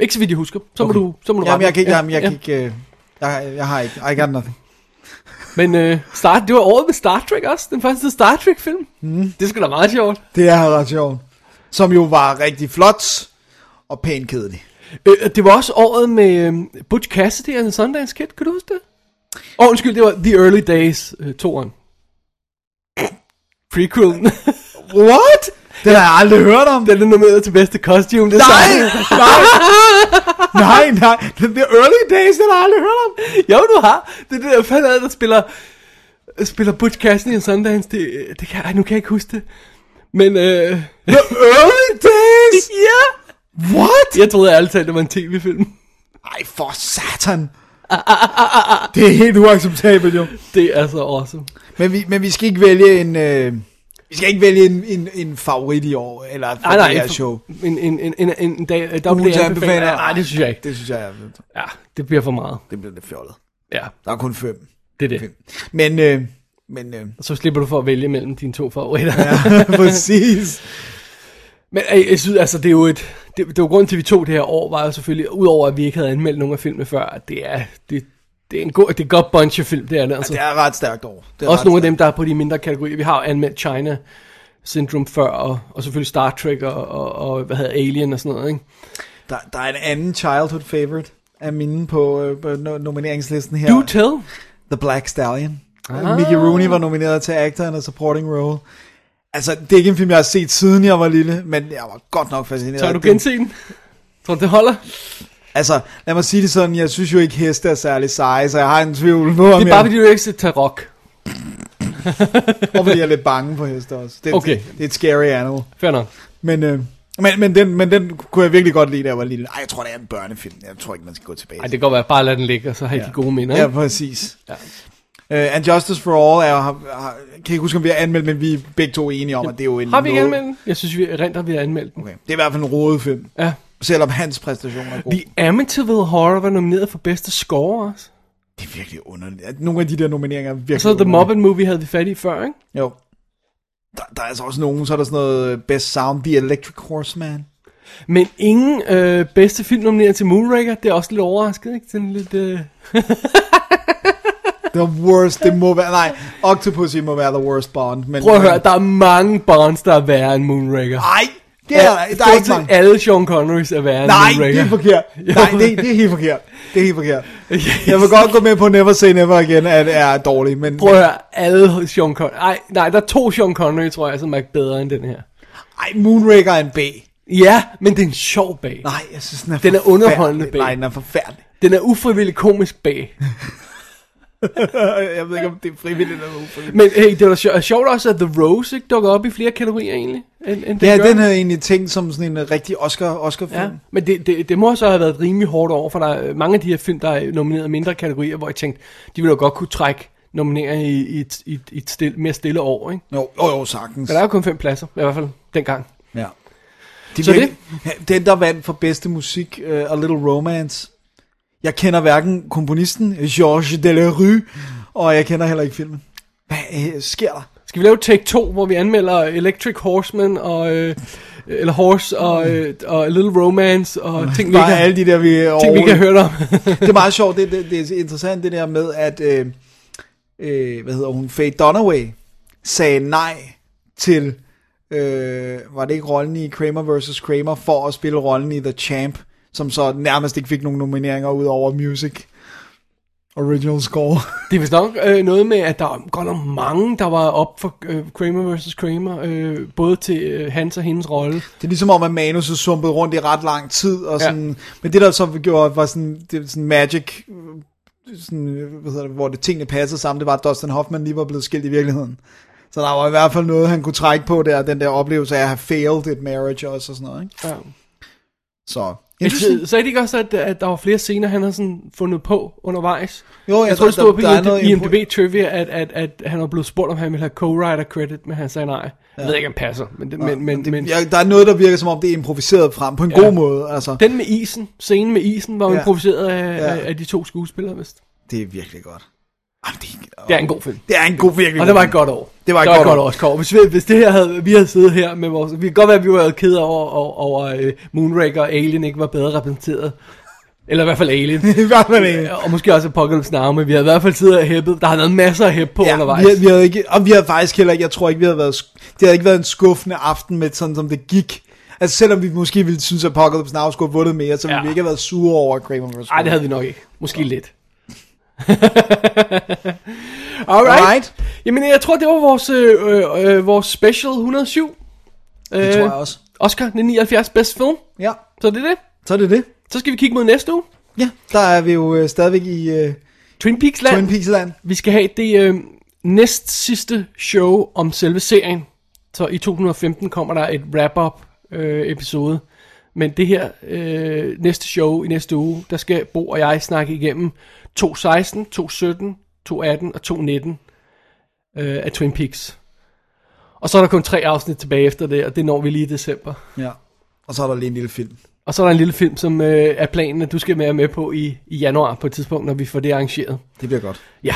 Speaker 4: Ikke så vidt jeg husker. Så må du, så må du rette
Speaker 3: Jamen, jeg
Speaker 4: mig.
Speaker 3: kan ikke,
Speaker 4: Ja,
Speaker 3: jamen, jeg
Speaker 4: ja.
Speaker 3: kan ikke, øh, jeg, jeg har ikke, I got nothing.
Speaker 4: Men øh, start, det var året med Star Trek også. Den første Star Trek film. Mm. Det skulle da meget sjovt.
Speaker 3: Det er ret sjovt. Som jo var rigtig flot, og pænt kedelig.
Speaker 4: Øh, det var også året med øh, Butch Cassidy and the Sundance Kid. Kan du huske det? Åh, undskyld, det var The Early Days øh, toeren. Prequelen.
Speaker 3: What? Det har jeg aldrig hørt om.
Speaker 4: Den er nomineret til bedste costume design.
Speaker 3: Nej, nej, nej, nej. Det er early days, den har jeg aldrig hørt om.
Speaker 4: Jo, du har. Det er det der fanden ad, der spiller, spiller Butch Cassidy and Sundance. Det, det kan, ej, nu kan jeg ikke huske det. Men, øh,
Speaker 3: The early days?
Speaker 4: ja.
Speaker 3: What?
Speaker 4: Jeg troede ærligt talt, det var en tv-film.
Speaker 3: Ej, for satan. Det er helt uacceptabelt, jo.
Speaker 4: Det er så awesome.
Speaker 3: Men vi, men vi skal ikke vælge en... Øh, vi skal ikke vælge en, en, en favorit i år, eller for
Speaker 4: Nej, nej,
Speaker 3: det her
Speaker 4: for-
Speaker 3: show.
Speaker 4: En, en, en, en, en dag, en dag
Speaker 3: Ugens
Speaker 4: bliver
Speaker 3: anbefaler.
Speaker 4: anbefaler. Nej, det synes jeg ikke.
Speaker 3: Det synes jeg, er,
Speaker 4: Ja, det bliver for meget.
Speaker 3: det bliver lidt fjollet.
Speaker 4: Ja,
Speaker 3: Der er kun fem.
Speaker 4: det er det.
Speaker 3: Men, øh, men øh,
Speaker 4: Så slipper du for at vælge mellem dine to favoritter. Ja.
Speaker 3: præcis.
Speaker 4: Men øh, jeg synes, altså, det er jo et... Det, det var grunden til, at vi tog det her år, var jo selvfølgelig, udover at vi ikke havde anmeldt nogen af filmene før, at det er... Det, det er en god, det er et godt bunch af film, det er det altså.
Speaker 3: Det er et ret stærkt år. Det er
Speaker 4: Også
Speaker 3: ret
Speaker 4: nogle af dem, der er på de mindre kategorier. Vi har jo anmeldt China Syndrome før, og, og selvfølgelig Star Trek og, og, og hvad hedder Alien og sådan noget, ikke?
Speaker 3: stærkt. Der, der er en anden childhood favorite af mine på, øh, på no- nomineringslisten her.
Speaker 4: Do tell.
Speaker 3: The Black Stallion. Ah. Mickey Rooney var nomineret til Actor and a Supporting Role. Altså, det er ikke en film, jeg har set siden jeg var lille, men jeg var godt nok fascineret.
Speaker 4: Så har du
Speaker 3: af den.
Speaker 4: genset den? Tror du, det holder?
Speaker 3: Altså, lad mig sige det sådan, jeg synes jo ikke, heste er særlig seje, så jeg har en tvivl på, om
Speaker 4: Det er bare,
Speaker 3: jeg,
Speaker 4: fordi du ikke ser Tarok.
Speaker 3: og fordi jeg er lidt bange for heste også. Det,
Speaker 4: Okay.
Speaker 3: det, det er et scary animal.
Speaker 4: Fair nok.
Speaker 3: Men, øh, men, men, den, men den kunne jeg virkelig godt lide, da jeg var lille. Ej, jeg tror, det er en børnefilm. Jeg tror ikke, man skal gå tilbage.
Speaker 4: Ej, det kan godt være, bare lad den ligge, og så har I de gode minder.
Speaker 3: Ja,
Speaker 4: Ja.
Speaker 3: præcis.
Speaker 4: Ja.
Speaker 3: Uh, and Justice for All er, har, har, kan jeg ikke huske, om vi har anmeldt, men vi er begge to enige om, at det er jo en
Speaker 4: Har vi ikke
Speaker 3: noget-
Speaker 4: anmeldt den? Jeg synes, vi rent vi har anmeldt den.
Speaker 3: Okay. Det er i hvert fald en rodet film,
Speaker 4: Ja.
Speaker 3: selvom hans præstation er god.
Speaker 4: The Amityville Horror var nomineret for bedste score også.
Speaker 3: Det er virkelig underligt. At Nogle af de der nomineringer er
Speaker 4: Og
Speaker 3: virkelig
Speaker 4: så The
Speaker 3: underlige.
Speaker 4: Muppet Movie havde vi fat i før, ikke?
Speaker 3: Jo. Der, der er altså også nogen, så er der sådan noget øh, Best Sound, The Electric Horseman.
Speaker 4: Men ingen øh, bedste film nomineret til Moonraker, det er også lidt overrasket, ikke? Sådan lidt... Øh...
Speaker 3: The worst, det må være, nej, Octopussy må være the worst Bond. Men,
Speaker 4: Prøv at høre, der er mange Bonds, der er værre end Moonraker.
Speaker 3: Nej, Ah, det er, der- der er
Speaker 4: Stort
Speaker 3: ikke
Speaker 4: set
Speaker 3: mange.
Speaker 4: alle Sean Connerys er værre end
Speaker 3: Nej, det
Speaker 4: Moonraker.
Speaker 3: er forkert. Nej, det, er- det er helt forkert. Det er helt forkert. Jeg vil godt gå med på Never Say Never igen, at det er dårligt, men...
Speaker 4: Prøv at høre, alle Sean Connery... Nej, nej, der er to Sean Connery, tror jeg, som er bedre end den her.
Speaker 3: Ej, Moonraker er en B.
Speaker 4: Ja, men det er en sjov bag.
Speaker 3: Nej, jeg synes, den er
Speaker 4: Den er
Speaker 3: forfærdelig.
Speaker 4: underholdende B.
Speaker 3: Nej, den er forfærdelig.
Speaker 4: Den er ufrivillig komisk bag.
Speaker 3: jeg ved ikke, om det er frivilligt eller ufrivilligt.
Speaker 4: Men hey, det var sjovt, sjovt også, at The Rose ikke dukker op i flere kategorier egentlig, end, end den
Speaker 3: Ja,
Speaker 4: gør.
Speaker 3: den havde jeg egentlig tænkt som sådan en øh, rigtig Oscar, Oscar-film.
Speaker 4: Ja, men det, det, det må så have været et rimelig hårdt over, for der er mange af de her film, der er nomineret i mindre kategorier, hvor jeg tænkte, de ville jo godt kunne trække nomineringer i, i, et- i, et- i et stille, mere stille år, ikke?
Speaker 3: Jo, jo, jo sagtens.
Speaker 4: Men der er jo kun fem pladser, i hvert fald dengang.
Speaker 3: Ja. Det
Speaker 4: Så
Speaker 3: virker- Den, der vandt for bedste musik øh, og Little Romance. Jeg kender hverken komponisten, Georges Delerue, og jeg kender heller ikke filmen. Hvad øh, sker der?
Speaker 4: Skal vi lave take 2, hvor vi anmelder Electric Horseman og... Øh, eller Horse og, øh, og Little Romance og ting, vi
Speaker 3: Bare
Speaker 4: ikke har,
Speaker 3: alle de der, vi
Speaker 4: ting, vi ikke har
Speaker 3: overhovedet-
Speaker 4: hørt om.
Speaker 3: det er meget sjovt, det, det, det er interessant det der med, at, øh, øh, hvad hedder hun, Faye Dunaway sagde nej til, øh, var det ikke rollen i Kramer vs. Kramer, for at spille rollen i The Champ, som så nærmest ikke fik nogen nomineringer ud over Music. Original score.
Speaker 4: det er vist nok øh, noget med, at der er godt nok mange, der var op for øh, Kramer vs. Kramer, øh, både til øh, hans og hendes rolle.
Speaker 3: Det er ligesom om, at manuset sumpede rundt i ret lang tid. Og
Speaker 4: Ja.
Speaker 3: sådan, Men det, der så gjorde, var sådan, det, var sådan magic, øh, sådan, øh, hvad hedder det, hvor det tingene passede sammen, det var, at Dustin Hoffman lige var blevet skilt i virkeligheden. Så der var i hvert fald noget, han kunne trække på der, den der oplevelse af at have failed et marriage også, og sådan noget. Ikke?
Speaker 4: Ja.
Speaker 3: Så, interesting.
Speaker 4: Så er det ikke også, at, at der var flere scener, han har sådan fundet på undervejs?
Speaker 3: Jo,
Speaker 4: Jeg, jeg tror, det stod på
Speaker 3: der, der er noget
Speaker 4: IMD-
Speaker 3: impro-
Speaker 4: IMDb-trivia, at, at, at han var blevet spurgt, om han ville have co-writer credit, men han sagde nej. Jeg ved ikke, om han passer, men, det, men, men,
Speaker 3: det,
Speaker 4: men
Speaker 3: ja, der er noget, der virker som om, det er improviseret frem på en
Speaker 4: Ja.
Speaker 3: ja. god måde. Altså, det,
Speaker 4: den med isen, scenen med isen, var jo
Speaker 3: Ja.
Speaker 4: improviseret af,
Speaker 3: Ja.
Speaker 4: af, af de to skuespillere, vist.
Speaker 3: det er virkelig godt. Jamen, det, er,
Speaker 4: Det er en god film.
Speaker 3: det er en god, virkelig
Speaker 4: Og det var
Speaker 3: god
Speaker 4: et godt år.
Speaker 3: Det var et
Speaker 4: det
Speaker 3: godt år.
Speaker 4: også, Kåre. Hvis, vi, hvis det her havde, vi havde siddet her med vores... Vi kan godt være, at vi var ked over, over, over øh, Moonraker og Alien ikke var bedre repræsenteret. Eller i hvert fald Alien.
Speaker 3: film. I hvert fald en.
Speaker 4: og måske også Apocalypse Now, men vi havde i hvert fald siddet og hæppet. Der har været masser af hæppe på ja, undervejs.
Speaker 3: Vi, havde- vi havde ikke, og vi havde faktisk heller ikke, jeg tror ikke, vi havde været, sk- det havde ikke været en skuffende aften med sådan, som det gik. Altså selvom vi måske ville synes, at Apocalypse Now skulle have vundet mere, så ville
Speaker 4: Ja.
Speaker 3: vi ikke have været sure over Kramer vs.
Speaker 4: Nej, det havde vi nok ikke. Måske lidt. Alright.
Speaker 3: Alright.
Speaker 4: Jamen, jeg tror, det var vores, øh, øh, øh, vores special 107.
Speaker 3: Det tror jeg også.
Speaker 4: Øh, Oscar 1979 bedste film.
Speaker 3: Ja,
Speaker 4: Så det er det.
Speaker 3: så er det det.
Speaker 4: Så skal vi kigge mod næste uge.
Speaker 3: Ja, der er vi jo øh, stadigvæk i øh,
Speaker 4: Twin Peaks land.
Speaker 3: Twin Peaks land.
Speaker 4: Vi skal have det øh, næst sidste show om selve serien. Så i 2015 kommer der et wrap-up øh, episode. Men det her øh, næste show i næste uge, der skal Bo og jeg snakke igennem 2016, 2017, 2018 og 2019 øh, af Twin Peaks. Og så er der kun tre afsnit tilbage efter det, og det når vi lige i december.
Speaker 3: Ja. Og så er der lige en lille film.
Speaker 4: Og så er der en lille film, som øh, er planen, at du skal være med på i, i januar på et tidspunkt, når vi får det arrangeret.
Speaker 3: Det bliver godt.
Speaker 4: Ja.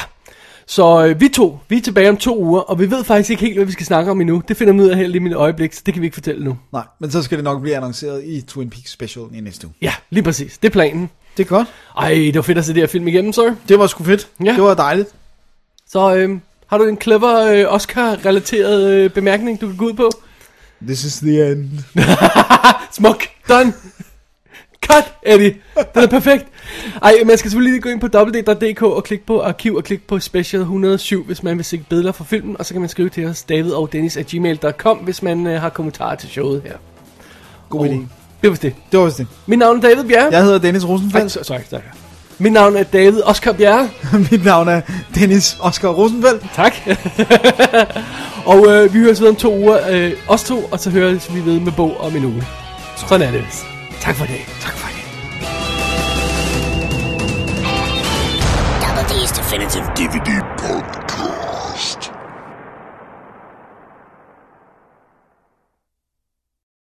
Speaker 4: Så øh, vi to, vi er tilbage om to uger, og vi ved faktisk ikke helt, hvad vi skal snakke om endnu. Det finder vi ud af her lige i mit øjeblik, så det kan vi ikke fortælle nu.
Speaker 3: Nej, men så skal det nok blive annonceret i Twin Peaks special i næste uge.
Speaker 4: Ja, lige præcis. Det er planen.
Speaker 3: Det er godt.
Speaker 4: Ej, det var fedt at se det her film igennem, sir.
Speaker 3: Det var sgu fedt.
Speaker 4: Ja.
Speaker 3: Det var dejligt.
Speaker 4: Så øh, har du en clever øh, Oscar-relateret øh, bemærkning, du kan gå ud på?
Speaker 3: This is the end.
Speaker 4: Smuk. Done. Cut, Eddie. Den er perfekt. Ej, man skal selvfølgelig lige gå ind på www.dk og klikke på arkiv og klikke på special 107, hvis man vil se billeder fra filmen. Og så kan man skrive til os, david og dennis at gmail.com, hvis man øh, har kommentarer til showet her.
Speaker 3: God
Speaker 4: Og
Speaker 3: idé.
Speaker 4: Det var vist det.
Speaker 3: Det var vist det.
Speaker 4: Mit navn er David Bjerre.
Speaker 3: Jeg hedder Dennis Rosenfeldt.
Speaker 4: Ej, så- sorry, sorry. Mit navn er David Oscar Bjerre.
Speaker 3: Mit navn er Dennis Oscar Rosenfeldt.
Speaker 4: Tak. og øh, vi høres ved om to uger, øh, os to, og så høres vi ved med bog om en uge. Sådan er det. Tak for det. Tak for det.
Speaker 10: Double D's Definitive DVD Podcast.